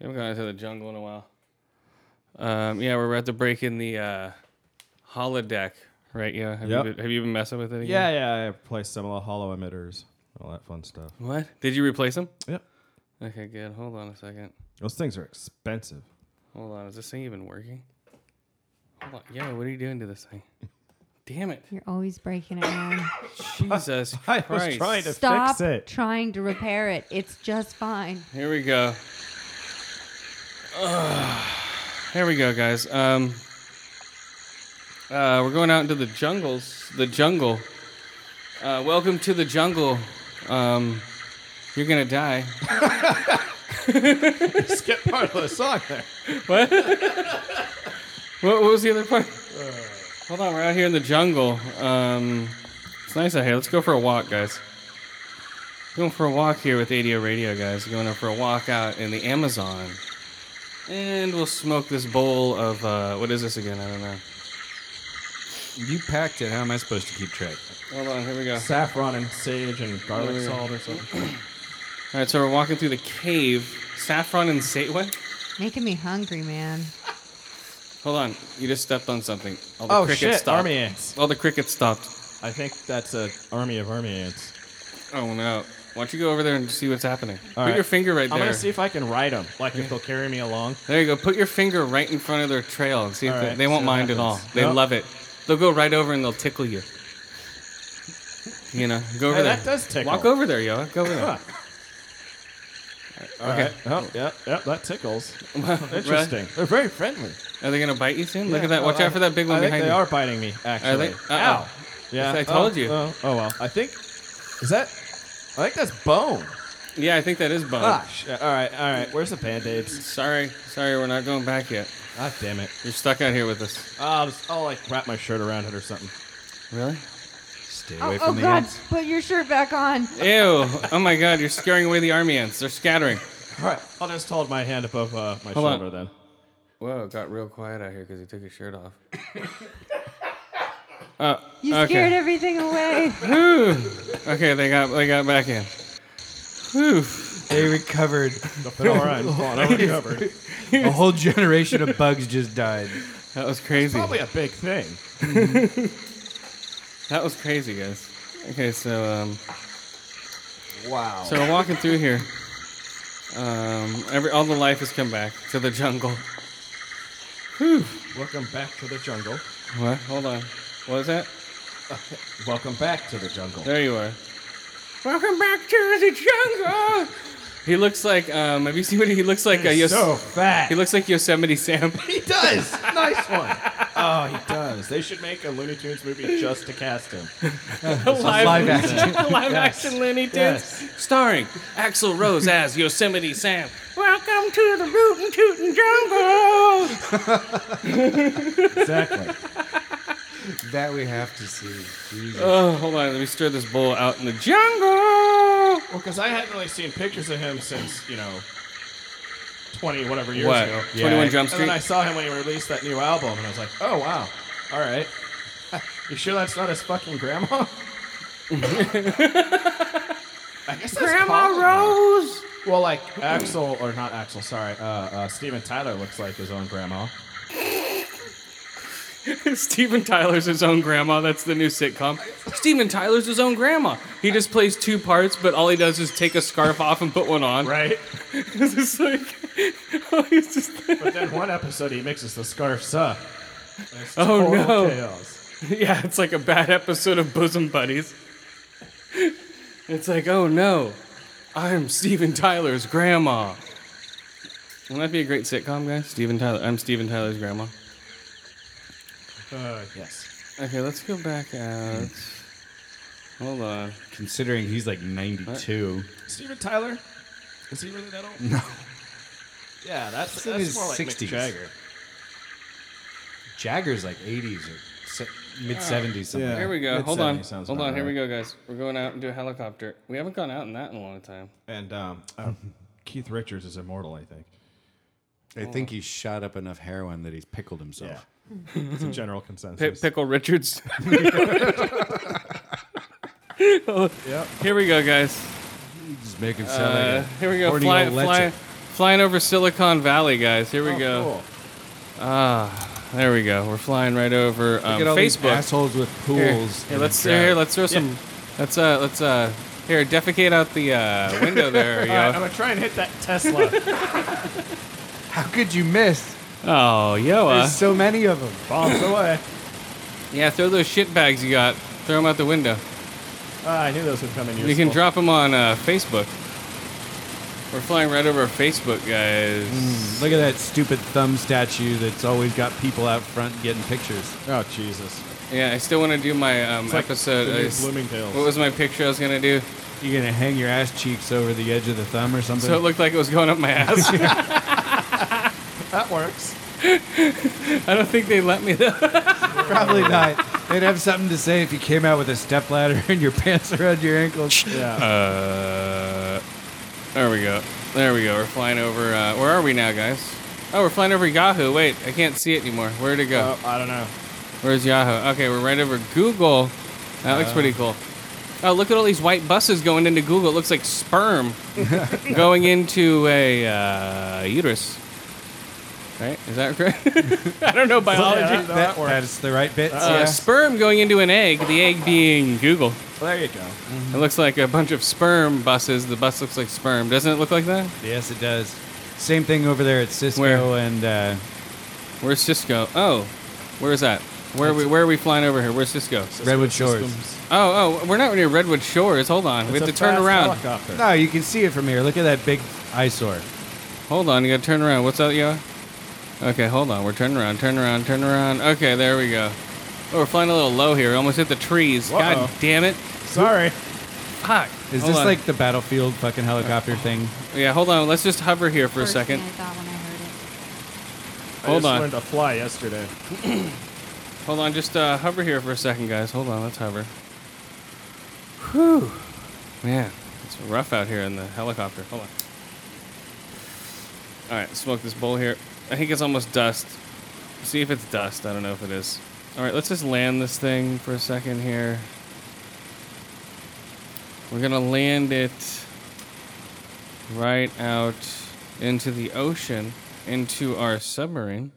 [SPEAKER 1] We haven't gone into the jungle in a while. Um, yeah, we're about to break in the uh, holodeck, right? Yeah. Have,
[SPEAKER 3] Yep.
[SPEAKER 1] you been, have you been messing with it?
[SPEAKER 3] yeah,
[SPEAKER 1] Again?
[SPEAKER 3] yeah. I replaced some of the hollow emitters, all that fun stuff.
[SPEAKER 1] Yeah. What? Did you replace them?
[SPEAKER 3] Yep.
[SPEAKER 1] Okay, good. Hold on a second.
[SPEAKER 3] Those things are expensive.
[SPEAKER 1] Hold on. Is this thing even working? Hold on. Yeah. What are you doing to this thing? Damn it.
[SPEAKER 4] You're always breaking it
[SPEAKER 3] *coughs*
[SPEAKER 4] down.
[SPEAKER 1] Jesus
[SPEAKER 3] *laughs* I was
[SPEAKER 1] Christ.
[SPEAKER 3] trying to
[SPEAKER 4] Stop
[SPEAKER 3] fix it.
[SPEAKER 4] trying to repair it. It's just fine.
[SPEAKER 1] Here we go. Ugh. Here we go, guys. Um, uh, we're going out into the jungles. The jungle. Uh, welcome to the jungle. Um, you're gonna die.
[SPEAKER 3] Skip part of the song there.
[SPEAKER 1] What, what was the other part? Uh, Hold on, we're out here in the jungle. Um, it's nice out here. Let's go for a walk, guys. Going for a walk here with ADO Radio, guys. Going out for a walk out in the Amazon. And we'll smoke this bowl of, uh, what is this again? I don't know.
[SPEAKER 2] you packed it. How am I supposed to keep track?
[SPEAKER 1] Hold on, here we go. All
[SPEAKER 3] Saffron and sage and garlic
[SPEAKER 1] Yeah.
[SPEAKER 3] salt or something.
[SPEAKER 1] right, so we're walking through the cave. Saffron and sage. What?
[SPEAKER 4] Making me hungry, man.
[SPEAKER 1] Hold on, you just stepped on something. All the
[SPEAKER 3] Oh
[SPEAKER 1] crickets
[SPEAKER 3] shit!
[SPEAKER 1] stopped.
[SPEAKER 3] Army ants.
[SPEAKER 1] All the crickets stopped.
[SPEAKER 3] I think that's a army of army ants.
[SPEAKER 1] Oh no. Why don't you go over there and see what's happening? Put
[SPEAKER 3] right.
[SPEAKER 1] your finger right
[SPEAKER 3] I'm
[SPEAKER 1] there.
[SPEAKER 3] gonna see if I can ride them. Like if they'll carry me along.
[SPEAKER 1] There you go. Put your finger right in front of their trail and see if
[SPEAKER 3] All
[SPEAKER 1] they,
[SPEAKER 3] right,
[SPEAKER 1] they won't
[SPEAKER 3] see what
[SPEAKER 1] mind at all.
[SPEAKER 3] happens.
[SPEAKER 1] They
[SPEAKER 3] Nope.
[SPEAKER 1] love it. They'll go right over and they'll tickle you. You know, go over
[SPEAKER 3] Hey,
[SPEAKER 1] there.
[SPEAKER 3] that does tickle.
[SPEAKER 1] Walk over there, yo. Go over there.
[SPEAKER 3] Huh. All
[SPEAKER 1] Okay.
[SPEAKER 3] right. Oh, yep, yep. That *laughs* tickles. Interesting.
[SPEAKER 1] Really?
[SPEAKER 3] They're very friendly.
[SPEAKER 1] Are they gonna bite you soon? Look
[SPEAKER 3] Yeah.
[SPEAKER 1] at that. Watch
[SPEAKER 3] Oh, I-
[SPEAKER 1] out for that big one
[SPEAKER 3] I think
[SPEAKER 1] behind
[SPEAKER 3] they
[SPEAKER 1] you.
[SPEAKER 3] are biting me. Actually.
[SPEAKER 1] Uh-oh.
[SPEAKER 3] Ow. Yeah.
[SPEAKER 1] I
[SPEAKER 3] Oh,
[SPEAKER 1] told you.
[SPEAKER 3] Oh, oh well. I think. Is that? I think that's bone.
[SPEAKER 1] Yeah, I think that is bone.
[SPEAKER 3] Ah, sh- all right, all right. Where's the band-aids?
[SPEAKER 1] Sorry, sorry, we're not going back yet.
[SPEAKER 3] Ah, damn it. Ah,
[SPEAKER 1] You're stuck out here with us.
[SPEAKER 3] I'll just, I'll like wrap my shirt around it or something.
[SPEAKER 1] Really?
[SPEAKER 2] Stay
[SPEAKER 4] Oh,
[SPEAKER 2] away
[SPEAKER 4] oh
[SPEAKER 2] from the
[SPEAKER 4] God!
[SPEAKER 2] ants.
[SPEAKER 4] Put your shirt back on.
[SPEAKER 1] Ew! Oh my God, you're scaring away the army ants. They're scattering.
[SPEAKER 3] All right, I'll just hold my hand above uh, my
[SPEAKER 1] Hold on.
[SPEAKER 3] shoulder then.
[SPEAKER 1] Whoa, it got real quiet out here because he took his shirt off.
[SPEAKER 4] You
[SPEAKER 1] Okay.
[SPEAKER 4] scared
[SPEAKER 2] *laughs*
[SPEAKER 4] everything away.
[SPEAKER 1] Whew. Okay, they got they got back in. Whew.
[SPEAKER 2] They recovered.
[SPEAKER 3] But all right, *laughs* hold on, I'm recovered.
[SPEAKER 2] A whole generation of bugs just died. *laughs*
[SPEAKER 1] That was crazy.
[SPEAKER 3] Probably a big thing.
[SPEAKER 1] That was crazy, guys. Okay, so um,
[SPEAKER 2] Wow.
[SPEAKER 1] so we're walking through here. Um, every all the life has come back to the jungle.
[SPEAKER 3] Welcome back to the jungle.
[SPEAKER 1] What? Hold on. What is that?
[SPEAKER 3] Welcome back to the jungle.
[SPEAKER 1] There you are. Welcome back to the jungle. He looks like um. Have you seen what he looks like? Uh, Yos-
[SPEAKER 3] so fat.
[SPEAKER 1] He looks like Yosemite Sam.
[SPEAKER 3] He does. nice one. Oh, he does. They should make a Looney Tunes movie just to cast him.
[SPEAKER 2] live action.
[SPEAKER 1] *laughs* live action Looney Tunes,
[SPEAKER 3] Yes.
[SPEAKER 1] starring Axel Rose as Yosemite Sam. Welcome to the rootin' tootin' jungle. *laughs*
[SPEAKER 3] Exactly.
[SPEAKER 2] That we have to see. Jesus.
[SPEAKER 1] Oh, hold on. Let me stir this bowl out in the jungle. *laughs*
[SPEAKER 3] Well, because I hadn't really seen pictures of him since you know, twenty whatever years
[SPEAKER 1] What?
[SPEAKER 3] ago.
[SPEAKER 1] 21 Jump
[SPEAKER 3] And
[SPEAKER 1] Street?
[SPEAKER 3] then I saw him when he released that new album, and I was like, oh wow, all right. *laughs* You sure that's not his fucking grandma? *laughs* I guess that's probably-
[SPEAKER 1] Rose.
[SPEAKER 3] Well, like Axel or not Axel, sorry. Uh, uh, Steven Tyler looks like his own grandma.
[SPEAKER 1] Steven Tyler's his own grandma. That's the new sitcom. Steven Tyler's his own grandma. He just plays two parts, but all he does is take a scarf off and put one on.
[SPEAKER 3] Right.
[SPEAKER 1] *laughs* It's just like, *laughs* oh, he's just,
[SPEAKER 3] But then one episode he mixes the scarves up.
[SPEAKER 1] *laughs*
[SPEAKER 3] It's
[SPEAKER 1] Oh,
[SPEAKER 3] total
[SPEAKER 1] no.
[SPEAKER 3] Chaos.
[SPEAKER 1] *laughs* yeah, it's like a bad episode of Bosom Buddies. It's like, oh no, I'm Steven Tyler's grandma. Wouldn't that be a great sitcom, guys? Steven Tyler, I'm Steven Tyler's grandma.
[SPEAKER 3] Uh, yes.
[SPEAKER 1] Okay, let's go back out. Hold on.
[SPEAKER 2] Considering he's like 92.
[SPEAKER 3] Steven Tyler? Is he really that old?
[SPEAKER 2] No.
[SPEAKER 3] Yeah, that's,
[SPEAKER 2] He's in
[SPEAKER 3] that's
[SPEAKER 2] his
[SPEAKER 3] more like
[SPEAKER 2] 60s.
[SPEAKER 3] Mick Jagger.
[SPEAKER 2] Jagger's like 80s or mid 70s something.
[SPEAKER 3] Yeah.
[SPEAKER 1] Here we go.
[SPEAKER 3] Mid
[SPEAKER 1] Hold on.
[SPEAKER 3] 70s sounds
[SPEAKER 1] Hold
[SPEAKER 3] about
[SPEAKER 1] on. Here we
[SPEAKER 3] right.
[SPEAKER 1] go, guys. We're going out into a helicopter. We haven't gone out in that in a long time.
[SPEAKER 3] And um, uh, Keith Richards is immortal, I think.
[SPEAKER 2] I think he shot up enough heroin that he's pickled himself.
[SPEAKER 3] it's a general
[SPEAKER 1] P-
[SPEAKER 3] consensus.
[SPEAKER 1] Pickle *laughs* Richards.
[SPEAKER 3] Yep.
[SPEAKER 1] Here we go, guys.
[SPEAKER 2] Just make him sound
[SPEAKER 1] Uh,
[SPEAKER 2] like a
[SPEAKER 1] here we go.
[SPEAKER 2] horny
[SPEAKER 1] Fly,
[SPEAKER 2] old
[SPEAKER 1] fly,
[SPEAKER 2] lecher.
[SPEAKER 1] flying over Silicon Valley, guys. Here we
[SPEAKER 3] Oh,
[SPEAKER 1] go. Ah,
[SPEAKER 3] cool.
[SPEAKER 1] There we go. We're flying right over um,
[SPEAKER 2] Look at all these
[SPEAKER 1] Facebook.
[SPEAKER 2] assholes with pools.
[SPEAKER 1] Here, here,
[SPEAKER 2] and
[SPEAKER 1] let's
[SPEAKER 2] crap.
[SPEAKER 1] here. Let's throw some. Let's uh. Let's uh. Here, defecate out the
[SPEAKER 3] *laughs*
[SPEAKER 1] uh, window there,
[SPEAKER 3] All right, I'm
[SPEAKER 1] yo.
[SPEAKER 3] going to try and hit that
[SPEAKER 1] *laughs*
[SPEAKER 3] Tesla.
[SPEAKER 2] How could you miss?
[SPEAKER 1] Oh, yo. uh.
[SPEAKER 2] There's so many of them.
[SPEAKER 3] *coughs* Bombs away.
[SPEAKER 1] Yeah, throw those shit bags you got. Throw them out the window.
[SPEAKER 3] Ah, I knew those would come in useful.
[SPEAKER 1] You can drop them on uh, Facebook. We're flying right over Facebook, guys.
[SPEAKER 3] Mm.
[SPEAKER 2] Look at that stupid thumb statue that's always got people out front getting pictures.
[SPEAKER 3] Oh, Jesus.
[SPEAKER 1] Yeah, I still want to do my um,
[SPEAKER 3] like
[SPEAKER 1] episode.
[SPEAKER 3] the
[SPEAKER 1] I
[SPEAKER 3] new
[SPEAKER 1] s-
[SPEAKER 3] Bloomingdale's.
[SPEAKER 1] What was my picture I was gonna do?
[SPEAKER 2] You're gonna hang your ass cheeks over the edge of the thumb or something.
[SPEAKER 1] So it looked like it was going up my ass.
[SPEAKER 3] *laughs*
[SPEAKER 1] *laughs*
[SPEAKER 3] That works.
[SPEAKER 1] I don't think they let me though.
[SPEAKER 2] Probably not. They'd have something to say if you came out with a stepladder *laughs* and your pants around your ankles.
[SPEAKER 3] Yeah.
[SPEAKER 1] Uh, there we go. There we go. We're flying over. Uh, where are we now, guys? Oh, we're flying over Yahoo. Wait, I can't see it anymore. Where'd it go?
[SPEAKER 3] oh, I don't know.
[SPEAKER 1] Where's Yahoo? Okay, we're right over Google. That looks
[SPEAKER 3] Uh.
[SPEAKER 1] pretty cool. Oh, look at all these white buses going into Google. It looks like
[SPEAKER 3] *laughs*
[SPEAKER 1] sperm going into a uh, uterus. Right? Is that correct? *laughs* I don't know biology.
[SPEAKER 3] Yeah, that- that works.
[SPEAKER 2] that's the right bit.
[SPEAKER 1] Uh, Sperm going into an egg, the egg being Google.
[SPEAKER 3] Well, there you go.
[SPEAKER 1] It looks like a bunch of sperm buses. The bus looks like sperm. Doesn't it look like that?
[SPEAKER 2] Yes, it does. Same thing over there at Cisco
[SPEAKER 1] Where?
[SPEAKER 2] and uh,
[SPEAKER 1] Where's Cisco? Oh, where is that? Where are we? Where are we flying over here? Where's Cisco?
[SPEAKER 2] Redwood Shores.
[SPEAKER 3] Systems.
[SPEAKER 1] Oh, oh, we're not near Redwood Shores. Hold on, we
[SPEAKER 3] It's
[SPEAKER 1] have to
[SPEAKER 3] a
[SPEAKER 1] turn
[SPEAKER 3] fast
[SPEAKER 1] around.
[SPEAKER 3] Helicopter.
[SPEAKER 2] No, you can see it from here. Look at that big eyesore.
[SPEAKER 1] Hold on, you gotta turn around. What's up, yo? Okay, hold on. We're turning around. Turn around. Turn around. Okay, there we go. Oh, we're flying a little low here. Almost hit the trees.
[SPEAKER 3] Uh-oh.
[SPEAKER 1] God damn it!
[SPEAKER 3] Sorry.
[SPEAKER 1] Fuck.
[SPEAKER 2] Is
[SPEAKER 1] Hold
[SPEAKER 2] this
[SPEAKER 1] on.
[SPEAKER 2] like the battlefield fucking helicopter thing?
[SPEAKER 1] Yeah, hold on. Let's just hover here for a
[SPEAKER 4] First thing
[SPEAKER 1] second.
[SPEAKER 4] I thought when I heard it.
[SPEAKER 1] Hold
[SPEAKER 5] I just
[SPEAKER 1] on.
[SPEAKER 5] learned to fly yesterday.
[SPEAKER 1] Hold on, just uh, hover here for a second, guys. Hold on, let's hover. Whew. Man, it's rough out here in the helicopter. Hold on. All right, smoke this bowl here. I think it's almost dust. See if it's dust. I don't know if it is. All right, let's just land this thing for a second here. We're going to land it right out into the ocean, into our submarine.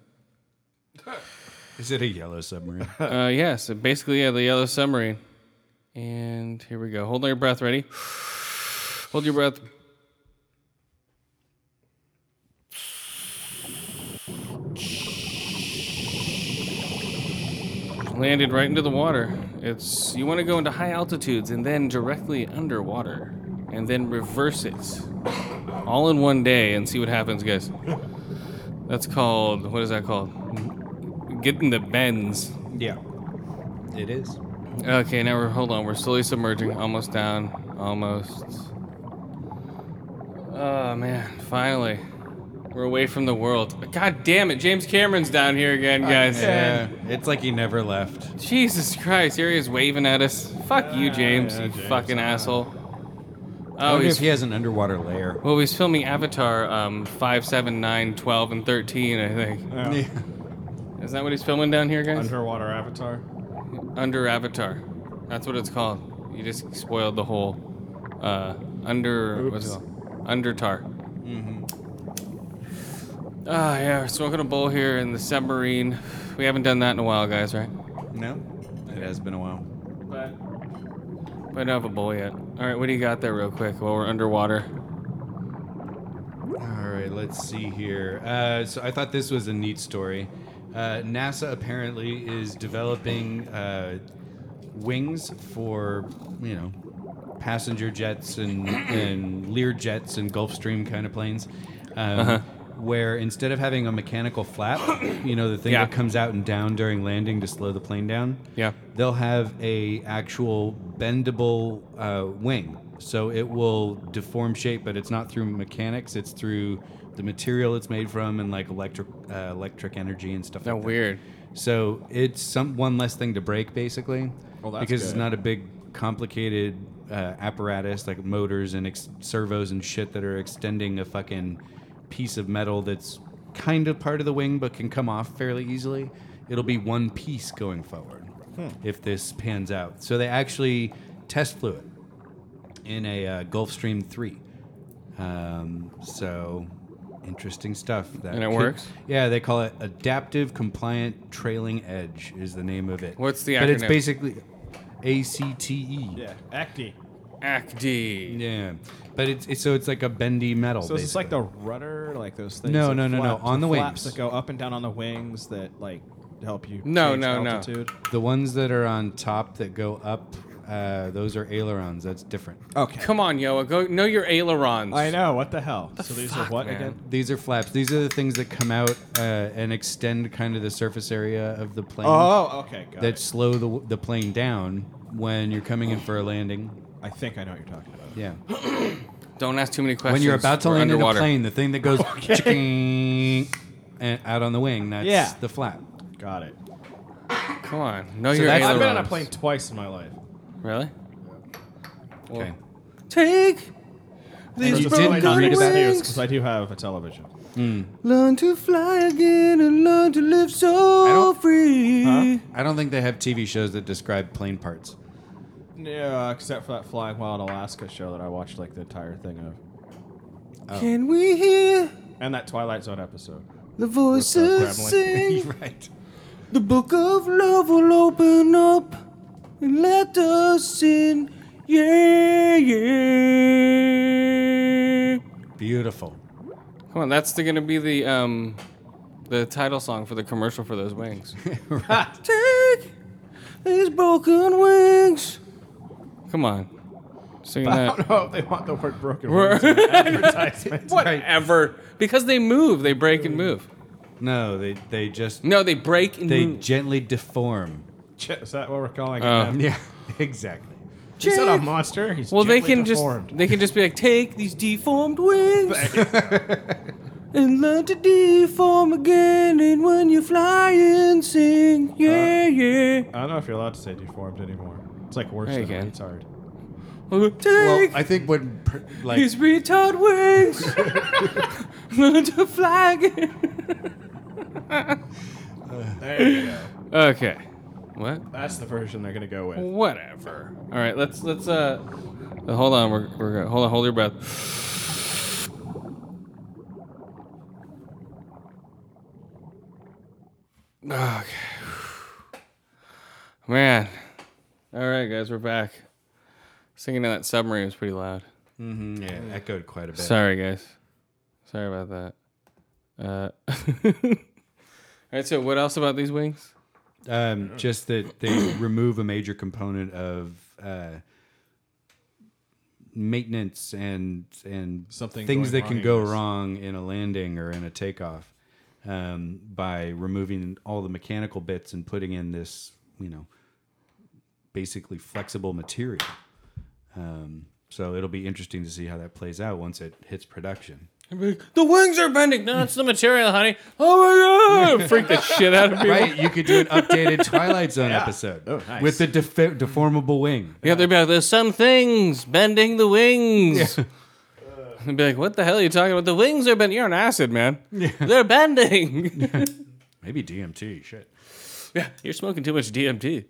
[SPEAKER 2] Is it a yellow submarine?
[SPEAKER 1] Uh, yeah, so basically, yeah, the yellow submarine. And here we go. Hold on your breath. Ready? Hold your breath. Landed right into the water. It's you want to go into high altitudes and then directly underwater, and then reverse it, all in one day, and see what happens, guys. That's called what is that called? Getting the bends.
[SPEAKER 2] yeah, it is.
[SPEAKER 1] Okay, now we're hold on. We're slowly submerging. Almost down. Almost. Oh man! Finally, we're away from the world. God damn it! James Cameron's down here again, guys.
[SPEAKER 2] Yeah, it's like he never left.
[SPEAKER 1] Jesus Christ! Here he is waving at us. Fuck you, James.
[SPEAKER 3] yeah,
[SPEAKER 1] you
[SPEAKER 3] James,
[SPEAKER 1] fucking asshole.
[SPEAKER 2] I
[SPEAKER 1] Oh,
[SPEAKER 2] wonder if
[SPEAKER 1] he's
[SPEAKER 2] he has an underwater lair.
[SPEAKER 1] well. He's filming Avatar um, 5, 7, 9, 12, and 13, I think.
[SPEAKER 5] Yeah.
[SPEAKER 2] *laughs* Yeah.
[SPEAKER 1] Is that what he's filming down here, guys?
[SPEAKER 5] Underwater avatar.
[SPEAKER 1] Under Avatar. That's what it's called. You just spoiled the whole uh, under what's it
[SPEAKER 5] Oops.
[SPEAKER 1] called? Undertar. Mm-hmm. Ah, yeah, we're smoking a bowl here in the submarine. We haven't done that in a while, guys, right?
[SPEAKER 2] No, it has been a while.
[SPEAKER 1] But we don't have a bowl yet. All right, what do you got there, real quick, while we're underwater?
[SPEAKER 2] All right, let's see here. Uh, so I thought this was a neat story. Uh, NASA apparently is developing uh, wings for you know passenger jets and *coughs* and Lear jets and Gulfstream kind of planes, um, where instead of having a mechanical flap, *coughs* you know the thing
[SPEAKER 1] Yeah.
[SPEAKER 2] that comes out and down during landing to slow the plane down
[SPEAKER 1] Yeah.
[SPEAKER 2] they'll have a actual bendable uh, wing so it will deform shape but it's not through mechanics it's through the material it's made from and like electric uh, electric energy and stuff
[SPEAKER 1] No,
[SPEAKER 2] like that
[SPEAKER 1] weird.
[SPEAKER 2] so it's some one less thing to break basically
[SPEAKER 3] Well, that's
[SPEAKER 2] because it's
[SPEAKER 3] good.
[SPEAKER 2] not a big complicated uh, apparatus like motors and ex- servos and shit that are extending a fucking piece of metal that's kind of part of the wing but can come off fairly easily it'll be one piece going forward
[SPEAKER 3] Hmm.
[SPEAKER 2] if this pans out so they actually test flew it in a uh, Gulfstream 3. Um, so interesting stuff. That
[SPEAKER 1] And it
[SPEAKER 2] could-
[SPEAKER 1] works?
[SPEAKER 2] Yeah, they call it Adaptive Compliant Trailing Edge is the name of it.
[SPEAKER 1] What's the
[SPEAKER 2] But it's
[SPEAKER 1] acronym?
[SPEAKER 2] basically ACTE.
[SPEAKER 5] Yeah. Acne.
[SPEAKER 1] Acti.
[SPEAKER 2] E. Yeah. But it's, it's so it's like a bendy metal.
[SPEAKER 5] So it's like the
[SPEAKER 2] basically.
[SPEAKER 5] rudder, like those things.
[SPEAKER 2] No,
[SPEAKER 5] that
[SPEAKER 2] no, no, no,
[SPEAKER 5] flap-
[SPEAKER 2] on the
[SPEAKER 5] flaps
[SPEAKER 2] wings.
[SPEAKER 5] that go up and down on the wings that like help you.
[SPEAKER 1] No,
[SPEAKER 5] change
[SPEAKER 1] no, no.
[SPEAKER 5] altitude.
[SPEAKER 2] the ones that are on top that go up. Uh, those are ailerons. That's different.
[SPEAKER 5] Okay.
[SPEAKER 1] Come on, Yoa. Go know your ailerons.
[SPEAKER 5] I know. What the hell? so these
[SPEAKER 1] fuck,
[SPEAKER 5] are what
[SPEAKER 1] man?
[SPEAKER 5] again?
[SPEAKER 2] These are flaps. These are the things that come out uh, and extend kind of the surface area of the plane.
[SPEAKER 5] Oh, okay. Got
[SPEAKER 2] that
[SPEAKER 5] it.
[SPEAKER 2] slow the, the plane down when you're coming in for a landing.
[SPEAKER 5] I think I know what you're talking
[SPEAKER 1] *laughs*
[SPEAKER 5] about.
[SPEAKER 2] Yeah.
[SPEAKER 1] Don't ask too many questions.
[SPEAKER 2] When you're about to
[SPEAKER 1] We're
[SPEAKER 2] land
[SPEAKER 1] underwater.
[SPEAKER 2] in a plane, the thing
[SPEAKER 1] *laughs*
[SPEAKER 2] that goes ching and out on the wing, that's
[SPEAKER 5] Yeah.
[SPEAKER 2] the flap.
[SPEAKER 5] Got it.
[SPEAKER 1] Come on. Know
[SPEAKER 2] So
[SPEAKER 1] your
[SPEAKER 2] that's-
[SPEAKER 1] ailerons.
[SPEAKER 5] I've been on a plane twice in my life.
[SPEAKER 1] Really? Well,
[SPEAKER 2] Okay.
[SPEAKER 1] Take
[SPEAKER 2] And you
[SPEAKER 5] Just to
[SPEAKER 2] did
[SPEAKER 5] play
[SPEAKER 2] not
[SPEAKER 5] Disney
[SPEAKER 2] make it
[SPEAKER 5] Studios,
[SPEAKER 2] back.
[SPEAKER 5] 'cause I do have a television.
[SPEAKER 1] Learn to fly again and learn to live
[SPEAKER 2] I
[SPEAKER 1] so
[SPEAKER 2] don't-
[SPEAKER 1] free.
[SPEAKER 2] I don't think they have TV shows that describe plane parts.
[SPEAKER 5] Yeah, except for that Flying Wild Alaska show that I watched like the entire thing of,
[SPEAKER 2] Oh.
[SPEAKER 1] Can we hear
[SPEAKER 5] and that Twilight Zone *laughs* episode.
[SPEAKER 1] the
[SPEAKER 5] With the
[SPEAKER 1] voices
[SPEAKER 2] *laughs*
[SPEAKER 5] gremlin.
[SPEAKER 1] sing?
[SPEAKER 2] right.
[SPEAKER 1] The book of love will open up
[SPEAKER 2] and let us in. Yeah, yeah. Beautiful.
[SPEAKER 1] Come on, that's the, gonna be the um, the title song for the commercial for those wings.
[SPEAKER 2] *laughs* Take these broken wings.
[SPEAKER 1] Come on, sing that.
[SPEAKER 3] Oh, they want the word broken. *laughs*
[SPEAKER 1] Whatever, because they move, they break and move.
[SPEAKER 2] No, they they just
[SPEAKER 1] No, they break and
[SPEAKER 2] they
[SPEAKER 1] move.
[SPEAKER 2] gently deform.
[SPEAKER 3] Is that what we're calling it?
[SPEAKER 1] Oh.
[SPEAKER 3] now? *laughs*
[SPEAKER 2] Yeah, exactly.
[SPEAKER 3] He's not a monster. He's
[SPEAKER 1] well, they
[SPEAKER 3] gently
[SPEAKER 1] can
[SPEAKER 3] deformed.
[SPEAKER 1] just they can just be like, take these deformed
[SPEAKER 2] *laughs*
[SPEAKER 1] wings and learn to
[SPEAKER 2] Deform again, and when you fly and sing, yeah, yeah.
[SPEAKER 3] I don't know if you're allowed to say deformed anymore. It's like worse
[SPEAKER 1] There you
[SPEAKER 3] than
[SPEAKER 1] go.
[SPEAKER 3] retard.
[SPEAKER 2] Well,
[SPEAKER 1] Take
[SPEAKER 2] I think when pr- like
[SPEAKER 1] these retard wings, *laughs* learn to fly again.
[SPEAKER 3] There you go.
[SPEAKER 1] Okay, what?
[SPEAKER 3] That's the version they're gonna go with.
[SPEAKER 1] Whatever. All right, let's let's uh, uh, hold on. We're we're gonna hold on. Hold your breath. Okay. *sighs* Man. All right, guys, we're back. Singing in that submarine was pretty loud.
[SPEAKER 2] Mhm, yeah, echoed quite a bit.
[SPEAKER 1] Sorry, guys. Sorry about that. Uh, *laughs* all right. So, what else about these wings?
[SPEAKER 2] Um, just that they *coughs* remove a major component of uh, maintenance and and
[SPEAKER 3] Something
[SPEAKER 2] things
[SPEAKER 3] going
[SPEAKER 2] that can
[SPEAKER 3] wrong,
[SPEAKER 2] go
[SPEAKER 3] I guess.
[SPEAKER 2] wrong in a landing or in a takeoff um, by removing all the mechanical bits and putting in this you know basically flexible material. Um, so it'll be interesting to see how that plays out once it hits production.
[SPEAKER 1] The wings are bending. No, it's the material, honey. Oh my god! *laughs* Freak the shit out of people.
[SPEAKER 2] Right, you could do an updated Twilight Zone episode with the defa- deformable wing.
[SPEAKER 1] Yeah, they'd be like, "There's some things bending the wings." *laughs* I'd be like, "What the hell are you talking about? The wings are bending. You're on acid, man. They're
[SPEAKER 2] *laughs*
[SPEAKER 1] bending.
[SPEAKER 2] Maybe DMT. Shit.
[SPEAKER 1] You're smoking too much DMT."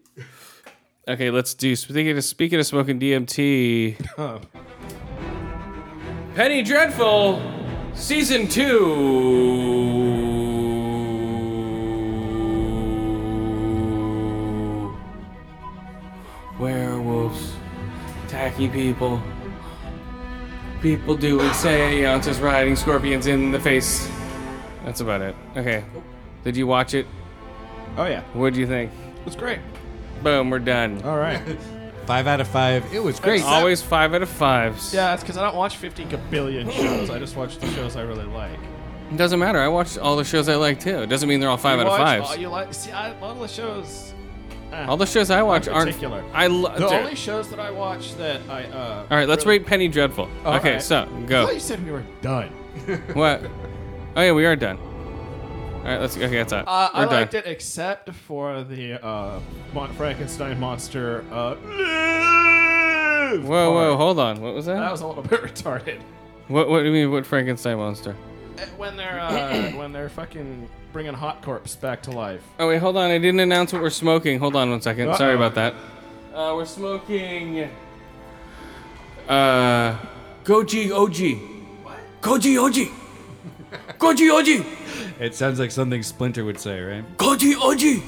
[SPEAKER 1] Okay, let's do. Speaking of speaking of smoking DMT, *laughs* Penny Dreadful, season two. Werewolves attacking people. People doing seances, riding scorpions in the face. That's about it. Okay. Did you watch it?
[SPEAKER 3] Oh yeah,
[SPEAKER 1] What'd you think?
[SPEAKER 3] it's great.
[SPEAKER 1] Boom, we're done.
[SPEAKER 3] All right.
[SPEAKER 2] *laughs* Five out of five. It was great.
[SPEAKER 1] Always five out of fives.
[SPEAKER 3] yeah, it's because I don't watch 50 billion shows. I just watch the shows I really like.
[SPEAKER 1] It doesn't matter. I watched all the shows I like too. It doesn't mean they're all five
[SPEAKER 3] You
[SPEAKER 1] out of
[SPEAKER 3] watch
[SPEAKER 1] fives.
[SPEAKER 3] All, you like? See, I, a lot of the shows.
[SPEAKER 1] All the shows I watch
[SPEAKER 3] in
[SPEAKER 1] aren't.
[SPEAKER 3] particular.
[SPEAKER 1] I love.
[SPEAKER 3] The only shows that I watch that I. Uh,
[SPEAKER 1] all right, let's
[SPEAKER 3] really- Oh,
[SPEAKER 1] rate Penny Dreadful.
[SPEAKER 3] All
[SPEAKER 1] okay,
[SPEAKER 3] right.
[SPEAKER 1] so
[SPEAKER 3] I
[SPEAKER 1] go.
[SPEAKER 3] thought you said we were done.
[SPEAKER 2] *laughs*
[SPEAKER 3] Uh,
[SPEAKER 1] What? Oh yeah, we are done. All right, let's. Okay, that's it.
[SPEAKER 3] Uh,
[SPEAKER 1] We're
[SPEAKER 3] I
[SPEAKER 1] done.
[SPEAKER 3] liked it except for the uh, Mon- Frankenstein monster. Uh, live
[SPEAKER 1] Whoa, whoa,
[SPEAKER 3] part.
[SPEAKER 1] hold on. What was that?
[SPEAKER 3] That was a little *laughs* bit retarded.
[SPEAKER 1] what? What do you mean? What Frankenstein monster?
[SPEAKER 3] Uh, When they're uh, when they're fucking bringing Hot Corpse back to life.
[SPEAKER 1] Oh wait, hold on. I didn't announce what we're smoking. Hold on one second. Sorry
[SPEAKER 3] Uh-oh.
[SPEAKER 1] about that. Uh, we're smoking. Uh, goji oji. What? Goji *laughs* oji. goji oji.
[SPEAKER 2] It sounds like something Splinter would say, right?
[SPEAKER 1] Koji Oji.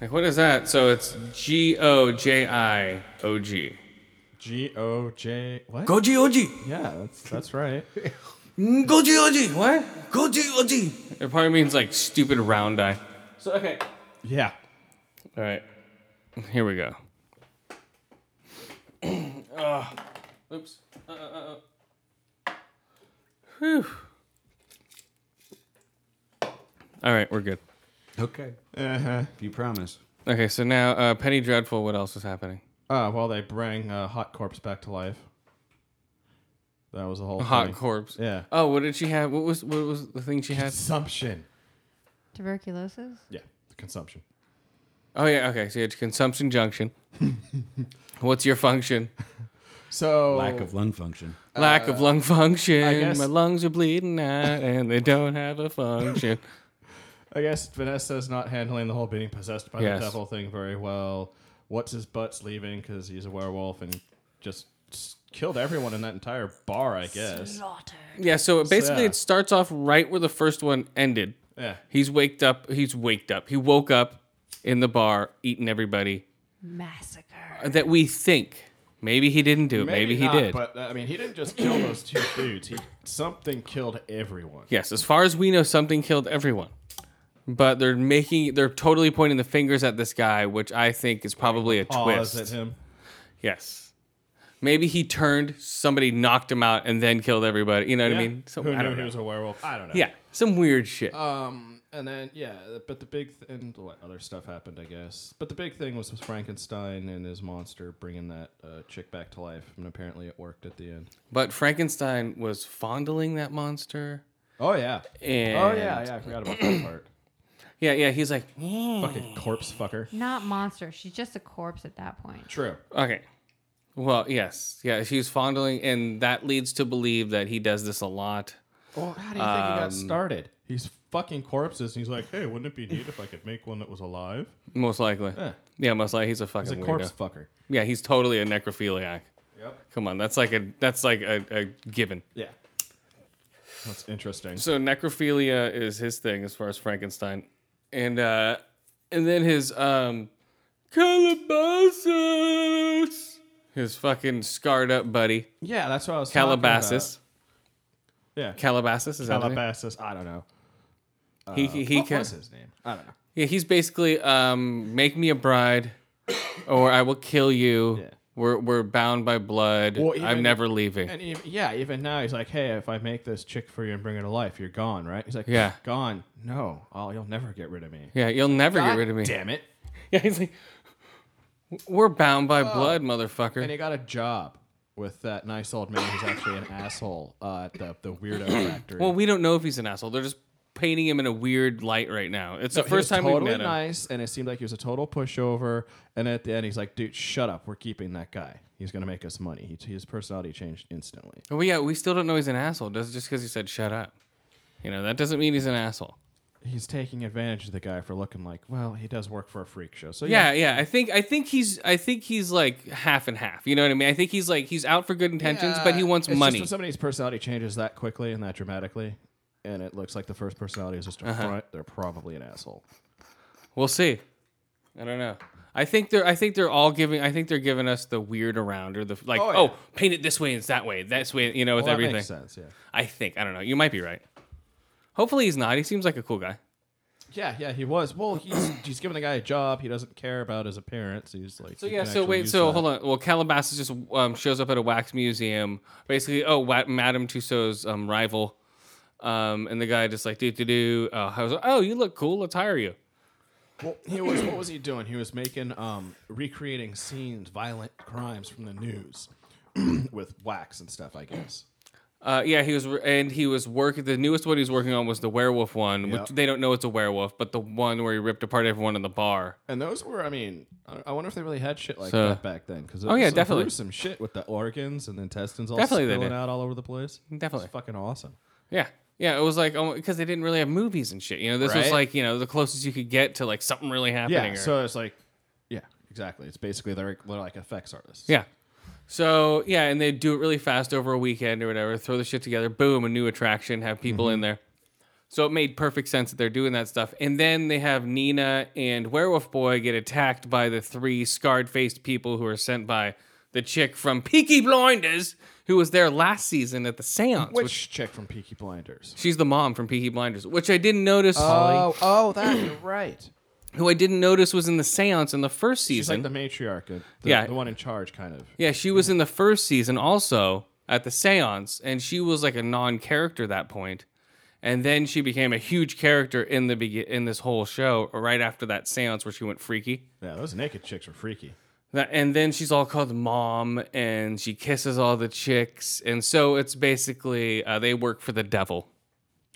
[SPEAKER 1] Like what is that? So it's G O J I O G.
[SPEAKER 3] G O J. What?
[SPEAKER 1] Koji Oji.
[SPEAKER 3] Yeah, that's that's right. *laughs*
[SPEAKER 1] Koji Oji. What? Koji Oji. It probably means like stupid round eye. So okay.
[SPEAKER 3] yeah.
[SPEAKER 1] All right. Here we *clears throat* go. uh, oops. Uh, uh, uh, uh. Whew. All right, we're good.
[SPEAKER 2] Okay.
[SPEAKER 3] Uh huh.
[SPEAKER 2] If you promise.
[SPEAKER 1] Okay, so now uh, Penny Dreadful. What else is happening?
[SPEAKER 3] Uh, well, they bring uh, Hot Corpse back to life. That was the whole
[SPEAKER 1] Hot
[SPEAKER 3] thing.
[SPEAKER 1] corpse.
[SPEAKER 3] Yeah.
[SPEAKER 1] Oh, what did she have? What was what was the thing she had?
[SPEAKER 3] Consumption.
[SPEAKER 4] Tuberculosis?
[SPEAKER 3] Yeah, consumption.
[SPEAKER 1] Oh yeah, okay. So you had consumption
[SPEAKER 3] *laughs*
[SPEAKER 1] junction. What's your function?
[SPEAKER 3] Uh, So
[SPEAKER 1] Oh.
[SPEAKER 2] Lack of lung function.
[SPEAKER 1] Lack of lung function.
[SPEAKER 3] I guess-
[SPEAKER 1] My lungs are bleeding out, and they don't have a
[SPEAKER 3] *laughs*
[SPEAKER 1] function.
[SPEAKER 3] I guess Vanessa's not handling the whole being possessed by
[SPEAKER 1] Yes.
[SPEAKER 3] the devil thing very well. What's his butt's leaving because he's a werewolf and just s- killed everyone in that entire bar. I guess.
[SPEAKER 1] yeah. So it- basically,
[SPEAKER 3] yeah.
[SPEAKER 1] it starts off right where the first one ended.
[SPEAKER 3] Yeah.
[SPEAKER 1] He's waked up. He's waked up. He woke up in the bar, eating everybody, Uh,
[SPEAKER 4] Massacre.
[SPEAKER 1] that we think. Maybe he didn't do it. Maybe, he
[SPEAKER 3] not,
[SPEAKER 1] did.
[SPEAKER 3] But uh, I mean, he didn't just kill
[SPEAKER 1] *coughs*
[SPEAKER 3] those two dudes. He something killed everyone.
[SPEAKER 1] Yes, as far as we know, something killed everyone. But they're making they're totally pointing the fingers at this guy, which I think is probably a
[SPEAKER 3] Paws at
[SPEAKER 1] twist.
[SPEAKER 3] him.
[SPEAKER 1] Yes. Maybe he turned, somebody knocked him out, and then killed everybody. You know what I mean? So,
[SPEAKER 3] Who
[SPEAKER 1] I
[SPEAKER 3] knew
[SPEAKER 1] don't
[SPEAKER 3] he
[SPEAKER 1] know.
[SPEAKER 3] was a werewolf? I don't know.
[SPEAKER 1] Yeah, some weird shit.
[SPEAKER 3] Um, and then yeah, but the big th- and what other stuff happened, I guess. But the big thing was with Frankenstein and his monster bringing that uh, chick back to life, and apparently it worked at the end.
[SPEAKER 1] but Frankenstein was fondling that monster.
[SPEAKER 3] Oh yeah.
[SPEAKER 1] And
[SPEAKER 3] Oh yeah, yeah. I forgot about that part.
[SPEAKER 1] yeah, yeah. He's like, "Mm."
[SPEAKER 3] *coughs* Fucking corpse fucker.
[SPEAKER 4] Not monster. She's just a corpse at that point.
[SPEAKER 3] True.
[SPEAKER 1] okay. Well, yes, yeah. She's fondling, and that leads to believe that he does this a lot.
[SPEAKER 3] Well, how do you think he got started? Um, He's fucking corpses, and he's like, "Hey, wouldn't it be neat if I could make one that was alive?"
[SPEAKER 1] Most likely. Yeah, most likely. He's a fucking
[SPEAKER 3] He's a
[SPEAKER 1] weirdo.
[SPEAKER 3] corpse fucker.
[SPEAKER 1] Yeah, he's totally a necrophiliac.
[SPEAKER 3] Yep.
[SPEAKER 1] Come on, that's like a that's like a, a given.
[SPEAKER 3] Yeah. That's interesting.
[SPEAKER 1] So necrophilia is his thing as far as Frankenstein, and uh, and then his um, Calabasas, his fucking scarred up buddy
[SPEAKER 3] Yeah, that's what I was. talking about.
[SPEAKER 1] Calabasas.
[SPEAKER 3] Yeah.
[SPEAKER 1] Calabasas is that his name?
[SPEAKER 3] Calabasas. I don't know.
[SPEAKER 1] He he, he
[SPEAKER 3] What
[SPEAKER 1] ca-
[SPEAKER 3] was his name? I don't know.
[SPEAKER 1] yeah, he's basically um, make me a bride, or I will kill you.
[SPEAKER 3] Yeah.
[SPEAKER 1] We're we're bound by blood.
[SPEAKER 3] Well,
[SPEAKER 1] I'm
[SPEAKER 3] even-
[SPEAKER 1] never leaving.
[SPEAKER 3] And even, yeah, even now he's like, "Hey, if I make this chick for you and bring her to life, you're gone, right?" He's like,
[SPEAKER 1] Yeah.
[SPEAKER 3] gone." No, oh, you'll never get rid of me.
[SPEAKER 1] yeah, you'll never get
[SPEAKER 3] God
[SPEAKER 1] rid of me.
[SPEAKER 3] Damn it!
[SPEAKER 1] *laughs* Yeah, he's like, we're bound by blood, motherfucker.
[SPEAKER 3] Oh. And he got a job with that nice old man who's actually an asshole uh, at the the weirdo
[SPEAKER 1] *coughs*
[SPEAKER 3] factory.
[SPEAKER 1] well, we don't know if he's an asshole. They're just painting him in a weird light right now. It's the
[SPEAKER 3] He
[SPEAKER 1] first
[SPEAKER 3] was
[SPEAKER 1] time
[SPEAKER 3] totally
[SPEAKER 1] we've met him.
[SPEAKER 3] nice, and it seemed like he was a total pushover. And at the end, he's like, "Dude, shut up. We're keeping that guy. He's gonna make us money." He, his personality changed instantly.
[SPEAKER 1] Oh, yeah, we still don't know he's an asshole. That's just because he said shut up. You know, that doesn't mean he's an asshole.
[SPEAKER 3] He's taking advantage of the guy for looking like, well, he does work for a freak show. So
[SPEAKER 1] Yeah, yeah. I think I think he's I think he's like half and half. You know what I mean? I think he's like he's out for good intentions, but he
[SPEAKER 3] Uh,
[SPEAKER 1] wants
[SPEAKER 3] it's just
[SPEAKER 1] money.
[SPEAKER 3] when somebody's personality changes that quickly and that dramatically, and it looks like the first personality is just a
[SPEAKER 1] Uh-huh.
[SPEAKER 3] front, they're probably an asshole.
[SPEAKER 1] We'll see. I don't know. I think they're. I think they're all giving. I think they're giving us the weird around or the like. Oh,
[SPEAKER 3] Oh, yeah.
[SPEAKER 1] paint it this way and it's that way. That's way. You know, with
[SPEAKER 3] Well,
[SPEAKER 1] everything.
[SPEAKER 3] That makes sense. Yeah.
[SPEAKER 1] I think. I don't know. You might be right. Hopefully he's not. He seems like a cool guy.
[SPEAKER 3] Yeah, yeah, he was. Well, he's *coughs* he's giving the guy a job. He doesn't care about his appearance. He's like,
[SPEAKER 1] So yeah. So wait. So hold on. Well, Calabasas just um, shows up at a wax museum. Basically, oh, wa- Madame Tussauds um, rival. Um, and the guy just like do do do. Uh, I was like, oh, you look cool. Let's hire you.
[SPEAKER 3] Well, he was. What was he doing? He was making, um, recreating scenes, violent crimes from the news, *clears throat* with wax and stuff. I guess.
[SPEAKER 1] Uh, yeah, he was, and he was working. The newest one he was working on was the werewolf one,
[SPEAKER 3] Yeah.
[SPEAKER 1] which they don't know it's a werewolf, but the one where he ripped apart everyone in the bar.
[SPEAKER 3] And those were, I mean, I- I wonder if they really had shit like
[SPEAKER 1] So-
[SPEAKER 3] that back then. Because
[SPEAKER 1] Oh, yeah, definitely.
[SPEAKER 3] some shit with the organs and the intestines all
[SPEAKER 1] Definitely they
[SPEAKER 3] spilling
[SPEAKER 1] did.
[SPEAKER 3] out all over the place.
[SPEAKER 1] Definitely.
[SPEAKER 3] it's fucking awesome.
[SPEAKER 1] Yeah, yeah, it was like because they didn't really have movies and shit. You know, this was
[SPEAKER 3] Right.
[SPEAKER 1] like you know the closest you could get to like something really happening.
[SPEAKER 3] Yeah,
[SPEAKER 1] or-
[SPEAKER 3] so it's like, yeah, exactly. It's basically they're, they're like effects artists.
[SPEAKER 1] Yeah. So yeah, and they do it really fast over a weekend or whatever. Throw the shit together, boom, a new attraction, have people
[SPEAKER 3] Mm-hmm.
[SPEAKER 1] in there. So it made perfect sense that they're doing that stuff. And then they have Nina and Werewolf Boy get attacked by the three scarred faced people who are sent by the chick from Peaky Blinders, who was there last season at the seance.
[SPEAKER 3] Which,
[SPEAKER 1] which-
[SPEAKER 3] chick from Peaky Blinders?
[SPEAKER 1] she's the mom from Peaky Blinders, which I didn't notice.
[SPEAKER 3] Oh, oh, that you're right.
[SPEAKER 1] who I didn't notice was in the seance in the first
[SPEAKER 3] She's
[SPEAKER 1] season.
[SPEAKER 3] like the matriarch, of the,
[SPEAKER 1] Yeah.
[SPEAKER 3] the one in charge, kind of.
[SPEAKER 1] Yeah, she was in the first season also at the seance, and she was like a non-character at that point, and then she became a huge character in the begi- in this whole show right after that seance where she went freaky.
[SPEAKER 3] Yeah, those naked chicks were freaky.
[SPEAKER 1] That, and then she's all called mom, and she kisses all the chicks, and so it's basically uh, they work for the devil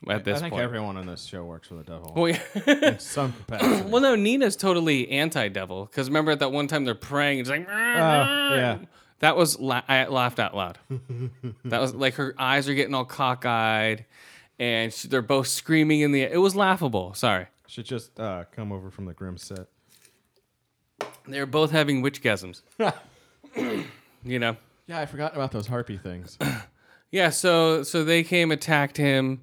[SPEAKER 1] at this
[SPEAKER 3] I think
[SPEAKER 1] point.
[SPEAKER 3] everyone on this show works for the devil
[SPEAKER 1] well, yeah. *coughs*
[SPEAKER 3] in some
[SPEAKER 1] *laughs*
[SPEAKER 3] capacity.
[SPEAKER 1] Well, no, Nina's totally anti-devil because remember at that one time they're praying, it's like
[SPEAKER 3] yeah.
[SPEAKER 1] That was la- I laughed out loud. that was like her eyes are getting all cockeyed, and she, they're both screaming in the. It was laughable. Sorry,
[SPEAKER 3] Should just uh, come over from the grim set.
[SPEAKER 1] they're both having witchgasms. you know,
[SPEAKER 3] Yeah, I forgot about those harpy things.
[SPEAKER 1] yeah. So so they came, attacked him,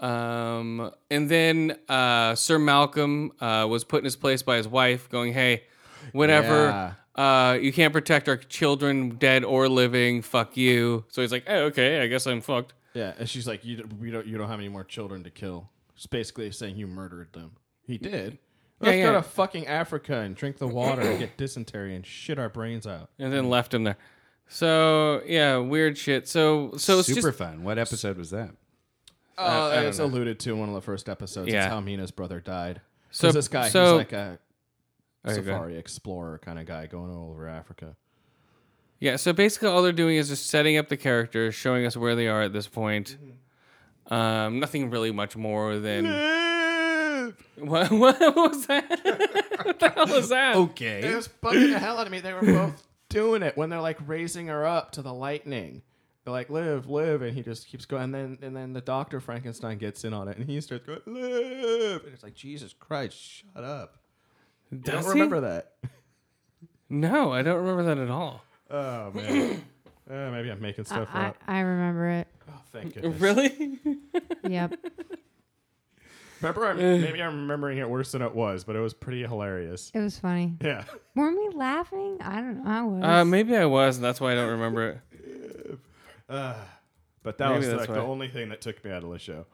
[SPEAKER 1] um, and then uh, Sir Malcolm uh, was put in his place by his wife, going, "Hey, whenever uh, you can't protect our children, dead or living, fuck you. So he's like, oh, okay, I guess I'm fucked.
[SPEAKER 3] Yeah, and she's like, you, d- we don't, you don't have any more children to kill. It's basically saying you murdered them. He did. Let's
[SPEAKER 1] yeah.
[SPEAKER 3] go to fucking Africa and drink the water and get dysentery and shit our brains out.
[SPEAKER 1] And then left him there. So yeah, weird shit. So so it's
[SPEAKER 2] Super
[SPEAKER 1] just
[SPEAKER 2] fun. What episode was that?
[SPEAKER 3] Uh, it's alluded to in one of the first episodes.
[SPEAKER 1] Yeah.
[SPEAKER 3] It's how Mina's brother died.
[SPEAKER 1] So-
[SPEAKER 3] So this guy, he's
[SPEAKER 1] so-
[SPEAKER 3] like a
[SPEAKER 1] Okay, go ahead.
[SPEAKER 3] safari explorer kind of guy going all over Africa.
[SPEAKER 1] Yeah, so basically all they're doing is just setting up the characters, showing us where they are at this point. Um, nothing really much more than *laughs* what, what was that? *laughs* what the hell was that?
[SPEAKER 3] It was bugging the hell out of me. They were both doing it when they're like raising her up to the lightning. They're like, live, live, and he just keeps going. And then and then the doctor Frankenstein gets in on it and he starts going, live. And it's like, Jesus Christ, shut up. I
[SPEAKER 1] Does
[SPEAKER 3] don't
[SPEAKER 1] he?
[SPEAKER 3] remember that.
[SPEAKER 1] No, I don't remember that at all.
[SPEAKER 3] Oh man. *clears throat* Uh, maybe I'm making stuff
[SPEAKER 4] I,
[SPEAKER 3] up.
[SPEAKER 4] I remember it.
[SPEAKER 3] Oh, thank goodness.
[SPEAKER 1] Really?
[SPEAKER 3] *laughs*
[SPEAKER 4] Yep.
[SPEAKER 3] Remember,
[SPEAKER 4] *sighs*
[SPEAKER 3] I'm, maybe I'm remembering it worse than it was, but it was pretty hilarious.
[SPEAKER 4] It was funny.
[SPEAKER 3] Yeah.
[SPEAKER 4] Weren't we laughing? I don't know. I was.
[SPEAKER 1] Uh,
[SPEAKER 2] Um,
[SPEAKER 1] maybe I was, and that's why I don't remember it.
[SPEAKER 3] But that
[SPEAKER 1] Maybe
[SPEAKER 3] was
[SPEAKER 1] that's
[SPEAKER 3] like
[SPEAKER 1] why.
[SPEAKER 3] the only thing that took me out of the show.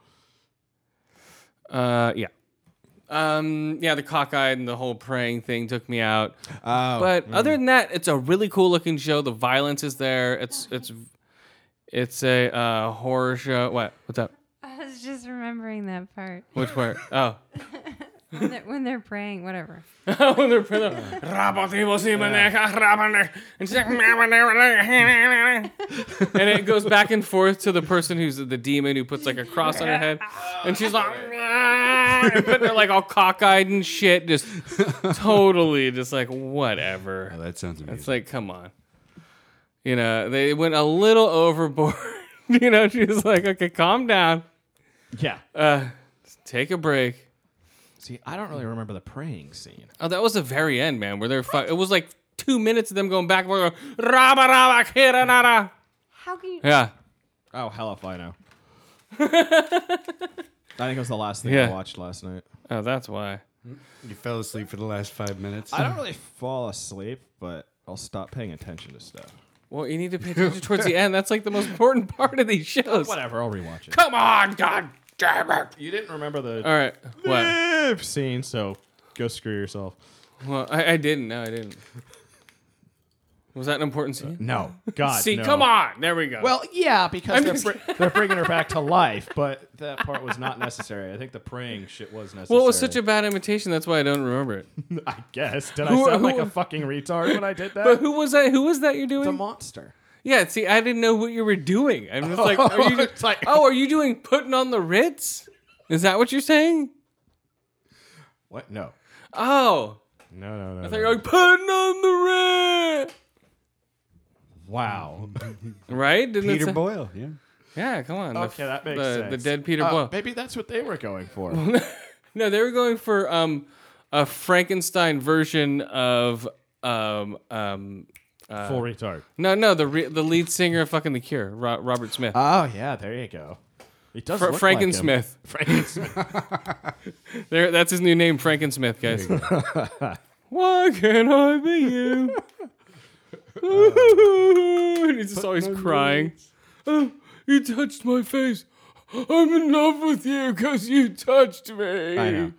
[SPEAKER 1] Uh, yeah. Um, yeah, the cockeyed and the whole praying thing took me out.
[SPEAKER 2] Oh,
[SPEAKER 1] but other than that, it's a really cool looking show. The violence is there. It's it's it's a uh, horror show. What? What's up?
[SPEAKER 4] I was just remembering that part.
[SPEAKER 1] Which part? Oh.
[SPEAKER 4] When they're, when they're praying, whatever.
[SPEAKER 1] *laughs* when they're putting up, "Rabotivos imaneca, rabane," and she's like, "Mabanera," and it goes back and forth to the person who's the demon who puts like a cross on her head, and she's like, "Ah," and but they're like all cockeyed and shit, *laughs* just totally just like whatever.
[SPEAKER 2] Oh, that sounds amazing.
[SPEAKER 1] It's like, come on, you know, they went a little overboard. *laughs* you know, she was like, okay, calm down,
[SPEAKER 3] Yeah.
[SPEAKER 1] uh, take a break.
[SPEAKER 3] See, I don't really remember the praying scene.
[SPEAKER 1] Oh, that was the very end, man. Where they're fu- it was like two minutes of them going back and forth. Going, raba raba kiranara.
[SPEAKER 4] How can you?
[SPEAKER 1] Yeah,
[SPEAKER 3] Oh, hell if I *laughs* know. I think it was the last thing
[SPEAKER 1] Yeah.
[SPEAKER 3] I watched last night.
[SPEAKER 1] oh, that's why.
[SPEAKER 2] you fell asleep for the last five minutes.
[SPEAKER 3] I don't really fall asleep, but I'll stop paying attention to stuff.
[SPEAKER 1] Well, you need to pay attention towards the end. That's like the most important *laughs* part of these shows.
[SPEAKER 3] Whatever, I'll rewatch it.
[SPEAKER 1] Come on, god damn it!
[SPEAKER 3] You didn't remember the
[SPEAKER 1] All right, what?
[SPEAKER 3] live scene, so go screw yourself.
[SPEAKER 1] Well, I, I didn't. No, I didn't. Was that an important scene?
[SPEAKER 3] No, God,
[SPEAKER 1] See,
[SPEAKER 3] no.
[SPEAKER 1] come on, there we go.
[SPEAKER 3] Well, yeah, because
[SPEAKER 1] just-
[SPEAKER 3] they're, br- they're bringing
[SPEAKER 1] *laughs*
[SPEAKER 3] her back to life, but that part was not necessary. I think the praying shit was necessary.
[SPEAKER 1] well, it was such a bad imitation. That's why I don't remember it.
[SPEAKER 3] *laughs* I guess. Did I
[SPEAKER 1] Who-
[SPEAKER 3] sound
[SPEAKER 1] who-
[SPEAKER 3] like a fucking retard when I did that?
[SPEAKER 1] *laughs* But who was that? Who was that you're doing?
[SPEAKER 3] the monster.
[SPEAKER 1] Yeah, see, I didn't know what you were doing. I'm just like,
[SPEAKER 3] *laughs*
[SPEAKER 1] are you
[SPEAKER 3] It's like-
[SPEAKER 1] oh, are you doing putting on the Ritz? Is that what you're saying?
[SPEAKER 3] What? No.
[SPEAKER 1] Oh,
[SPEAKER 3] No, no, no.
[SPEAKER 1] I thought you were like putting on the Ritz,
[SPEAKER 3] wow.
[SPEAKER 1] right? Didn't it
[SPEAKER 2] *laughs* Peter
[SPEAKER 1] say-
[SPEAKER 2] Boyle. Yeah.
[SPEAKER 1] Yeah, come on.
[SPEAKER 3] Okay,
[SPEAKER 1] the,
[SPEAKER 3] that makes
[SPEAKER 1] the,
[SPEAKER 3] sense.
[SPEAKER 1] The dead Peter
[SPEAKER 3] Oh,
[SPEAKER 1] Boyle.
[SPEAKER 3] Maybe that's what they were going for.
[SPEAKER 1] *laughs*
[SPEAKER 3] Uh,
[SPEAKER 1] No, they were going for um a Frankenstein version of um um
[SPEAKER 3] Full retard.
[SPEAKER 1] no no the re- the lead singer of fucking The Cure, Ro- Robert Smith,
[SPEAKER 3] Oh yeah, there you go. It does.
[SPEAKER 1] Fr-
[SPEAKER 3] look like him.
[SPEAKER 1] Frankensmith.
[SPEAKER 3] Frankensmith.
[SPEAKER 1] *laughs* There, that's his new name, Frankensmith, guys. *laughs* Why can't I be
[SPEAKER 3] *laughs*
[SPEAKER 1] you? *laughs* and he's just always crying. Oh, you touched my face. I'm in love with you because you touched me.
[SPEAKER 3] I know.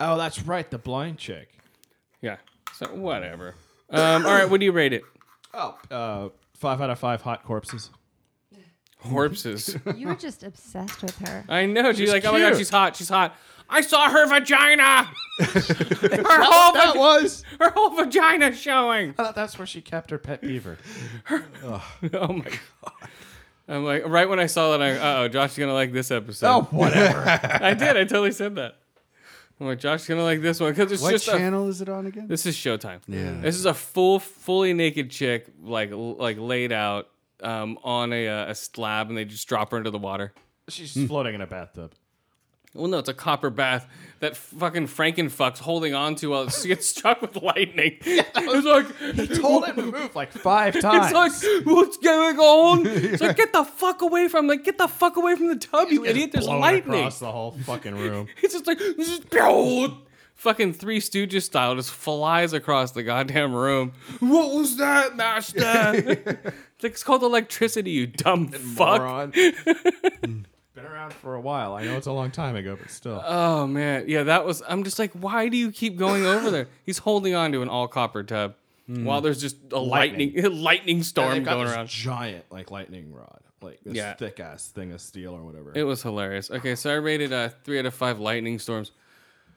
[SPEAKER 3] Oh, that's right. The blind chick.
[SPEAKER 1] Yeah. So whatever. Um, all right. What do you
[SPEAKER 3] *laughs*
[SPEAKER 1] rate it?
[SPEAKER 3] Oh, uh, five out of five hot corpses.
[SPEAKER 1] Corpses.
[SPEAKER 4] You were just obsessed with her.
[SPEAKER 1] *laughs* I know. She's, like, oh my god,
[SPEAKER 3] cute.
[SPEAKER 1] she's hot. She's hot. I saw her
[SPEAKER 3] *laughs*
[SPEAKER 1] vagina. her whole
[SPEAKER 3] That
[SPEAKER 1] va-
[SPEAKER 3] was.
[SPEAKER 1] her whole vagina showing.
[SPEAKER 3] I thought that's where she kept her pet beaver.
[SPEAKER 1] *laughs* Oh my god. I'm like, right when I saw that, I uh oh, Josh is gonna like this episode.
[SPEAKER 3] *laughs* Oh, whatever.
[SPEAKER 1] I did. I totally said that. I'm like, Josh is gonna like this one because it's
[SPEAKER 2] What
[SPEAKER 1] just a,
[SPEAKER 2] channel is it on again?
[SPEAKER 1] this is Showtime.
[SPEAKER 2] Yeah.
[SPEAKER 1] this is a full, fully naked chick, like like laid out um, on a, uh, a slab, and they just drop her into the water.
[SPEAKER 3] *laughs* She's floating in a bathtub.
[SPEAKER 1] Well, no, it's a copper bath that fucking Frankenfuck's holding on to while she gets *laughs* struck with
[SPEAKER 2] *laughs*
[SPEAKER 1] lightning. it's like
[SPEAKER 3] He told him to move like *laughs* five times.
[SPEAKER 1] It's like, what's going
[SPEAKER 3] *laughs*
[SPEAKER 1] on? It's like, get the fuck away from, like, get the fuck away from the tub, you idiot! There's *laughs*
[SPEAKER 3] Blown
[SPEAKER 1] lightning. *laughs*
[SPEAKER 3] across the whole fucking room.
[SPEAKER 1] It's just like, this is- fucking Three Stooges style, just flies across the goddamn
[SPEAKER 3] *laughs*
[SPEAKER 1] room. What was
[SPEAKER 2] *laughs*
[SPEAKER 1] that, master? it's, like, *laughs* it's called electricity, you dumb fuck.
[SPEAKER 3] Moron. Been around for a while. I know it's a long time ago, but still.
[SPEAKER 1] *laughs* Oh man, yeah, that was. I'm just like, why do you keep going over
[SPEAKER 3] *laughs*
[SPEAKER 1] there? He's holding on to an all copper tub while there's just a lightning lightning, *laughs* storm
[SPEAKER 3] Hmm. They've got
[SPEAKER 1] going
[SPEAKER 3] this
[SPEAKER 1] around.
[SPEAKER 3] Giant like lightning rod, like this
[SPEAKER 1] Yeah.
[SPEAKER 3] thick ass thing of steel or whatever.
[SPEAKER 1] It was hilarious. Okay, so I rated uh, three out of five lightning storms.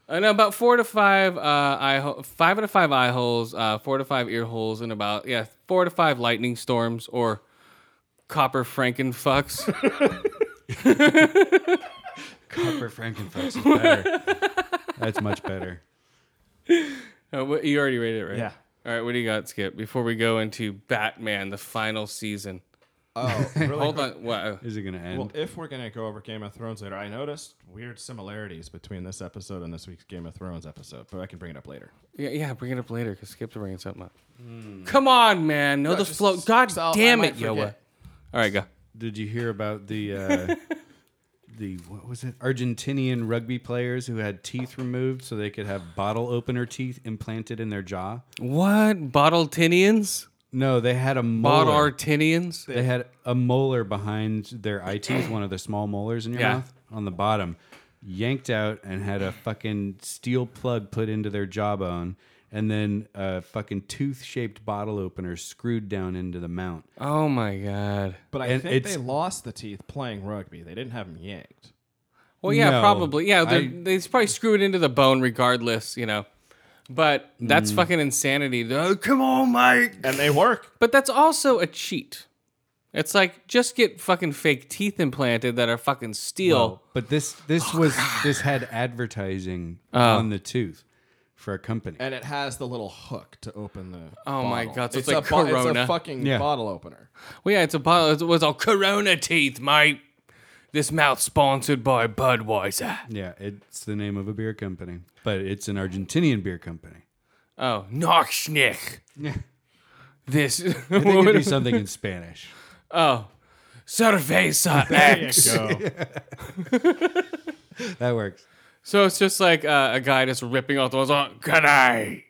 [SPEAKER 1] Uh, no, about four to five uh, eye ho- five out of five eye holes, uh, four to five ear holes, and about yeah four to five lightning storms or copper frankenfucks. *laughs*
[SPEAKER 2] Copper Frankenfucks is better. That's much better.
[SPEAKER 1] Uh, what- you already rated it, right?
[SPEAKER 3] Yeah.
[SPEAKER 1] All right, what do you got, Skip? Before we go into Batman, the final season.
[SPEAKER 3] oh, really
[SPEAKER 1] Hold on. What? uh,
[SPEAKER 2] Is it gonna end?
[SPEAKER 3] Well, if we're gonna go over Game of Thrones later, I noticed weird similarities between this episode and this week's Game of Thrones episode, but I can bring it up later.
[SPEAKER 1] Yeah, yeah, bring it up later because Skip's bringing something up. Come on, man. Know the
[SPEAKER 3] Hmm. just
[SPEAKER 1] flow. God
[SPEAKER 3] so I
[SPEAKER 1] damn
[SPEAKER 3] might
[SPEAKER 1] it, Yoa. All
[SPEAKER 3] forget.
[SPEAKER 1] right, go.
[SPEAKER 2] Did you hear about the uh, the what was it? Argentinian rugby players who had teeth removed so they could have bottle opener teeth implanted in their jaw.
[SPEAKER 1] What? Bottle Tinians?
[SPEAKER 2] No, they had a molar.
[SPEAKER 1] Bottle Artinians?
[SPEAKER 2] they had a molar behind their eye teeth, one of the small molars in your
[SPEAKER 1] Yeah.
[SPEAKER 2] mouth on the bottom, yanked out and had a fucking steel plug put into their jawbone, and then a fucking tooth-shaped bottle opener screwed down into the mount.
[SPEAKER 1] Oh my god.
[SPEAKER 3] But I
[SPEAKER 2] And
[SPEAKER 3] think
[SPEAKER 2] it's-
[SPEAKER 3] they lost the teeth playing rugby. They didn't have them yanked.
[SPEAKER 1] Well, yeah,
[SPEAKER 2] No,
[SPEAKER 1] probably. Yeah, they're-
[SPEAKER 2] I-
[SPEAKER 1] they probably screw it into the bone regardless, you know. But that's
[SPEAKER 2] Mm.
[SPEAKER 1] fucking insanity. Oh, come on, Mike.
[SPEAKER 3] And they work.
[SPEAKER 1] But that's also a cheat. It's like just get fucking fake teeth implanted that are fucking steel.
[SPEAKER 2] But this this was this had advertising on the tooth for a company.
[SPEAKER 3] And it has the little hook to open the.
[SPEAKER 1] Oh my
[SPEAKER 3] bottle.
[SPEAKER 1] God, so it's like
[SPEAKER 3] a bo- It's
[SPEAKER 1] Corona.
[SPEAKER 3] a fucking
[SPEAKER 2] Yeah.
[SPEAKER 3] bottle opener.
[SPEAKER 1] Well, yeah, it's a bottle. It was all Corona teeth, mate. This mouth sponsored by Budweiser.
[SPEAKER 2] Yeah, it's the name of a beer company, but it's an Argentinian beer company.
[SPEAKER 1] Oh, Nockschnick.
[SPEAKER 2] Yeah.
[SPEAKER 1] This.
[SPEAKER 2] I think
[SPEAKER 1] *laughs*
[SPEAKER 2] it'd be something in Spanish.
[SPEAKER 1] oh,
[SPEAKER 2] *laughs*
[SPEAKER 1] Cerveza
[SPEAKER 3] *laughs*
[SPEAKER 1] X.
[SPEAKER 2] That works.
[SPEAKER 1] So it's just like uh, a guy just ripping off the walls. Oh, can I?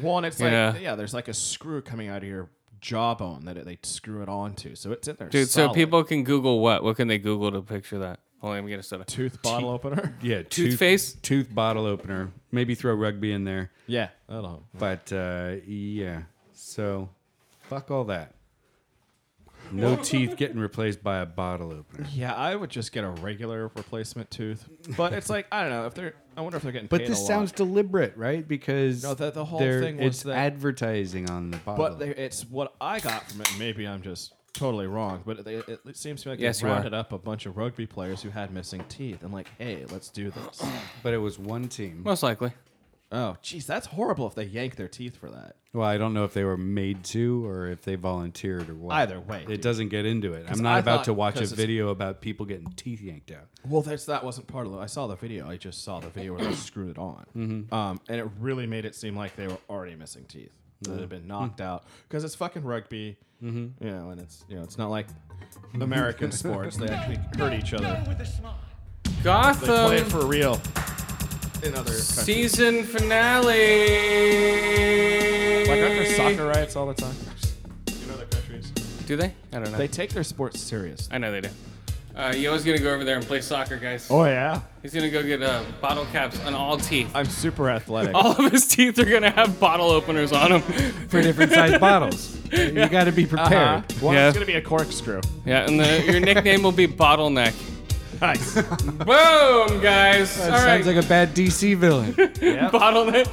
[SPEAKER 3] Well, and it's like
[SPEAKER 1] Yeah.
[SPEAKER 3] yeah. there's like a screw coming out of your jawbone that it, they screw it onto, so it's in there.
[SPEAKER 1] Dude, so
[SPEAKER 3] solid.
[SPEAKER 1] people can Google what? What can they Google to picture that? Hold on, let me get a soda.
[SPEAKER 3] tooth
[SPEAKER 1] *laughs*
[SPEAKER 3] bottle opener. *laughs*
[SPEAKER 2] Yeah, tooth,
[SPEAKER 1] Toothpaste?
[SPEAKER 2] tooth bottle opener. Maybe throw rugby in there,
[SPEAKER 3] Yeah, that'll help.
[SPEAKER 2] but uh, yeah. So, fuck all that. No teeth getting replaced by a bottle opener.
[SPEAKER 3] Yeah, I would just get a regular replacement tooth. But it's like I don't know if they're. I wonder if they're getting.
[SPEAKER 2] But
[SPEAKER 3] paid a
[SPEAKER 2] this
[SPEAKER 3] lot.
[SPEAKER 2] sounds deliberate, right? Because
[SPEAKER 3] No, the- the whole
[SPEAKER 2] they're-
[SPEAKER 3] thing was
[SPEAKER 2] it's
[SPEAKER 3] that-
[SPEAKER 2] advertising on the bottle.
[SPEAKER 3] But they, it's what I got from it. and Maybe I'm just totally wrong, but they, it, it seems to me like
[SPEAKER 1] Yes,
[SPEAKER 3] they
[SPEAKER 1] you are.
[SPEAKER 3] rounded up a bunch of rugby players who had missing teeth and like, hey, let's do this.
[SPEAKER 2] *clears throat* but it was one team.
[SPEAKER 1] Most likely.
[SPEAKER 3] oh, jeez, that's horrible if they yank their teeth for that.
[SPEAKER 2] Well, I don't know if they were made to or if they volunteered or what.
[SPEAKER 3] Either way,
[SPEAKER 2] it
[SPEAKER 3] dude.
[SPEAKER 2] doesn't get into it. I'm
[SPEAKER 3] 'Cause
[SPEAKER 2] not
[SPEAKER 3] I
[SPEAKER 2] about
[SPEAKER 3] thought-
[SPEAKER 2] to watch a
[SPEAKER 3] 'cause it's-
[SPEAKER 2] video about people getting teeth yanked out.
[SPEAKER 3] Well, that's that wasn't part of it. I saw the video. I just saw the video *coughs* where they screwed it on, um, and it really made it seem like they were already missing teeth that had been knocked out because it's fucking rugby, you know, and it's you know it's not like *laughs* American sports. They actually hurt each other. They play it
[SPEAKER 1] Gotham
[SPEAKER 3] for real in other countries.
[SPEAKER 1] season finale.
[SPEAKER 3] Like aren't there soccer riots all the time? In other countries.
[SPEAKER 1] Do they? I don't know.
[SPEAKER 3] They take their sports serious.
[SPEAKER 1] I know they do. Uh, Yoa's gonna go over there and play soccer, guys.
[SPEAKER 3] Oh yeah.
[SPEAKER 1] He's gonna go get uh, bottle caps on all teeth. *laughs*
[SPEAKER 3] I'm super *laughs* athletic.
[SPEAKER 1] All of his teeth are gonna have bottle openers on them.
[SPEAKER 2] For different size
[SPEAKER 3] *laughs*
[SPEAKER 2] bottles. You got to be prepared.
[SPEAKER 3] Uh-huh. Well,
[SPEAKER 1] Yeah.
[SPEAKER 3] it's gonna be a *laughs* corkscrew.
[SPEAKER 1] *laughs* yeah, and the, your nickname will be Bottleneck.
[SPEAKER 3] Nice.
[SPEAKER 1] Boom, guys. all right,
[SPEAKER 2] Sounds like a bad DC villain.
[SPEAKER 3] yep,
[SPEAKER 1] *laughs* bottleneck,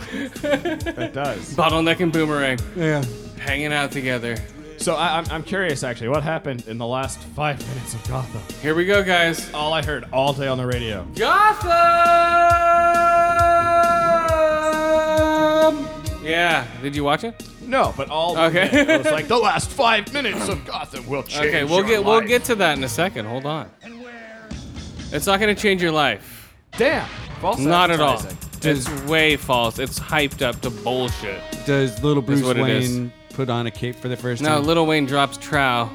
[SPEAKER 1] *laughs*
[SPEAKER 3] it does.
[SPEAKER 1] bottleneck and boomerang
[SPEAKER 2] yeah.
[SPEAKER 1] hanging out together.
[SPEAKER 3] So I, I'm, I'm curious actually, what happened in the last five minutes of Gotham?
[SPEAKER 1] Here we go, guys.
[SPEAKER 3] All I heard all day on the radio.
[SPEAKER 1] Gotham. Yeah. Did you watch it?
[SPEAKER 3] No, but all
[SPEAKER 1] Okay.
[SPEAKER 3] okay. *laughs* it was like the last five minutes of Gotham will change.
[SPEAKER 1] Okay, we'll
[SPEAKER 3] your
[SPEAKER 1] get we'll
[SPEAKER 3] life."
[SPEAKER 1] get to that in a second. Hold on. It's not gonna change your life.
[SPEAKER 3] Damn. False
[SPEAKER 1] Not at all.
[SPEAKER 3] advertising.
[SPEAKER 1] It's way false. It's hyped up to bullshit.
[SPEAKER 2] Does little Bruce
[SPEAKER 1] what it is.
[SPEAKER 2] Wayne put on a cape for the first
[SPEAKER 1] No,
[SPEAKER 2] time?
[SPEAKER 1] Little Wayne drops trow.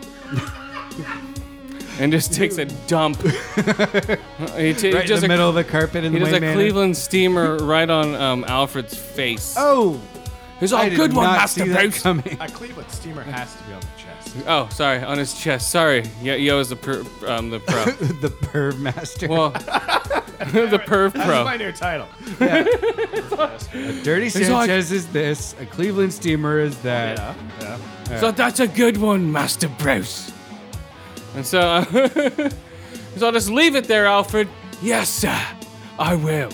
[SPEAKER 1] and just takes a dump. he t-
[SPEAKER 2] Right in
[SPEAKER 1] just
[SPEAKER 2] the
[SPEAKER 1] a-
[SPEAKER 2] middle of the carpet in
[SPEAKER 1] He
[SPEAKER 2] the
[SPEAKER 1] does
[SPEAKER 2] Wayne
[SPEAKER 1] a
[SPEAKER 2] Manor.
[SPEAKER 1] Cleveland steamer right on um, Alfred's face.
[SPEAKER 2] Oh,
[SPEAKER 1] He's all
[SPEAKER 2] I did
[SPEAKER 1] good one,
[SPEAKER 2] not
[SPEAKER 1] Master
[SPEAKER 2] see that
[SPEAKER 1] Bruce."
[SPEAKER 2] coming. *laughs*
[SPEAKER 5] A Cleveland steamer has to be on the chest.
[SPEAKER 1] Oh, sorry, on his chest. Sorry, Yo, Yo is the per, um, the
[SPEAKER 2] *laughs*
[SPEAKER 1] pro.
[SPEAKER 2] the perv master.
[SPEAKER 1] well, *laughs* the perv
[SPEAKER 5] That's
[SPEAKER 1] pro.
[SPEAKER 5] my new title.
[SPEAKER 2] Dirty
[SPEAKER 1] He's
[SPEAKER 2] Sanchez
[SPEAKER 1] like-
[SPEAKER 2] is this. A Cleveland steamer is that.
[SPEAKER 5] Yeah, yeah.
[SPEAKER 1] So that's a good one, Master Bruce. And so, *laughs* uh, so I'll just leave it there, Alfred. Yes, sir, I will.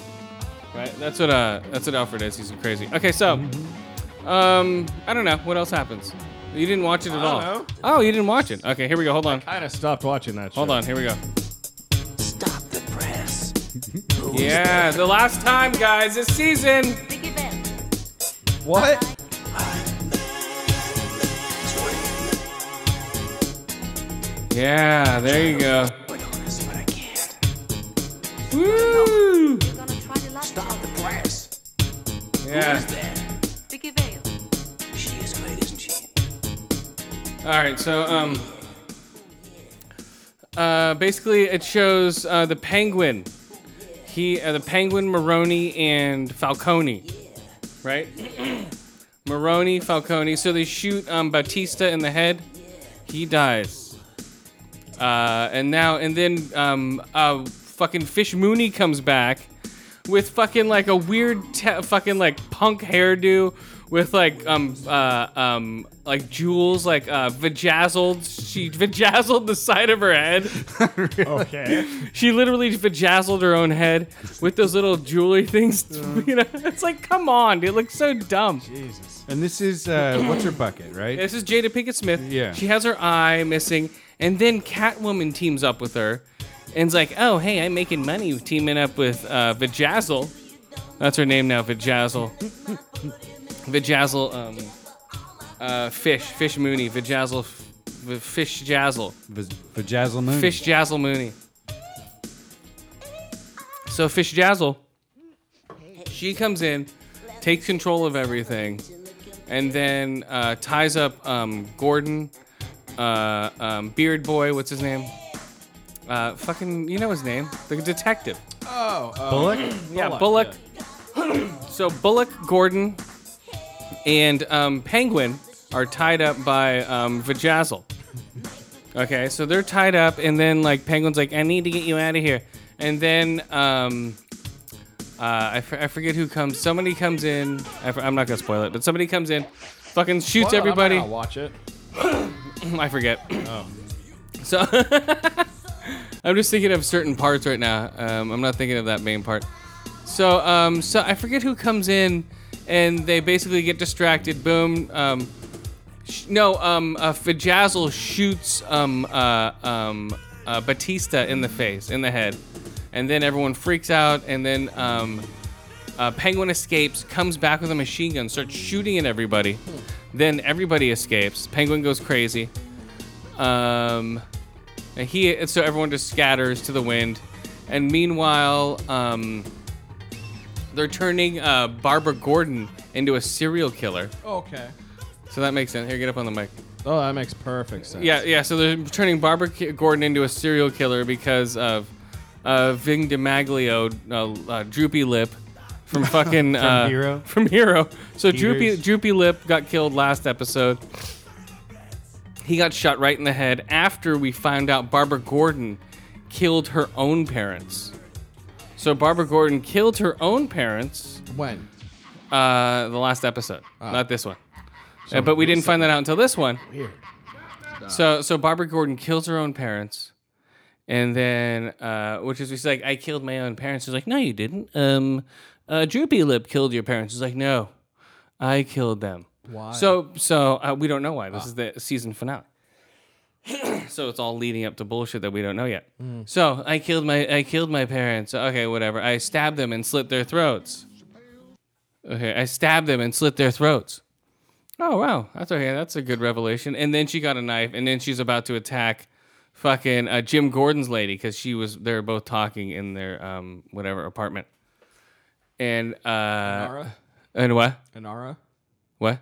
[SPEAKER 1] Right, that's what uh, that's what Alfred is. He's crazy. Okay, so,
[SPEAKER 2] Mm-hmm.
[SPEAKER 1] um, I don't know what else happens. You didn't watch it at all.
[SPEAKER 5] don't know.
[SPEAKER 1] Oh, you didn't watch it. Okay, here we go. Hold on.
[SPEAKER 5] Kind of stopped watching that.
[SPEAKER 1] Hold
[SPEAKER 5] show.
[SPEAKER 1] on. Here we go.
[SPEAKER 6] Stop the press.
[SPEAKER 1] *laughs* Yeah, the last time, guys, this season.
[SPEAKER 2] What?
[SPEAKER 1] Yeah, there you go.
[SPEAKER 6] But honest, but I can't.
[SPEAKER 1] Woo!
[SPEAKER 6] Stop the press.
[SPEAKER 1] Yeah.
[SPEAKER 6] She is great, isn't she?
[SPEAKER 1] All right, so um, uh, basically it shows uh, the Penguin, he uh, the Penguin Maroni and Falcone, right? *clears throat* Maroni, Falcone. So they shoot um, Batista in the head. He dies. Uh, and now and then um, uh, fucking Fish Mooney comes back with fucking like a weird te- fucking like punk hairdo with like um uh um like jewels like uh vajazzled she vajazzled the side of her head
[SPEAKER 5] Okay.
[SPEAKER 1] she literally vajazzled her own head with those little jewelry things *laughs* you know it's like come on dude it looks so dumb
[SPEAKER 2] And this is uh, what's her bucket, right?
[SPEAKER 1] This is Jada Pinkett Smith.
[SPEAKER 2] Yeah.
[SPEAKER 1] She has her eye missing, and then Catwoman teams up with her, and's like, "Oh, hey, I'm making money teaming up with uh, Vajazzle. That's her name now, Vajazzle. Vajazzle, um, uh, Fish, Fish Mooney, Vajazzle, F- v- Fish Jazzle,
[SPEAKER 2] V- Vajazzle Moon.
[SPEAKER 1] Fish Jazzle Mooney. So Fish Jazzle, she comes in, takes control of everything." and then uh, ties up um, Gordon, uh, um, Beard Boy, what's his name? Uh, fucking, you know his name, the detective.
[SPEAKER 2] Bullock?
[SPEAKER 1] yeah, Bullock. so Bullock, *clears throat* Gordon, and um, Penguin are tied up by um, Vajazzle. Okay, so they're tied up, and then like Penguin's like, "I need to get you out of here," and then um, uh, I, f- I forget who comes. Somebody comes in. I f- I'm not gonna spoil it, but somebody comes in, fucking shoots
[SPEAKER 5] Well, I'm
[SPEAKER 1] everybody.
[SPEAKER 5] gonna watch it.
[SPEAKER 1] *clears throat* I forget. So *laughs* I'm just thinking of certain parts right now. Um, I'm not thinking of that main part. So um, so I forget who comes in, and they basically get distracted. Boom. Um, sh- no, um, uh, Fajazzle shoots um, uh, um, uh, Batista in the face, in the head, and then everyone freaks out, and then. Um, uh, Penguin escapes, comes back with a machine gun, starts shooting at everybody. Then everybody escapes. Penguin goes crazy. Um, and he and so everyone just scatters to the wind. And meanwhile, um, they're turning uh, Barbara Gordon into a serial killer.
[SPEAKER 5] Okay.
[SPEAKER 1] So that makes sense. Here, get up on the mic.
[SPEAKER 5] Oh, that makes perfect sense.
[SPEAKER 1] Yeah, yeah. So they're turning Barbara K- Gordon into a serial killer because of uh, Ving DiMaglio, uh, uh, Droopy Lip,
[SPEAKER 2] *laughs*
[SPEAKER 1] from fucking uh,
[SPEAKER 2] Hero?
[SPEAKER 1] From Hero. So Droopy
[SPEAKER 2] Peters.
[SPEAKER 1] Droopy Lip got killed last episode. He got shot right in the head after we found out Barbara Gordon killed her own parents. So Barbara Gordon killed her own parents
[SPEAKER 5] When?
[SPEAKER 1] uh, the last episode,
[SPEAKER 2] Ah.
[SPEAKER 1] not this one. Uh, but we didn't find that out until this one. So so Barbara Gordon kills her own parents, and then uh, which is she's like, I killed my own parents. She's like, No, you didn't. Um, uh, Droopy Lip killed your parents. She's like, No, I killed them. Why? So so uh, we don't know why. This is the season finale. *clears throat* so it's all leading up to bullshit that we don't know yet. So I killed my I killed my parents. Okay, whatever. I stabbed them and slit their throats. Okay, I stabbed them and slit their throats. Oh wow, that's okay. That's a good revelation. And then she got a knife, and then she's about to attack fucking uh, Jim Gordon's lady because she was they were both talking in their um whatever apartment. And uh
[SPEAKER 5] Inara?
[SPEAKER 1] and what
[SPEAKER 5] Inara?
[SPEAKER 1] what?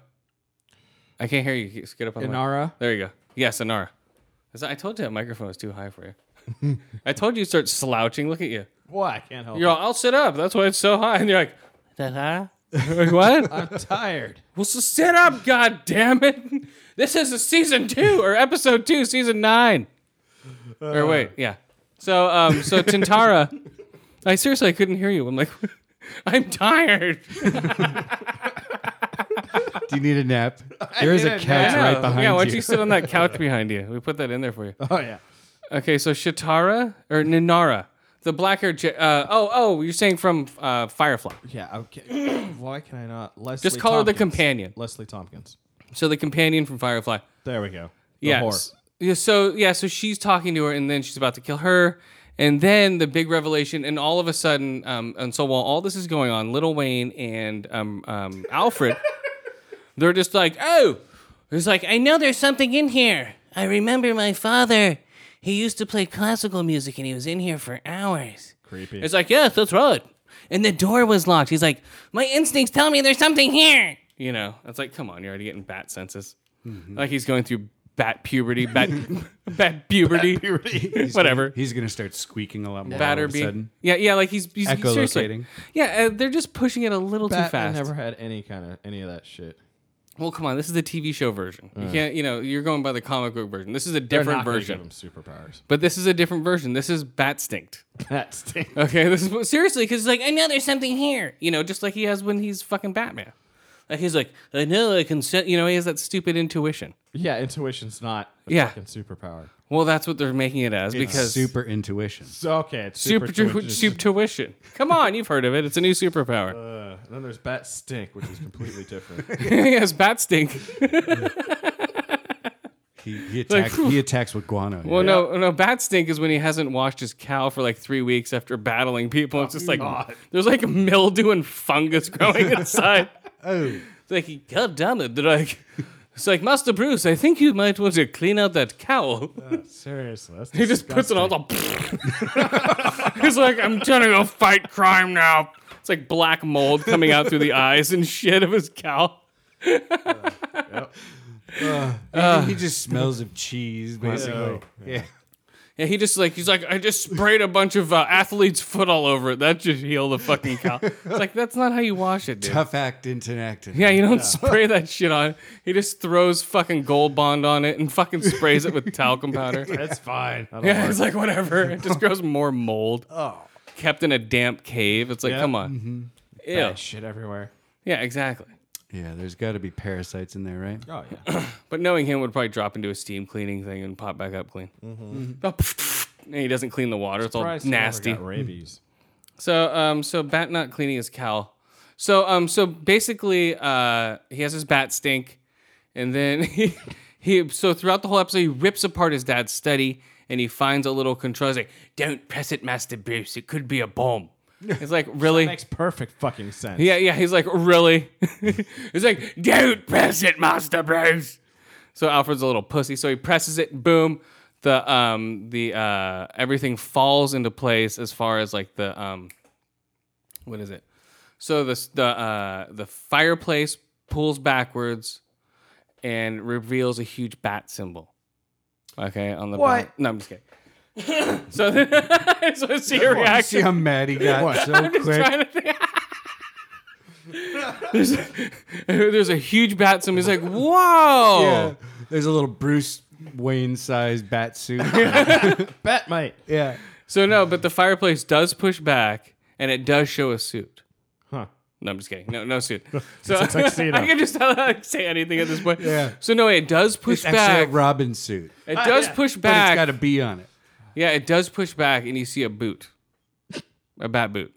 [SPEAKER 1] I can't hear you. Just Get up on the mic.
[SPEAKER 5] Inara?
[SPEAKER 1] There you go. Yes, Inara. I said, I told you that microphone was too high for you. *laughs* I told you to start slouching. Look at you.
[SPEAKER 5] Well, I can't help
[SPEAKER 1] You're
[SPEAKER 3] *laughs*
[SPEAKER 1] all, I'll sit up. That's why it's so high. And you're like, that high? *laughs* like, what?
[SPEAKER 5] it. Tired.
[SPEAKER 1] well, so sit up, god damn it. This is a season two or episode two, season nine. or wait,
[SPEAKER 2] Uh.
[SPEAKER 1] yeah. So, um, so Tintara, I seriously I couldn't hear you. I'm like, *laughs* I'm tired.
[SPEAKER 2] Do you need a nap?
[SPEAKER 1] *laughs*
[SPEAKER 2] There is a couch
[SPEAKER 1] Yeah.
[SPEAKER 2] right
[SPEAKER 1] *laughs*
[SPEAKER 2] behind
[SPEAKER 1] yeah, why don't
[SPEAKER 2] you.
[SPEAKER 1] you sit on
[SPEAKER 2] *laughs*
[SPEAKER 1] that couch behind you? We put that in there for you.
[SPEAKER 5] Oh yeah.
[SPEAKER 1] Okay, so Shatara or Ninara, the black haired. J- uh, oh, oh, you're saying from uh, Firefly.
[SPEAKER 5] Yeah.
[SPEAKER 1] *clears throat*
[SPEAKER 5] Okay. Why can I not? Leslie
[SPEAKER 1] Just call her the
[SPEAKER 5] Tompkins.
[SPEAKER 1] companion.
[SPEAKER 5] Leslie Tompkins.
[SPEAKER 1] So the companion from Firefly.
[SPEAKER 5] There we go. The
[SPEAKER 1] Yes.
[SPEAKER 5] whore.
[SPEAKER 1] Yeah. So yeah. So she's talking to her, and then she's about to kill her, and then the big revelation, and all of a sudden, um, and so while all this is going on, Little Wayne and um, um,
[SPEAKER 5] *laughs*
[SPEAKER 1] Alfred, they're just like, oh, it's like I know there's something in here. I remember my father. He used to play classical music, and he was in here for hours.
[SPEAKER 5] Creepy.
[SPEAKER 1] It's like, yes, that's right. And the door was locked. He's like, my instincts tell me there's something here. You know, it's like, come on, you're already getting bat senses. Like he's going through bat puberty, bat, bat puberty,
[SPEAKER 2] He's
[SPEAKER 1] whatever.
[SPEAKER 2] Gonna, he's gonna start squeaking a lot more. all of a
[SPEAKER 1] Batterby.
[SPEAKER 2] sudden.
[SPEAKER 1] Yeah, yeah, like he's, he's he's seriously.
[SPEAKER 2] Echolocating.
[SPEAKER 1] Yeah, uh, they're just pushing it a little
[SPEAKER 5] Bat-
[SPEAKER 1] too fast.
[SPEAKER 5] I never had any kind of any of that shit.
[SPEAKER 1] Well, come on, this is the TV show version. You can't, you know, you're going by the comic book version. This is a different version.
[SPEAKER 5] superpowers. *laughs*
[SPEAKER 1] But this is a different version. This is bat stinked.
[SPEAKER 5] That
[SPEAKER 1] *laughs*
[SPEAKER 5] stinks.
[SPEAKER 1] Okay, this is seriously because like I know there's something here, you know, just like he has when he's fucking Batman. Like he's like, I know I can, sen-, you know, he has that stupid intuition.
[SPEAKER 5] Yeah, intuition's not a
[SPEAKER 1] Yeah.
[SPEAKER 5] fucking superpower.
[SPEAKER 1] Well, that's what they're making it as because super,
[SPEAKER 2] Super intuition.
[SPEAKER 5] So okay, it's super,
[SPEAKER 1] super,
[SPEAKER 5] intuition.
[SPEAKER 1] tuition. Come on, you've heard of it. It's a new superpower.
[SPEAKER 5] Uh, and then there's bat stink, which is completely different.
[SPEAKER 1] *laughs* yes, bat stink.
[SPEAKER 2] He, he attacks. he attacks with guano.
[SPEAKER 1] Well, no, no, bat stink is when he hasn't washed his cow for like three weeks after battling people. It's just like there's like mildew and fungus growing inside.
[SPEAKER 2] Oh,
[SPEAKER 1] It's like, he- God damn it! They're like, it's like Master Bruce. I think you might want to clean out that cow.
[SPEAKER 5] Seriously,
[SPEAKER 1] *laughs*
[SPEAKER 5] that's
[SPEAKER 1] He just puts it on the. *laughs* He's like, I'm trying to go fight crime now. It's like black mold coming out through the eyes and shit of his cow. Ah.
[SPEAKER 2] he just smells of cheese, basically.
[SPEAKER 1] *laughs*
[SPEAKER 2] Yeah.
[SPEAKER 1] And he just like he's like, I just sprayed a bunch of uh, athlete's foot all over it. That should heal the fucking cow. It's like that's not how you wash it, dude.
[SPEAKER 2] Tough act into an act.
[SPEAKER 1] Yeah, you don't spray that shit on. it. He just throws fucking gold bond on it and fucking sprays it with talcum powder.
[SPEAKER 5] That's fine. I
[SPEAKER 1] *laughs*
[SPEAKER 5] don't
[SPEAKER 1] Yeah,
[SPEAKER 5] worry.
[SPEAKER 1] it's like whatever. It just grows more mold. Oh. Kept in a damp cave. It's like, come on. Ew.
[SPEAKER 5] Bat shit everywhere.
[SPEAKER 1] Yeah, exactly.
[SPEAKER 2] Yeah, there's got to be parasites in there, right?
[SPEAKER 5] Oh yeah.
[SPEAKER 1] But knowing him would probably drop into a steam cleaning thing and pop back up clean. Oh, *laughs* and he doesn't clean the water. It's all
[SPEAKER 5] Christ,
[SPEAKER 1] nasty.
[SPEAKER 5] I
[SPEAKER 1] *laughs*
[SPEAKER 5] got rabies.
[SPEAKER 1] So um so bat not cleaning his cow. So um so basically uh he has his bat stink and then *laughs* he he so throughout the whole episode he rips apart his dad's study and he finds a little control. He's like, Don't press it, Master Bruce, it could be a bomb. It's like really
[SPEAKER 5] Makes perfect fucking sense.
[SPEAKER 1] Yeah, yeah. He's like, really? *laughs* he's like, don't press it, Master Bruce. So Alfred's a little pussy. So he presses it. Boom. The um the uh everything falls into place as far as like the um what is it? So the the uh the fireplace pulls backwards and reveals a huge bat symbol. Okay, on the
[SPEAKER 5] What?
[SPEAKER 1] back- No, I'm just kidding. *laughs* so, so I see a
[SPEAKER 2] I
[SPEAKER 1] reaction.
[SPEAKER 2] see how
[SPEAKER 1] *laughs*
[SPEAKER 2] mad he got so quick.
[SPEAKER 1] Trying to think- *laughs* there's, *laughs* there's a huge bat. Somebody's like, whoa.
[SPEAKER 2] Yeah. There's a little Bruce Wayne sized
[SPEAKER 1] *laughs*
[SPEAKER 2] bat suit.
[SPEAKER 5] Bat mate.
[SPEAKER 2] yeah.
[SPEAKER 1] So, no, but the fireplace does push back and it does show a suit.
[SPEAKER 5] Huh.
[SPEAKER 1] No, I'm just kidding. No, no
[SPEAKER 2] *laughs*
[SPEAKER 1] suit. So *laughs* I
[SPEAKER 5] tuxedo.
[SPEAKER 1] can just not say anything at this point.
[SPEAKER 2] Yeah.
[SPEAKER 1] So no, it does push
[SPEAKER 2] It's
[SPEAKER 1] back.
[SPEAKER 2] actually a Robin suit.
[SPEAKER 1] It does push
[SPEAKER 2] But it's
[SPEAKER 1] back.
[SPEAKER 2] got a bee on it.
[SPEAKER 1] yeah, it does push back, and you see a boot, a bat boot.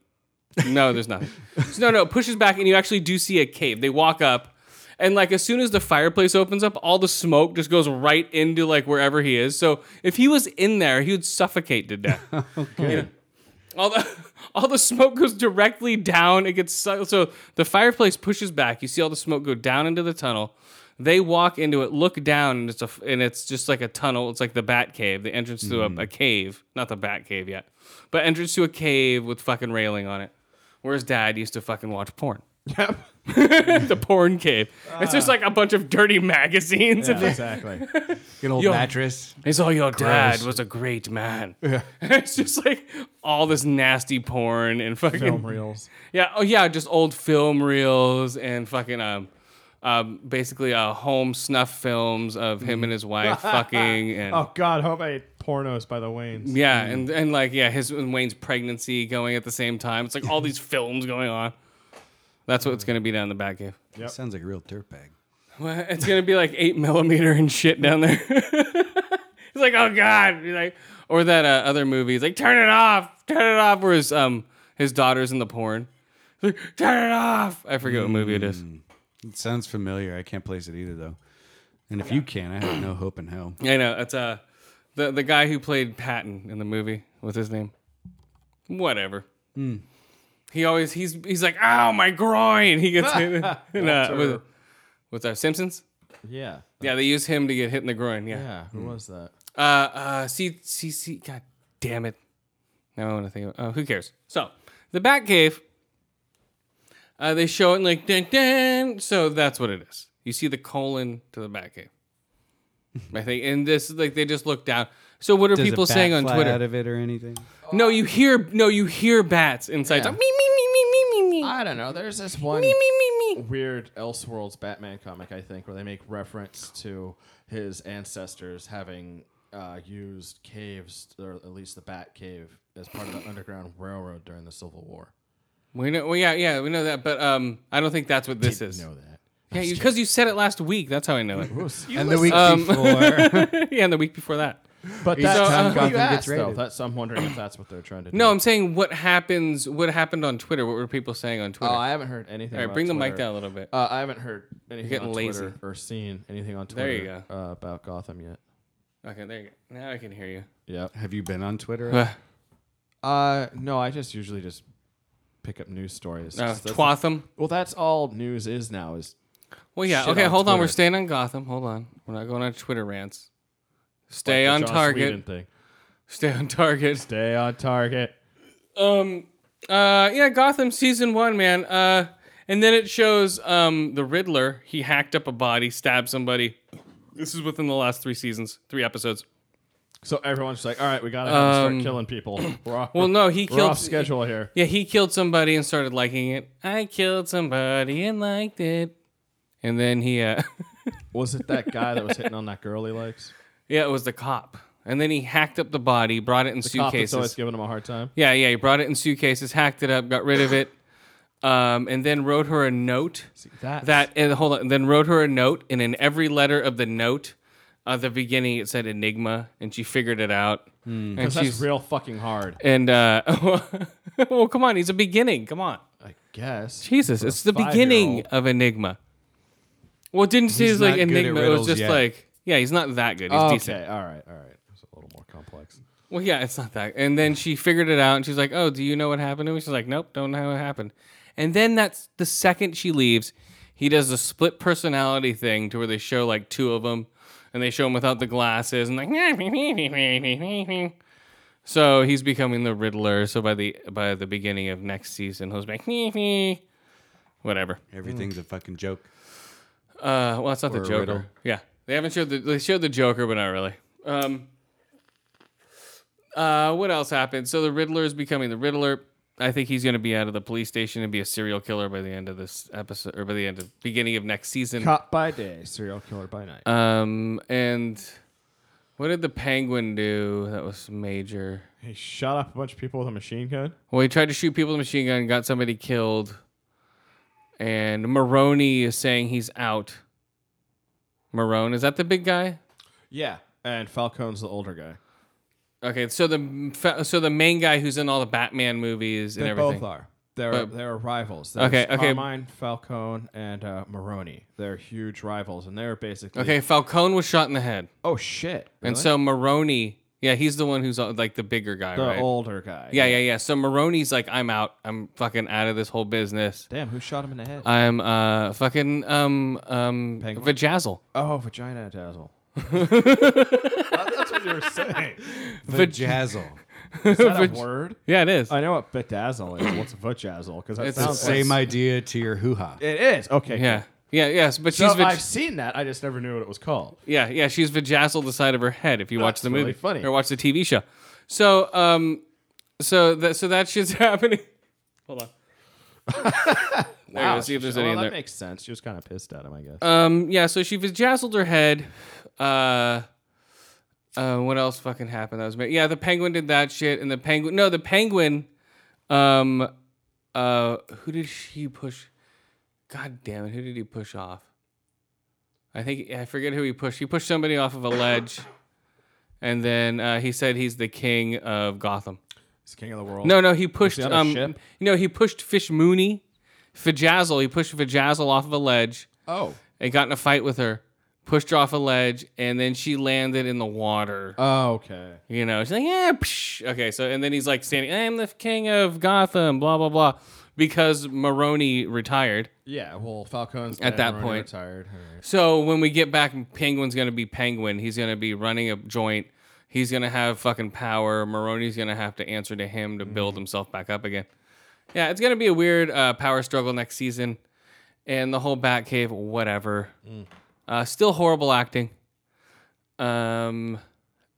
[SPEAKER 1] No, there's nothing. *laughs* So, no, no, it pushes back, and you actually do see a cave. They walk up, and like as soon as the fireplace opens up, all the smoke just goes right into like wherever he is. So if he was in there, he would suffocate to death.
[SPEAKER 2] Okay.
[SPEAKER 1] all the *laughs* all the smoke goes directly down. It gets sucked. so the fireplace pushes back. You see all the smoke go down into the tunnel. They walk into it, look down, and it's a and it's just like a tunnel. It's like the Bat Cave, the entrance to a, a cave, not the Bat Cave yet, but entrance to a cave with fucking railing on it. Whereas Dad used to fucking watch porn.
[SPEAKER 5] Yep.
[SPEAKER 1] *laughs* the porn cave. it's just like a bunch of dirty magazines. and *laughs*
[SPEAKER 3] exactly.
[SPEAKER 2] An old
[SPEAKER 1] Yo.
[SPEAKER 2] mattress.
[SPEAKER 1] They saw your dad
[SPEAKER 2] Gross.
[SPEAKER 1] was a great man. *laughs* it's just like all this nasty porn and fucking
[SPEAKER 3] Film reels.
[SPEAKER 1] yeah, oh yeah, just old film reels and fucking um, um basically uh home snuff films of him and his wife fucking and
[SPEAKER 3] Oh God, hope I ate pornos by the Waynes.
[SPEAKER 1] yeah, and and like yeah, his and Wayne's pregnancy going at the same time. It's like all these films going on. That's what it's gonna be down the back cave.
[SPEAKER 3] Yep.
[SPEAKER 2] Sounds like a real dirtbag.
[SPEAKER 1] Well, it's gonna be like eight millimeter and shit down there. *laughs* it's like, oh god, You're like or that uh, other movie. It's like, turn it off, turn it off. Where his um his daughter's in the porn. It's like, turn it off. I forget what movie it is.
[SPEAKER 2] It sounds familiar. I can't place it either though. And if you can, I have no hope in hell.
[SPEAKER 1] I know it's uh the the guy who played Patton in the movie. What's his name? Whatever. He always he's he's like, ow my groin. He gets hit. in, uh, with, with our Simpsons.
[SPEAKER 3] Yeah.
[SPEAKER 1] Yeah, they use him to get hit in the groin. Yeah.
[SPEAKER 3] Yeah. Who was that?
[SPEAKER 1] Uh, uh, see, see, see, god damn it. Now I want to think of, oh, who cares? So, the Batcave, uh, they show it in like, dun, dun. so that's what it is. You see the colon to the Batcave. *laughs* I think, and this, like, they just look down. So, what are
[SPEAKER 2] Does a
[SPEAKER 1] people
[SPEAKER 2] bat
[SPEAKER 1] saying on
[SPEAKER 2] fly
[SPEAKER 1] Twitter?
[SPEAKER 2] out of it or anything?
[SPEAKER 1] no, you hear, no, you hear bats inside. It's like, me, me, me, me, me, me, me,
[SPEAKER 3] I don't know. There's this one
[SPEAKER 1] me, me, me.
[SPEAKER 3] weird Elseworlds Batman comic, I think, where they make reference to his ancestors having uh, used caves, or at least the Bat Cave, as part of the Underground Railroad during the Civil War.
[SPEAKER 1] We know, well, yeah, yeah, we know that, but um, I don't think that's what this is.
[SPEAKER 3] Know that.
[SPEAKER 1] *laughs* Yeah, because you, said it last week. That's how I know it.
[SPEAKER 2] and the week before,
[SPEAKER 1] *laughs* yeah, and the week before that.
[SPEAKER 3] But
[SPEAKER 2] each
[SPEAKER 1] *laughs*
[SPEAKER 3] that's
[SPEAKER 2] time
[SPEAKER 3] what
[SPEAKER 2] Gotham
[SPEAKER 3] you
[SPEAKER 2] gets
[SPEAKER 3] asked, though.
[SPEAKER 2] raided.
[SPEAKER 3] That's, I'm wondering if that's what they're trying to do.
[SPEAKER 1] No, I'm saying what happens. What happened on Twitter? What were people saying on Twitter?
[SPEAKER 3] Oh, I haven't heard
[SPEAKER 1] All
[SPEAKER 3] anything.
[SPEAKER 1] right,
[SPEAKER 3] about
[SPEAKER 1] bring the mic
[SPEAKER 3] Twitter.
[SPEAKER 1] down a little bit.
[SPEAKER 3] Uh, I haven't heard anything
[SPEAKER 1] getting
[SPEAKER 3] on Twitter
[SPEAKER 1] lazy.
[SPEAKER 3] or seen anything on Twitter
[SPEAKER 1] There you
[SPEAKER 3] Uh, about Gotham yet.
[SPEAKER 1] okay, there you go. Now I can hear you.
[SPEAKER 2] *laughs*
[SPEAKER 3] Yep.
[SPEAKER 2] have you been on Twitter?
[SPEAKER 3] *laughs*
[SPEAKER 1] *laughs*
[SPEAKER 3] Uh, no, I just usually just pick up news stories.
[SPEAKER 1] Uh,
[SPEAKER 3] That's- that's-
[SPEAKER 1] Twatham.
[SPEAKER 3] well, that's all news is now is
[SPEAKER 1] Well, yeah.
[SPEAKER 3] shit
[SPEAKER 1] Okay,
[SPEAKER 3] on
[SPEAKER 1] hold on. We're
[SPEAKER 3] Twitter.
[SPEAKER 1] staying on Gotham. Hold on. We're not going on Twitter rants. Stay
[SPEAKER 3] the
[SPEAKER 1] on
[SPEAKER 3] Joss
[SPEAKER 1] target.
[SPEAKER 3] Whedon thing.
[SPEAKER 1] Stay on target.
[SPEAKER 3] Stay on target.
[SPEAKER 1] Um. Uh. Yeah. Gotham season one, man. Uh. And then it shows um the Riddler. He hacked up a body, stabbed somebody. This is within the last three seasons, three episodes.
[SPEAKER 3] So everyone's just like, all right, we gotta have to
[SPEAKER 1] Um,
[SPEAKER 3] start
[SPEAKER 1] *coughs*
[SPEAKER 3] killing people. We're off,
[SPEAKER 1] Well, no, he
[SPEAKER 3] we're
[SPEAKER 1] killed.
[SPEAKER 3] off schedule
[SPEAKER 1] *laughs*
[SPEAKER 3] here.
[SPEAKER 1] Yeah, he killed somebody and started liking it. I killed somebody and liked it. And then he, uh, *laughs*
[SPEAKER 3] Was it that guy that was hitting on that girl he likes?
[SPEAKER 1] yeah, it was the cop. And then he hacked up the body, brought it in
[SPEAKER 3] Cop that's always
[SPEAKER 1] suitcases.
[SPEAKER 3] giving him a hard time.
[SPEAKER 1] Yeah, yeah, he brought it in suitcases, hacked it up, got rid of it, um, and then wrote her a note.
[SPEAKER 3] that's-
[SPEAKER 1] that and hold on, then wrote her a note, and in every letter of the note, at the beginning it said Enigma, and she figured it out. And
[SPEAKER 3] Because
[SPEAKER 1] she's
[SPEAKER 3] Hmm. *laughs* that's real fucking hard.
[SPEAKER 1] and uh, *laughs* well, come on, he's a beginning. Come on.
[SPEAKER 3] I guess.
[SPEAKER 1] Jesus, it's the
[SPEAKER 3] five-year-old.
[SPEAKER 1] beginning of Enigma. Well, it didn't say it was like
[SPEAKER 2] not good at
[SPEAKER 1] Enigma. It was
[SPEAKER 2] riddles
[SPEAKER 1] just
[SPEAKER 2] yet. Oh,
[SPEAKER 1] like, yeah, he's not that good. He's
[SPEAKER 3] okay,
[SPEAKER 1] decent.
[SPEAKER 3] all right, all right. It's a little more complex.
[SPEAKER 1] Well, yeah, it's not that. And then she figured it out, and she's like, "Oh, do you know what happened to me?" She's like, "Nope, don't know what happened." And then that's the second she leaves, he does the split personality thing to where they show like two of them, and they show him without the glasses, and like. *laughs* So he's becoming the Riddler. So by the by the beginning of next season, he'll be like, *laughs* whatever.
[SPEAKER 2] Everything's a fucking joke.
[SPEAKER 1] Uh, well, it's not
[SPEAKER 2] Or
[SPEAKER 1] the
[SPEAKER 2] a
[SPEAKER 1] Joker.
[SPEAKER 2] riddle.
[SPEAKER 1] Yeah, they haven't showed the they showed the Joker, but not really. Um, uh, what else happened? So the Riddler is becoming the Riddler. I think he's going to be out of the police station and be a serial killer by the end of this episode, or by the end of beginning of next season.
[SPEAKER 3] Cop by day, serial killer by night.
[SPEAKER 1] Um, and what did the Penguin do? That was major.
[SPEAKER 3] he shot up a bunch of people with a machine gun.
[SPEAKER 1] Well, he tried to shoot people with a machine gun, got somebody killed. And Maroni is saying he's out. Marone, is that the big guy?
[SPEAKER 3] Yeah, and Falcone's the older guy.
[SPEAKER 1] Okay, so the fa- so the main guy who's in all the Batman movies and
[SPEAKER 3] They
[SPEAKER 1] everything.
[SPEAKER 3] both are. They're
[SPEAKER 1] But-
[SPEAKER 3] they're rivals.
[SPEAKER 1] Okay,
[SPEAKER 3] There's
[SPEAKER 1] okay.
[SPEAKER 3] Carmine, Falcone, and uh, Maroni. They're huge rivals, and they're basically
[SPEAKER 1] Okay, Falcone was shot in the head,
[SPEAKER 3] Oh shit!
[SPEAKER 1] and so Maroni, yeah, he's the one who's uh, like the bigger guy,
[SPEAKER 3] the
[SPEAKER 1] right?
[SPEAKER 3] older guy.
[SPEAKER 1] yeah, yeah, yeah. So Maroni's like, I'm out. I'm fucking out of this whole business.
[SPEAKER 3] Damn, who shot him in the head?
[SPEAKER 1] I'm uh fucking um um vajazzle. *laughs*
[SPEAKER 3] oh, vagina dazzle. that's what you were saying.
[SPEAKER 2] Vajazzle.
[SPEAKER 5] Is that a
[SPEAKER 1] Vag-
[SPEAKER 5] word?
[SPEAKER 1] Yeah, it is.
[SPEAKER 5] I know what bedazzle is. What's vajazzle? Because that
[SPEAKER 1] It's the
[SPEAKER 5] sounds like-
[SPEAKER 2] Same idea to your hoo ha.
[SPEAKER 5] It is okay.
[SPEAKER 1] yeah. Yeah, yes, but
[SPEAKER 5] So
[SPEAKER 1] she's vag-
[SPEAKER 5] I've seen that. I just never knew what it was called.
[SPEAKER 1] yeah, yeah, she's vajazzled the side of her head if you watch
[SPEAKER 5] That's
[SPEAKER 1] the
[SPEAKER 5] really
[SPEAKER 1] movie
[SPEAKER 5] funny.
[SPEAKER 1] or watch the TV show. So, um so that so that shit's *laughs* happening. Hold
[SPEAKER 5] *laughs*
[SPEAKER 1] on. There you go, see if there's any
[SPEAKER 5] Oh, well,
[SPEAKER 1] in
[SPEAKER 5] that
[SPEAKER 1] there.
[SPEAKER 5] makes sense. She was kind of pissed at him, I guess.
[SPEAKER 1] Um, yeah, so she vajazzled her head. Uh, uh, what else fucking happened? That was ma- yeah. The penguin did that shit, and the penguin. No, the penguin. Um, uh, who did she push? God damn it! Who did he push off? I think I forget who he pushed. He pushed somebody off of a ledge, and then uh, he said he's the king of Gotham.
[SPEAKER 5] He's king of the world.
[SPEAKER 1] No, no, he pushed.
[SPEAKER 5] on a
[SPEAKER 1] Um,
[SPEAKER 5] ship?
[SPEAKER 1] no, he pushed Fish Mooney, Vajazzle. He pushed Vajazzle off of a ledge
[SPEAKER 5] Oh.
[SPEAKER 1] and got in a fight with her, pushed her off a ledge, and then she landed in the water.
[SPEAKER 5] Oh, okay.
[SPEAKER 1] you know, she's like, yeah, psh. okay. So, and then he's like standing, I'm the king of Gotham, blah blah blah, because Maroni retired.
[SPEAKER 5] Yeah. Well, Falcone's
[SPEAKER 1] At
[SPEAKER 5] dead,
[SPEAKER 1] that
[SPEAKER 5] Maroni
[SPEAKER 1] point.
[SPEAKER 5] retired. All right.
[SPEAKER 1] So when we get back, Penguin's gonna be Penguin. He's gonna be running a joint. He's gonna have fucking power. Maroni's gonna have to answer to him
[SPEAKER 5] Mm-hmm.
[SPEAKER 1] to build himself back up again. Yeah, it's gonna be a weird uh, power struggle next season, and the whole Batcave, whatever.
[SPEAKER 5] Mm.
[SPEAKER 1] Uh, still horrible acting, um,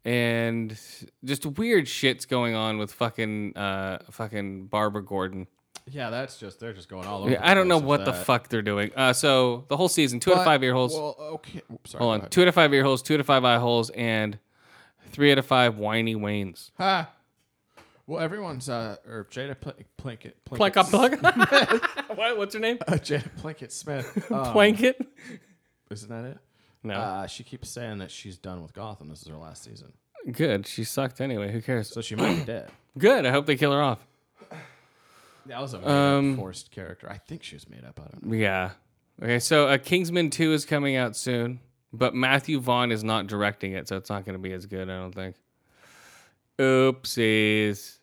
[SPEAKER 1] and just weird shits going on with fucking uh, fucking Barbara Gordon.
[SPEAKER 5] Yeah, that's just they're just going all over.
[SPEAKER 1] Yeah,
[SPEAKER 5] the
[SPEAKER 1] I don't know
[SPEAKER 5] place with
[SPEAKER 1] what the
[SPEAKER 5] that.
[SPEAKER 1] fuck they're doing. Uh, so the whole season, two out of
[SPEAKER 5] But-
[SPEAKER 1] five year holes.
[SPEAKER 5] Well, okay. Oops, sorry.
[SPEAKER 1] Hold on.
[SPEAKER 5] go ahead.
[SPEAKER 1] Two out of five ear holes, two out of five eye holes, and three out of five whiny wanes.
[SPEAKER 5] Ha. Well, everyone's uh, or Jada Pl- Plinkett, Plinkett,
[SPEAKER 1] *laughs* Plank up, plunk. *laughs* what, what's her name?
[SPEAKER 5] uh, *laughs* Jada
[SPEAKER 1] *laughs*
[SPEAKER 5] Plinkett Smith. Um,
[SPEAKER 1] Planket?
[SPEAKER 5] isn't that it?
[SPEAKER 1] No.
[SPEAKER 5] Uh, she keeps saying that she's done with Gotham. This is her last season,
[SPEAKER 1] Good. She sucked anyway. Who cares?
[SPEAKER 5] so
[SPEAKER 1] *clears throat*
[SPEAKER 5] she might be dead.
[SPEAKER 1] Good. I hope they kill her off.
[SPEAKER 5] That was a made-up
[SPEAKER 1] Um,
[SPEAKER 5] forced character. I think she was made up. I don't know.
[SPEAKER 1] Yeah. Okay, so uh, Kingsman 2 is coming out soon, but Matthew Vaughn is not directing it, so it's not going to be as good, I don't think. Oopsies.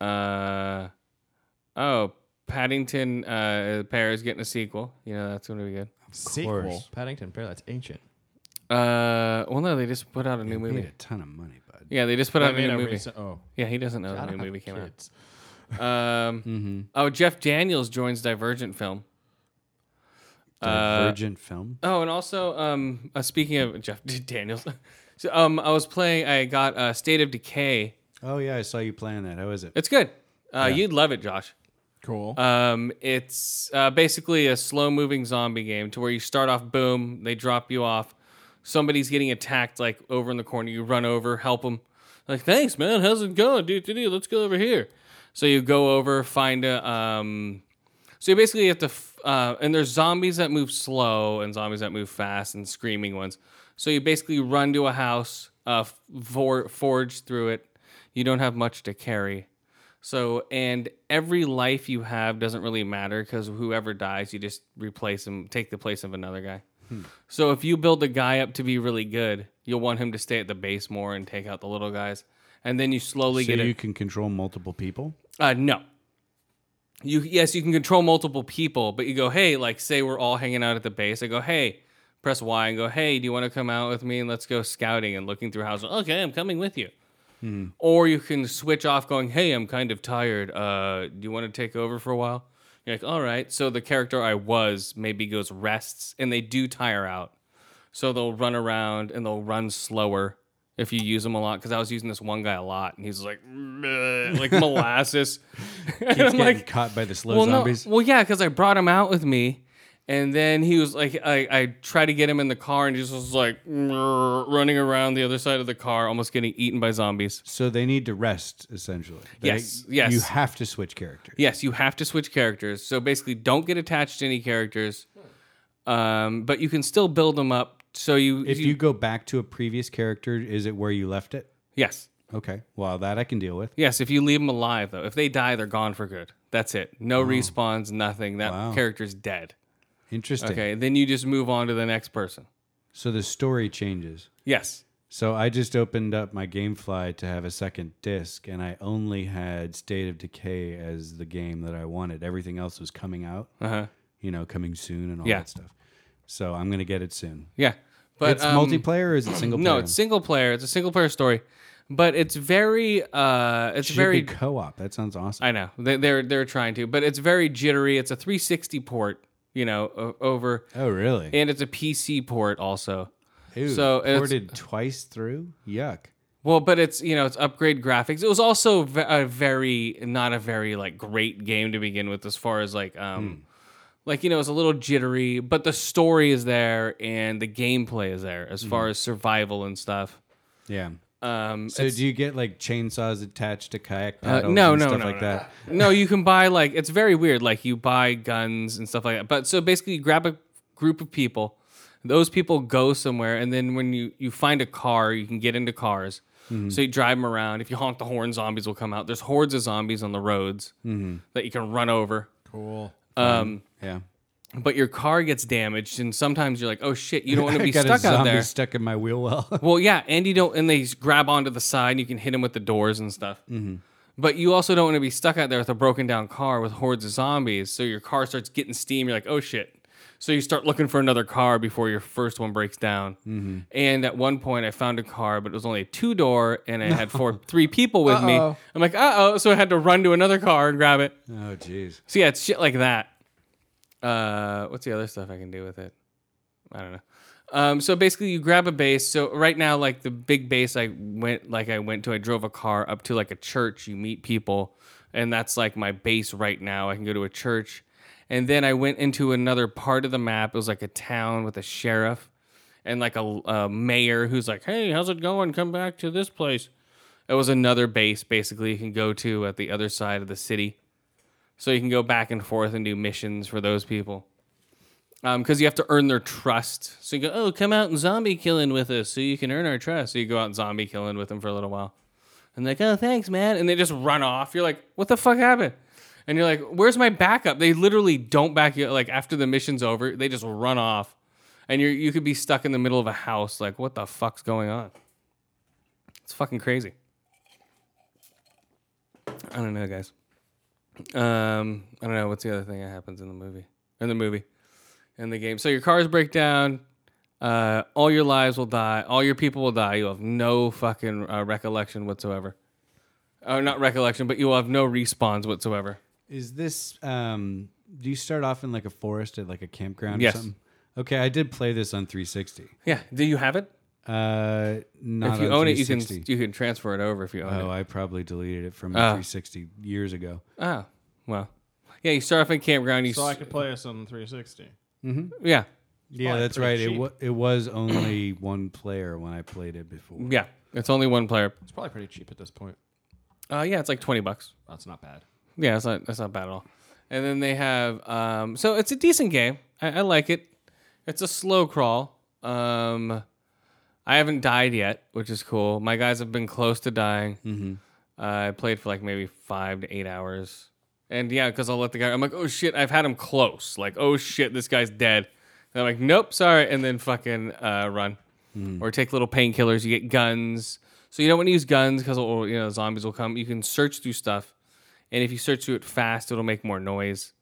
[SPEAKER 1] Uh, oh, Paddington uh, Pear is getting a sequel. You know, that's going to be good.
[SPEAKER 5] Sequel,
[SPEAKER 2] course.
[SPEAKER 5] Paddington Bear. That's ancient.
[SPEAKER 1] Uh, well, no, they just put out a new
[SPEAKER 2] Made
[SPEAKER 1] movie.
[SPEAKER 2] a ton of money, bud.
[SPEAKER 1] Yeah, they just put out a
[SPEAKER 5] I mean,
[SPEAKER 1] new
[SPEAKER 5] a
[SPEAKER 1] movie.
[SPEAKER 5] recent- oh,
[SPEAKER 1] Yeah, he doesn't know
[SPEAKER 5] I
[SPEAKER 1] the
[SPEAKER 5] don't
[SPEAKER 1] new
[SPEAKER 5] have
[SPEAKER 1] movie came
[SPEAKER 5] kids.
[SPEAKER 1] out. Um, Oh, Jeff Daniels joins Divergent film. Uh,
[SPEAKER 2] Divergent film.
[SPEAKER 1] Oh, and also, um, uh, speaking of *laughs* Jeff Daniels, so, um, I was playing. I got uh, State of Decay.
[SPEAKER 2] Oh yeah, I saw you playing that. How is it?
[SPEAKER 1] It's good. Uh, You'd love it, Josh.
[SPEAKER 5] Cool.
[SPEAKER 1] Um, it's uh, basically a slow moving zombie game to where you start off, boom, they drop you off. Somebody's getting attacked like over in the corner. You run over, help them. Like, thanks, man. How's it going? Do, do, do. Let's go over here. So you go over, find a. Um, so you basically have to. F- uh, and there's zombies that move slow and zombies that move fast and screaming ones. So you basically run to a house, uh, for- forge through it. You don't have much to carry. So, and every life you have doesn't really matter because whoever dies, you just replace him, take the place of another guy.
[SPEAKER 2] Hmm.
[SPEAKER 1] So, if you build a guy up to be really good, you'll want him to stay at the base more and take out the little guys. And then you slowly
[SPEAKER 2] So
[SPEAKER 1] get
[SPEAKER 2] you
[SPEAKER 1] it.
[SPEAKER 2] can control multiple people.
[SPEAKER 1] Uh, no. You yes, you can control multiple people, but you go, hey, like say we're all hanging out at the base. I go, hey, press Y and go, hey, do you want to come out with me and let's go scouting and looking through houses? Okay, I'm coming with you. Or you can switch off, going, hey, I'm kind of tired. Uh, do you want to take over for a while? You're like, all right. So the character I was maybe goes rests, and they do tire out. So they'll run around and they'll run slower if you use them a lot. Because I was using this one guy a lot, and he's like, "Bleh," like molasses. *laughs* and
[SPEAKER 2] It's
[SPEAKER 1] I'm
[SPEAKER 2] getting
[SPEAKER 1] like,
[SPEAKER 2] caught by the slow
[SPEAKER 1] well,
[SPEAKER 2] zombies.
[SPEAKER 1] no, well, yeah, because I brought him out with me, and then he was like, I, I tried to get him in the car, and he just was like "Bleh," running around the other side of the car, almost getting eaten by zombies.
[SPEAKER 2] So they need to rest essentially. They-
[SPEAKER 1] Yes, yes.
[SPEAKER 2] You have to switch characters.
[SPEAKER 1] Yes, you have to switch characters. So basically, don't get attached to any characters, um, but you can still build them up. So you,
[SPEAKER 2] If you go back to a previous character, is it where you left it?
[SPEAKER 1] yes,
[SPEAKER 2] Okay. Well, that I can deal with.
[SPEAKER 1] yes. If you leave them alive, though, if they die, they're gone for good. That's it. No respawns, nothing. That
[SPEAKER 2] Wow.
[SPEAKER 1] character's dead.
[SPEAKER 2] Interesting.
[SPEAKER 1] Okay, then you just move on to the next person.
[SPEAKER 2] So the story changes.
[SPEAKER 1] Yes.
[SPEAKER 2] So I just opened up my GameFly to have a second disc, and I only had State of Decay as the game that I wanted. Everything else was coming out,
[SPEAKER 1] Uh huh.
[SPEAKER 2] you know, coming soon and all
[SPEAKER 1] Yeah.
[SPEAKER 2] that stuff. So I'm gonna get it soon.
[SPEAKER 1] Yeah. But
[SPEAKER 2] it's
[SPEAKER 1] um, *clears throat*
[SPEAKER 2] multiplayer or is it single player?
[SPEAKER 1] No, it's single player. It's a single player story. but it's very uh, it's
[SPEAKER 2] Should
[SPEAKER 1] very
[SPEAKER 2] be co-op. That sounds awesome.
[SPEAKER 1] I know they, they're they're trying to, but it's very jittery. It's a 360 port, you know, o- over,
[SPEAKER 2] oh, really?
[SPEAKER 1] and it's a PC port also.
[SPEAKER 2] Ew,
[SPEAKER 1] so it's-
[SPEAKER 2] ported twice through. Yuck.
[SPEAKER 1] Well, but it's you know it's upgrade graphics. It was also ve- a very not a very like great game to begin with, as far as like
[SPEAKER 2] Hmm.
[SPEAKER 1] um like you know it's a little jittery, but the story is there and the gameplay is there as
[SPEAKER 2] Hmm.
[SPEAKER 1] far as survival and stuff.
[SPEAKER 2] Yeah.
[SPEAKER 1] Um,
[SPEAKER 2] So do you get like chainsaws attached to kayak
[SPEAKER 1] Uh,
[SPEAKER 2] paddles
[SPEAKER 1] no,
[SPEAKER 2] and
[SPEAKER 1] no,
[SPEAKER 2] stuff
[SPEAKER 1] no,
[SPEAKER 2] like
[SPEAKER 1] no.
[SPEAKER 2] that?
[SPEAKER 1] no, you can buy like it's very weird. Like you buy guns and stuff like that. But so basically, you grab a group of people. Those people go somewhere, and then when you you find a car, you can get into cars.
[SPEAKER 2] Mm-hmm.
[SPEAKER 1] So you drive them around. If you honk the horn, zombies will come out. There's hordes of zombies on the roads
[SPEAKER 2] Mm-hmm.
[SPEAKER 1] that you can run over.
[SPEAKER 5] Cool.
[SPEAKER 1] Um,
[SPEAKER 2] Yeah.
[SPEAKER 1] but your car gets damaged, and sometimes you're like, "Oh shit, you don't
[SPEAKER 2] *laughs*
[SPEAKER 1] want to
[SPEAKER 2] I
[SPEAKER 1] be
[SPEAKER 2] got
[SPEAKER 1] stuck
[SPEAKER 2] a zombie
[SPEAKER 1] out there."
[SPEAKER 2] stuck in my wheel well. *laughs*
[SPEAKER 1] *laughs* Well, yeah, and you don't, and they grab onto the side. And you can hit them with the doors and stuff. But you also don't want to be stuck out there with a broken down car with hordes of zombies. So your car starts getting steam. You're like, oh shit. So you start looking for another car before your first one breaks down. And at one point, I found a car, but it was only a two door, and I had four, three people with me.
[SPEAKER 5] Uh-oh.
[SPEAKER 1] I'm like, uh oh. So I had to run to another car and grab it.
[SPEAKER 2] oh, jeez.
[SPEAKER 1] So yeah, it's shit like that. Uh, what's the other stuff I can do with it? I don't know. Um, so basically, you grab a base. So right now, like the big base I went, like I went to, I drove a car up to like a church. You meet people, and that's like my base right now. I can go to a church, and then I went into another part of the map. It was like a town with a sheriff and like a, a mayor who's like, "Hey, how's it going? Come back to this place." It was another base basically you can go to at the other side of the city so you can go back and forth and do missions for those people because you have to earn their trust so you go oh come out and zombie killing with us so you can earn our trust so you go out and zombie killing with them for a little while and they're like oh thanks man and they just run off you're like what the fuck happened and you're like where's my backup they literally don't back you like after the mission's over they just run off and you you could be stuck in the middle of a house like what the fuck's going on it's fucking crazy i don't know guys um, I don't know what's the other thing that happens in the movie, in the movie, in the game. So your cars break down. Uh, all your lives will die. All your people will die. You'll have no fucking uh, recollection whatsoever. Or not recollection, but you will have no respawns whatsoever.
[SPEAKER 2] Is this? Um, do you start off in like a forest at like a campground?
[SPEAKER 1] Yes.
[SPEAKER 2] Or something? Okay, I did play this on 360.
[SPEAKER 1] Yeah. Do you have it?
[SPEAKER 2] Uh, not
[SPEAKER 1] if you
[SPEAKER 2] on
[SPEAKER 1] own it, you
[SPEAKER 2] 360.
[SPEAKER 1] can you can transfer it over if you own
[SPEAKER 2] Oh,
[SPEAKER 1] it.
[SPEAKER 2] I probably deleted it from
[SPEAKER 1] Ah.
[SPEAKER 2] 360 years ago.
[SPEAKER 1] Oh, well. Yeah, you start off in campground. You
[SPEAKER 5] So I
[SPEAKER 1] s-
[SPEAKER 5] could play us on 360.
[SPEAKER 1] yeah,
[SPEAKER 2] Yeah,
[SPEAKER 5] probably
[SPEAKER 2] that's right.
[SPEAKER 5] pretty
[SPEAKER 2] It,
[SPEAKER 5] cheap.
[SPEAKER 2] wa it was only *clears throat* one player when I played it before.
[SPEAKER 1] yeah. It's only one player.
[SPEAKER 5] It's probably pretty cheap at this point.
[SPEAKER 1] Uh, yeah, it's like twenty bucks.
[SPEAKER 5] That's not bad.
[SPEAKER 1] Yeah, that's not that's not bad at all. And then they have um, so it's a decent game. I, I like it. It's a slow crawl. Um, I haven't died yet, which is cool. My guys have been close to dying.
[SPEAKER 2] Mm-hmm.
[SPEAKER 1] Uh, I played for like maybe five to eight hours, and yeah, because I'll let the guy. I'm like, oh shit, I've had him close. Like, oh shit, this guy's dead. And I'm like, nope, sorry, and then fucking uh, run
[SPEAKER 2] Mm-hmm.
[SPEAKER 1] or take little painkillers. You get guns, so you don't want to use guns because you know zombies will come. You can search through stuff and if you search through it fast, it'll make more noise.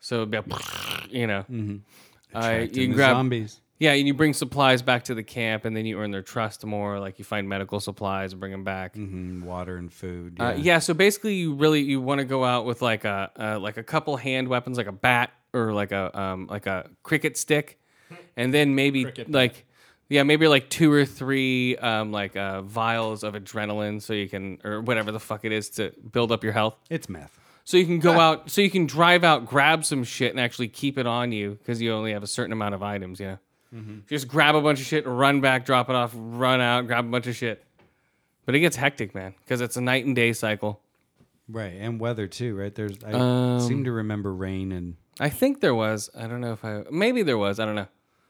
[SPEAKER 1] So it'll be a, *laughs* you know, uh,
[SPEAKER 2] Mm-hmm. Attracting
[SPEAKER 1] you can
[SPEAKER 2] the
[SPEAKER 1] grab
[SPEAKER 2] zombies.
[SPEAKER 1] yeah, and you bring supplies back to the camp, and then you earn their trust more. Like you find medical supplies and bring them back.
[SPEAKER 2] Mm, water and food.
[SPEAKER 1] Uh, yeah, so basically, you really you want to go out with like a uh, like a couple hand weapons, like a bat or like a um, like a cricket stick, and then maybe like yeah, maybe like two or three um, like uh, vials of adrenaline, so you can or whatever the fuck it is to build up your health.
[SPEAKER 2] It's meth.
[SPEAKER 1] So you can go out, so you can drive out, grab some shit, and actually keep it on you because you only have a certain amount of items. You know,
[SPEAKER 2] Mm-hmm.
[SPEAKER 1] just grab a bunch of shit, run back, drop it off, run out, grab a bunch of shit. But it gets hectic, man, because it's a night and day cycle.
[SPEAKER 2] Right, and weather too, right? There's I
[SPEAKER 1] Um,
[SPEAKER 2] seem to remember rain and
[SPEAKER 1] I think there was. I don't know if I. Maybe there was. I don't know.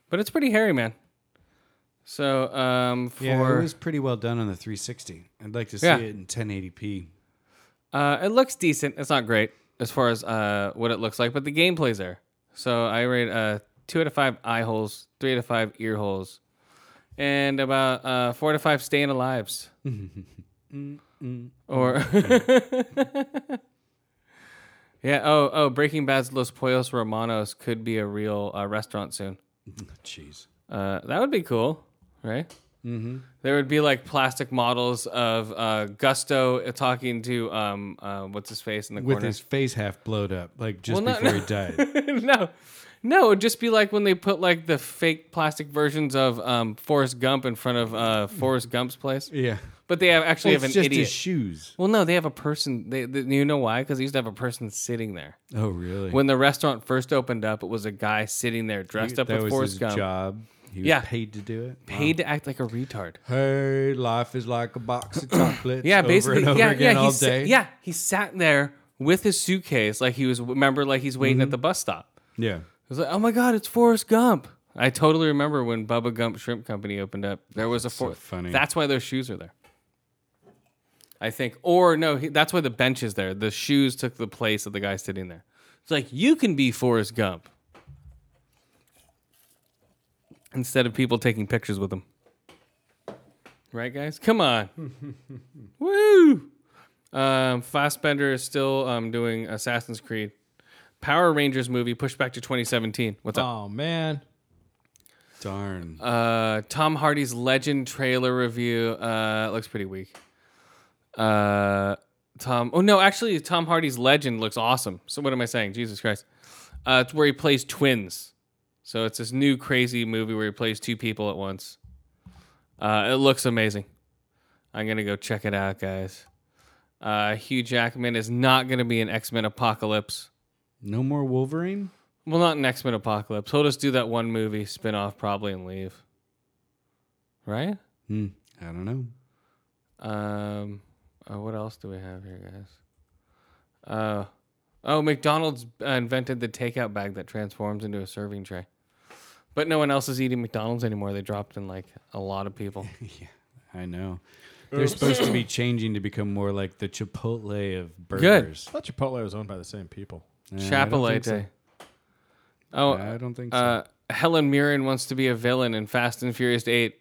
[SPEAKER 1] But it's pretty hairy, man. So um, for
[SPEAKER 2] yeah, it was pretty well done on the 360. I'd like to see
[SPEAKER 1] Yeah.
[SPEAKER 2] it in 1080p.
[SPEAKER 1] Uh, it looks decent. It's not great as far as uh, what it looks like, but the gameplay's there. So I rate uh, two out of five eye holes, three out of five ear holes, and about uh, four to five staying alives. or *laughs* yeah. Oh, oh. Breaking Bad's Los Pollos Romanos could be a real uh, restaurant soon.
[SPEAKER 2] Jeez,
[SPEAKER 1] Uh, that would be cool, right? Mm-hmm. There would be like plastic models of uh, Gusto talking to um, uh, what's his face in the
[SPEAKER 2] with
[SPEAKER 1] corner.
[SPEAKER 2] his face half blowed up, like just
[SPEAKER 1] Well, no,
[SPEAKER 2] before
[SPEAKER 1] no.
[SPEAKER 2] he died.
[SPEAKER 1] *laughs* no, no, it'd just be like when they put like the fake plastic versions of um, Forrest Gump in front of uh, Forrest Gump's place,
[SPEAKER 2] Yeah,
[SPEAKER 1] but they have actually
[SPEAKER 2] it's
[SPEAKER 1] have an
[SPEAKER 2] just
[SPEAKER 1] idiot.
[SPEAKER 2] his shoes.
[SPEAKER 1] well, no, they have a person. They, they you know why? Because they used to have a person sitting there.
[SPEAKER 2] Oh, really?
[SPEAKER 1] When the restaurant first opened up, it was a guy sitting there dressed up
[SPEAKER 2] that
[SPEAKER 1] with
[SPEAKER 2] was
[SPEAKER 1] Forrest
[SPEAKER 2] his
[SPEAKER 1] Gump,
[SPEAKER 2] job. He was
[SPEAKER 1] Yeah.
[SPEAKER 2] paid to do it. Wow.
[SPEAKER 1] paid to act like a retard.
[SPEAKER 2] Hey, life is like a
[SPEAKER 1] *clears throat*
[SPEAKER 2] box of chocolates.
[SPEAKER 1] Yeah,
[SPEAKER 2] over
[SPEAKER 1] basically.
[SPEAKER 2] and over
[SPEAKER 1] yeah,
[SPEAKER 2] again
[SPEAKER 1] yeah.
[SPEAKER 2] all
[SPEAKER 1] he sa-
[SPEAKER 2] day.
[SPEAKER 1] yeah, he sat there with his suitcase, like he was. Remember, like he's waiting
[SPEAKER 2] Mm-hmm.
[SPEAKER 1] at the bus stop.
[SPEAKER 2] yeah.
[SPEAKER 1] It was like, oh my god, it's Forrest Gump. I totally remember when Bubba Gump Shrimp Company opened up. There was a
[SPEAKER 2] so
[SPEAKER 1] Forrest.
[SPEAKER 2] funny.
[SPEAKER 1] That's why those shoes are there. I think, or no, he, that's why the bench is there. The shoes took the place of the guy sitting there. It's like you can be Forrest Gump instead of people taking pictures with him. Right, guys? Come on. Woo! Um, Fassbender is still um, doing Assassin's Creed. Power Rangers movie pushed back to 2017. What's up?
[SPEAKER 5] Oh man,
[SPEAKER 2] Darn.
[SPEAKER 1] Uh, Tom Hardy's Legend trailer review uh, looks pretty weak. Uh, Tom. Oh no, actually, Tom Hardy's Legend looks awesome. So what am I saying? Jesus Christ! Uh, it's where he plays twins. So it's this new crazy movie where he plays two people at once. Uh, it looks amazing. I'm gonna go check it out, guys. Uh, Hugh Jackman is not gonna be in X Men Apocalypse.
[SPEAKER 2] No more Wolverine.
[SPEAKER 1] Well, not in X Men Apocalypse. He'll just do that one movie spin off probably and leave. Right?
[SPEAKER 2] Hmm. I don't know.
[SPEAKER 1] Um, uh, what else do we have here, guys? Uh, oh, McDonald's uh, invented the takeout bag that transforms into a serving tray. But no one else is eating McDonald's anymore. They dropped in like a lot of
[SPEAKER 2] *laughs*
[SPEAKER 1] people.
[SPEAKER 2] I know. They're supposed to be
[SPEAKER 1] *clears throat*
[SPEAKER 2] changing to become more like the Chipotle of burgers.
[SPEAKER 5] I thought Chipotle was owned by the same *laughs* people.
[SPEAKER 2] Good.
[SPEAKER 1] Chapelete. Oh,
[SPEAKER 2] I don't think so.
[SPEAKER 1] uh, Helen Mirren wants to be a villain in Fast and Furious 8.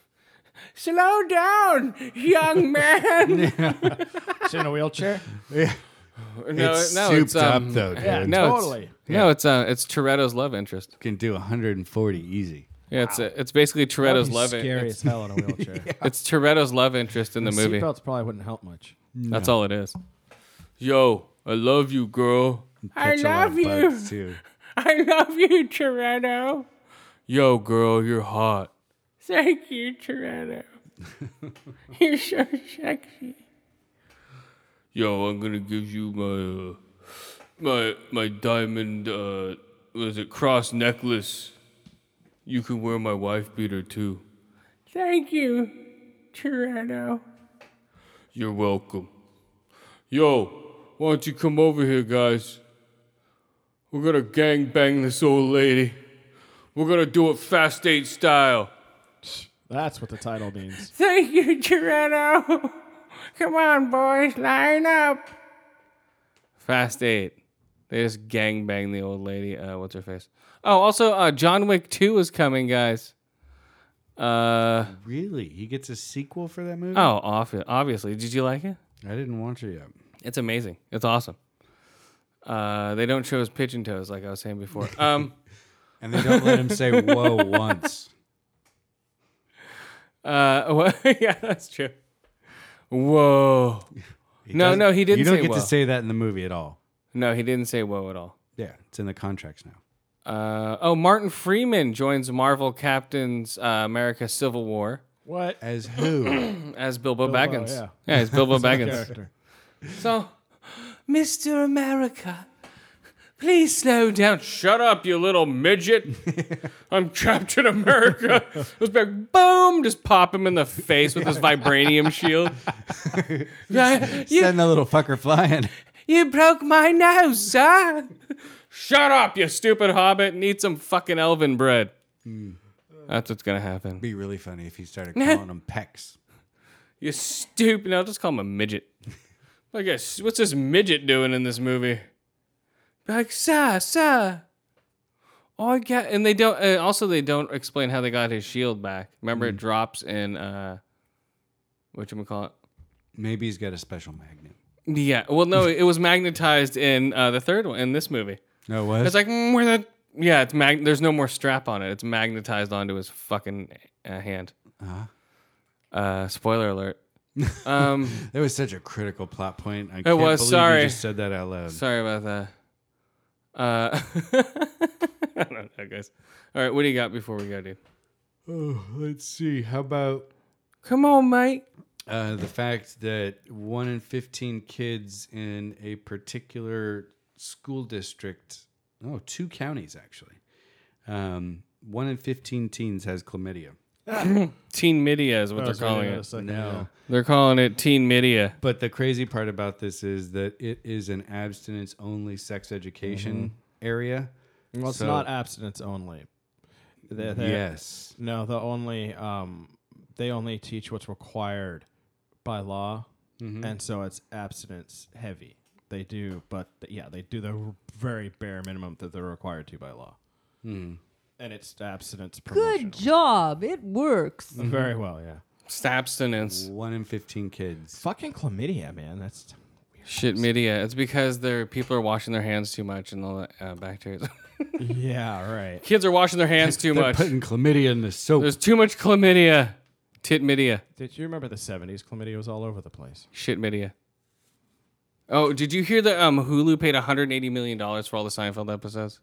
[SPEAKER 1] *laughs* Slow down, young man.
[SPEAKER 5] She's in a *laughs* wheelchair.
[SPEAKER 1] no,
[SPEAKER 2] it's
[SPEAKER 1] no,
[SPEAKER 2] souped
[SPEAKER 1] it's um,
[SPEAKER 2] up though, dude.
[SPEAKER 5] yeah,
[SPEAKER 1] no, it's-
[SPEAKER 5] Totally.
[SPEAKER 1] no, it's uh, it's Toretto's love interest.
[SPEAKER 2] Can do 140 easy.
[SPEAKER 1] Yeah, it's uh, it's basically Toretto's
[SPEAKER 5] He's
[SPEAKER 1] love. in-
[SPEAKER 5] Scary
[SPEAKER 1] It's,
[SPEAKER 5] as hell in *laughs* a wheelchair.
[SPEAKER 1] it's Toretto's love interest in the movie.
[SPEAKER 5] Seatbelts probably wouldn't help much.
[SPEAKER 1] That's all it is. Yo, I love you, girl. I
[SPEAKER 2] Catch a lot of
[SPEAKER 1] love you.
[SPEAKER 2] bugs, too.
[SPEAKER 1] I love you, Toretto. Yo, girl, you're hot. Thank you,
[SPEAKER 2] *laughs*
[SPEAKER 1] Toretto. you're so sexy. Yo, I'm gonna give you my uh, my my diamond uh was it cross necklace. You can wear my wife beater too. Thank you, Toretto. You're welcome. Yo, why don't you come over here, guys? We're gonna gang bang this old lady. We're gonna do it fast eight style.
[SPEAKER 5] That's what the title means.
[SPEAKER 1] Thank you, Toretto. *laughs* Come on, boys, line up. Fast eight. They just gang bang the old lady. Uh, what's her face? Oh, also, uh, John Wick Two is coming, guys. Uh
[SPEAKER 2] Really? He gets a sequel for that movie?
[SPEAKER 1] oh, obvi- obviously. Did you like it?
[SPEAKER 2] I didn't watch it yet.
[SPEAKER 1] It's amazing. It's awesome. Uh, they don't show his pigeon toes like I was saying before. Um.
[SPEAKER 2] And they don't let him
[SPEAKER 1] *laughs*
[SPEAKER 2] say whoa once.
[SPEAKER 1] Uh, *laughs* well, yeah, that's true. Whoa.
[SPEAKER 2] He
[SPEAKER 1] No,
[SPEAKER 2] doesn't-
[SPEAKER 1] no, he didn't
[SPEAKER 2] You don't
[SPEAKER 1] say
[SPEAKER 2] get
[SPEAKER 1] whoa.
[SPEAKER 2] to say that in the movie at all.
[SPEAKER 1] No, he didn't say whoa at all.
[SPEAKER 2] Yeah, it's in the contracts now.
[SPEAKER 1] Uh, oh, Martin Freeman joins Marvel Captain's uh, America Civil War
[SPEAKER 5] *laughs* What?
[SPEAKER 2] As *coughs* who?
[SPEAKER 1] as Bilbo, Baggins.
[SPEAKER 5] yeah.
[SPEAKER 1] yeah, he's
[SPEAKER 2] *laughs*
[SPEAKER 1] Bilbo Baggins.
[SPEAKER 5] Character.
[SPEAKER 1] So, Mr. America, please slow down. Shut up, you little
[SPEAKER 2] *laughs*
[SPEAKER 1] midget. I'm Captain America. Just like, boom, just pop him in the face with his vibranium shield.
[SPEAKER 2] *laughs*
[SPEAKER 1] Yeah, you-
[SPEAKER 2] Send the little fucker flying.
[SPEAKER 1] You broke my nose, sir. Shut up, you stupid hobbit, and eat some fucking elven bread. That's what's gonna happen.
[SPEAKER 2] Be really funny if
[SPEAKER 1] *laughs*
[SPEAKER 2] he started calling him Pex.
[SPEAKER 1] You stupid. No, just call him a *laughs* midget. Like, a s- what's this midget doing in this movie? Like, sir, sir. Oh, I get. And they don't. Uh, also, they don't explain how they got his shield back. Remember, it drops in. uh What you call it?
[SPEAKER 2] Maybe he's got a special magnet.
[SPEAKER 1] Yeah. Well, no, it was magnetized in uh, the third one in this movie.
[SPEAKER 2] No, it was.
[SPEAKER 1] It's like mm, where the yeah, it's mag- there's no more strap on it. It's magnetized onto his fucking uh, hand.
[SPEAKER 2] Uh-huh.
[SPEAKER 1] Uh, spoiler
[SPEAKER 2] *laughs*
[SPEAKER 1] alert. Um,
[SPEAKER 2] That was such a critical plot point. I it
[SPEAKER 1] was, sorry.
[SPEAKER 2] You just said that out loud.
[SPEAKER 1] sorry about that. Uh, *laughs* I don't know, guys. All right, what do you got before we go, dude?
[SPEAKER 2] Oh, let's see. How about
[SPEAKER 1] Come on, mate.
[SPEAKER 2] uh, the fact that one in 15 kids in a particular school district, oh, two counties actually, um, one in 15 teens has chlamydia.
[SPEAKER 1] Teen Midia is what they're calling it.
[SPEAKER 2] No.
[SPEAKER 1] They're calling it Teen Midia.
[SPEAKER 2] But the crazy part about this is that it is an abstinence only sex education
[SPEAKER 1] Mm-hmm.
[SPEAKER 2] area.
[SPEAKER 5] Well, it's
[SPEAKER 2] So-
[SPEAKER 5] not abstinence only. They're- they're-
[SPEAKER 2] Yes.
[SPEAKER 5] No, the only um, they only teach what's required by law, and so it's abstinence heavy. They do, but th- yeah, they do the r- very bare minimum that they're required to by law, Hmm. and it's abstinence.
[SPEAKER 4] Good
[SPEAKER 5] promotional.
[SPEAKER 4] job. It works.
[SPEAKER 5] Very well, yeah.
[SPEAKER 1] It's abstinence.
[SPEAKER 2] One in 15 kids.
[SPEAKER 5] Fucking chlamydia, man. That's
[SPEAKER 1] Shit, Midia. It's because they're people are washing their hands too much and all that uh, bacteria. *laughs*
[SPEAKER 5] yeah, right.
[SPEAKER 1] Kids are washing their hands too
[SPEAKER 2] They're
[SPEAKER 1] much.
[SPEAKER 2] putting chlamydia in the soap.
[SPEAKER 1] There's too much chlamydia. Tit Midia.
[SPEAKER 5] Did you remember the '70s? Chlamydia was all over the place.
[SPEAKER 1] Shit Midia. Oh, did you hear that um, Hulu paid $180 million for all the Seinfeld episodes?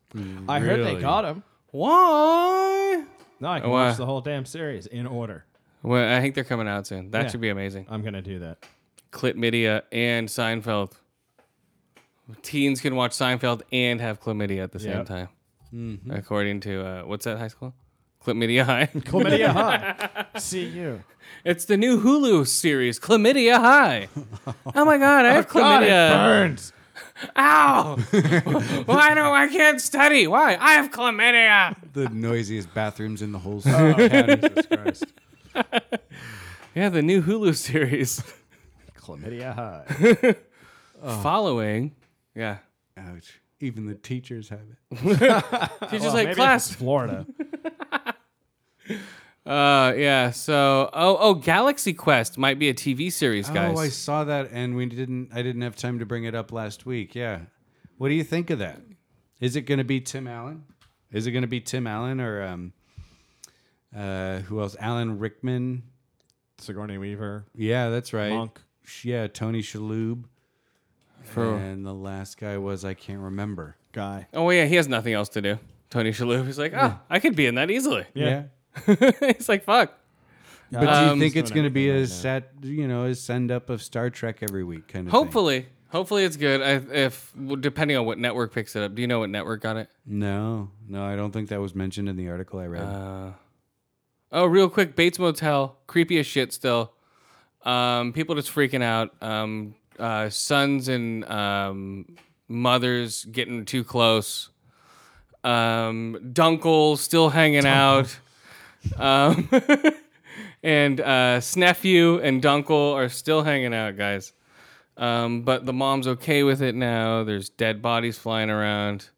[SPEAKER 5] I heard they
[SPEAKER 2] Really?
[SPEAKER 5] got him.
[SPEAKER 1] Why?
[SPEAKER 5] No, I can
[SPEAKER 1] Oh,
[SPEAKER 5] watch
[SPEAKER 1] uh,
[SPEAKER 5] the whole damn series in order.
[SPEAKER 1] Well, I think they're coming out soon. That
[SPEAKER 5] Yeah.
[SPEAKER 1] should be amazing.
[SPEAKER 5] I'm gonna do *laughs* that.
[SPEAKER 1] Clit Midia and Seinfeld. Teens can watch Seinfeld and have chlamydia at the same
[SPEAKER 5] Yep. Mm-hmm.
[SPEAKER 1] time. According to, uh, what's that high school? Chlamydia High. *laughs*
[SPEAKER 5] Chlamydia high. See you.
[SPEAKER 1] it's the new Hulu series, Chlamydia
[SPEAKER 5] *laughs*
[SPEAKER 1] High. Oh my God, I have
[SPEAKER 5] God, it
[SPEAKER 1] chlamydia.
[SPEAKER 5] burns.
[SPEAKER 1] *laughs* Ow! Why no? I can't study. Why? I have chlamydia.
[SPEAKER 2] the
[SPEAKER 1] *laughs*
[SPEAKER 2] noisiest bathrooms in the whole
[SPEAKER 1] Oh,
[SPEAKER 2] county. Jesus Christ.
[SPEAKER 1] Yeah, the new Hulu series
[SPEAKER 5] Chlamydia high.
[SPEAKER 2] Oh.
[SPEAKER 1] following. Yeah.
[SPEAKER 2] Ouch. Even the teachers have it.
[SPEAKER 1] She's
[SPEAKER 2] Oh,
[SPEAKER 1] just like, class.
[SPEAKER 5] Florida.
[SPEAKER 1] Uh, yeah. So, oh, oh, Galaxy Quest might be a TV series, guys.
[SPEAKER 2] Oh, I saw that and we didn't I didn't have time to bring it up last week. Yeah. What do you think of that? Is it gonna be Tim Allen? Is it gonna be Tim Allen or um uh who else? Alan Rickman?
[SPEAKER 5] *laughs* Sigourney Weaver.
[SPEAKER 2] Yeah, that's right.
[SPEAKER 5] Monk.
[SPEAKER 2] Sh- Yeah, Tony Shalhoub.
[SPEAKER 1] For-
[SPEAKER 2] And the last guy was I can't remember.
[SPEAKER 5] Guy.
[SPEAKER 1] Oh yeah, he has nothing else to do. Tony Shalhoub. He's like, oh, I could be in that easily. *laughs*
[SPEAKER 5] Yeah.
[SPEAKER 1] He's like, fuck.
[SPEAKER 2] But do
[SPEAKER 1] Um,
[SPEAKER 2] you think it's
[SPEAKER 5] doing
[SPEAKER 2] going to be
[SPEAKER 5] everything
[SPEAKER 2] a
[SPEAKER 5] right now.
[SPEAKER 2] set, you know, a send up of Star Trek every week kind of thing?
[SPEAKER 1] Hopefully, hopefully it's good. I, if well, depending on what network picks it up. Do you know what network got it?
[SPEAKER 2] No, no, I don't think that was mentioned in the article I read.
[SPEAKER 1] Uh. Oh, real quick, Bates Motel, creepy as shit still. Um, people just freaking out. Um, uh, sons and um, mothers getting too close. Um, Dunkel still hanging out. Um, *laughs* and uh, Snefew and Dunkel are still hanging out, guys. Um, but the mom's okay with it now. There's dead bodies flying around.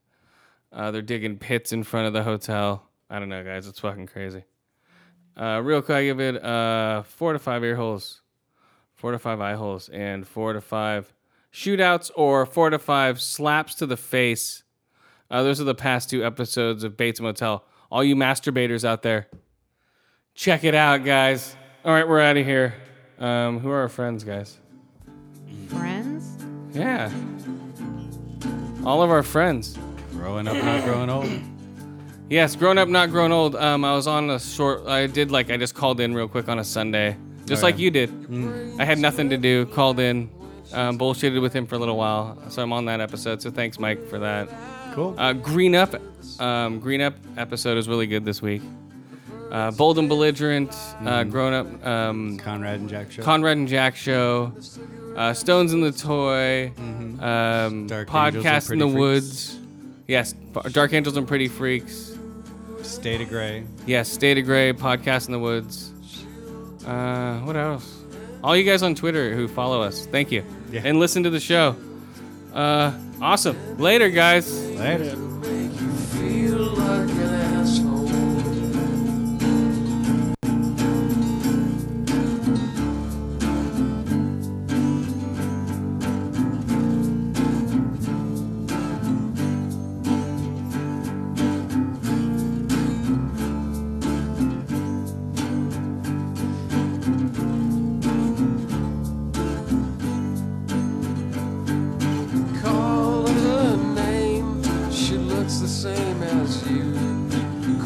[SPEAKER 1] Uh, they're digging pits in front of the hotel. I don't know, guys. It's fucking crazy. Uh, real quick, I give it uh, four to five ear holes, four to five eye holes, and four to five shootouts or four to five slaps to the face. Uh, those are the past two episodes of Bates Motel. All you masturbators out there, check it out, guys. All right, we're out of here. Um, who are our friends, guys?
[SPEAKER 4] Friends?
[SPEAKER 1] Yeah. All of our friends.
[SPEAKER 2] growing up, not growing old.
[SPEAKER 1] Yes, grown up, not grown old. Um, I was on a short. I did like I just called in real quick on a Sunday, just
[SPEAKER 2] Oh,
[SPEAKER 1] like
[SPEAKER 2] yeah.
[SPEAKER 1] you did.
[SPEAKER 2] Mm.
[SPEAKER 1] I had nothing to do. Called in, um, bullshitted with him for a little while. So I'm on that episode. So thanks, Mike, for that.
[SPEAKER 2] Cool.
[SPEAKER 1] Uh, Green Up, um, Green Up episode is really good this week. Uh, bold and belligerent, uh,
[SPEAKER 2] Mm.
[SPEAKER 1] grown up. Um,
[SPEAKER 2] Conrad and Jack show.
[SPEAKER 1] Conrad and Jack show, uh, Stones in the Toy, um,
[SPEAKER 2] Mm-hmm. Dark Angels and
[SPEAKER 1] podcast in
[SPEAKER 2] Pretty
[SPEAKER 1] the
[SPEAKER 2] Freaks.
[SPEAKER 1] woods. Yes, P- Dark Angels and Pretty Freaks.
[SPEAKER 2] State of Gray.
[SPEAKER 1] Yes, State of Gray, Podcast in the Woods. Uh, what else? All you guys on Twitter who follow us, thank you.
[SPEAKER 2] Yeah.
[SPEAKER 1] And listen to the show. Uh, awesome. Later, guys.
[SPEAKER 2] Later.
[SPEAKER 6] Feel like an asshole.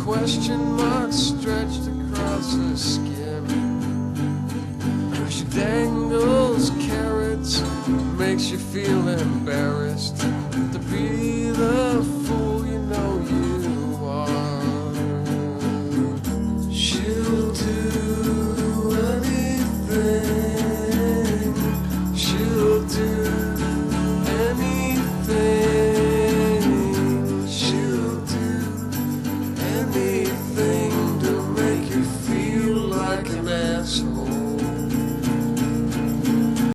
[SPEAKER 6] question marks stretched across her skin. She dangles carrots, makes you feel embarrassed to be the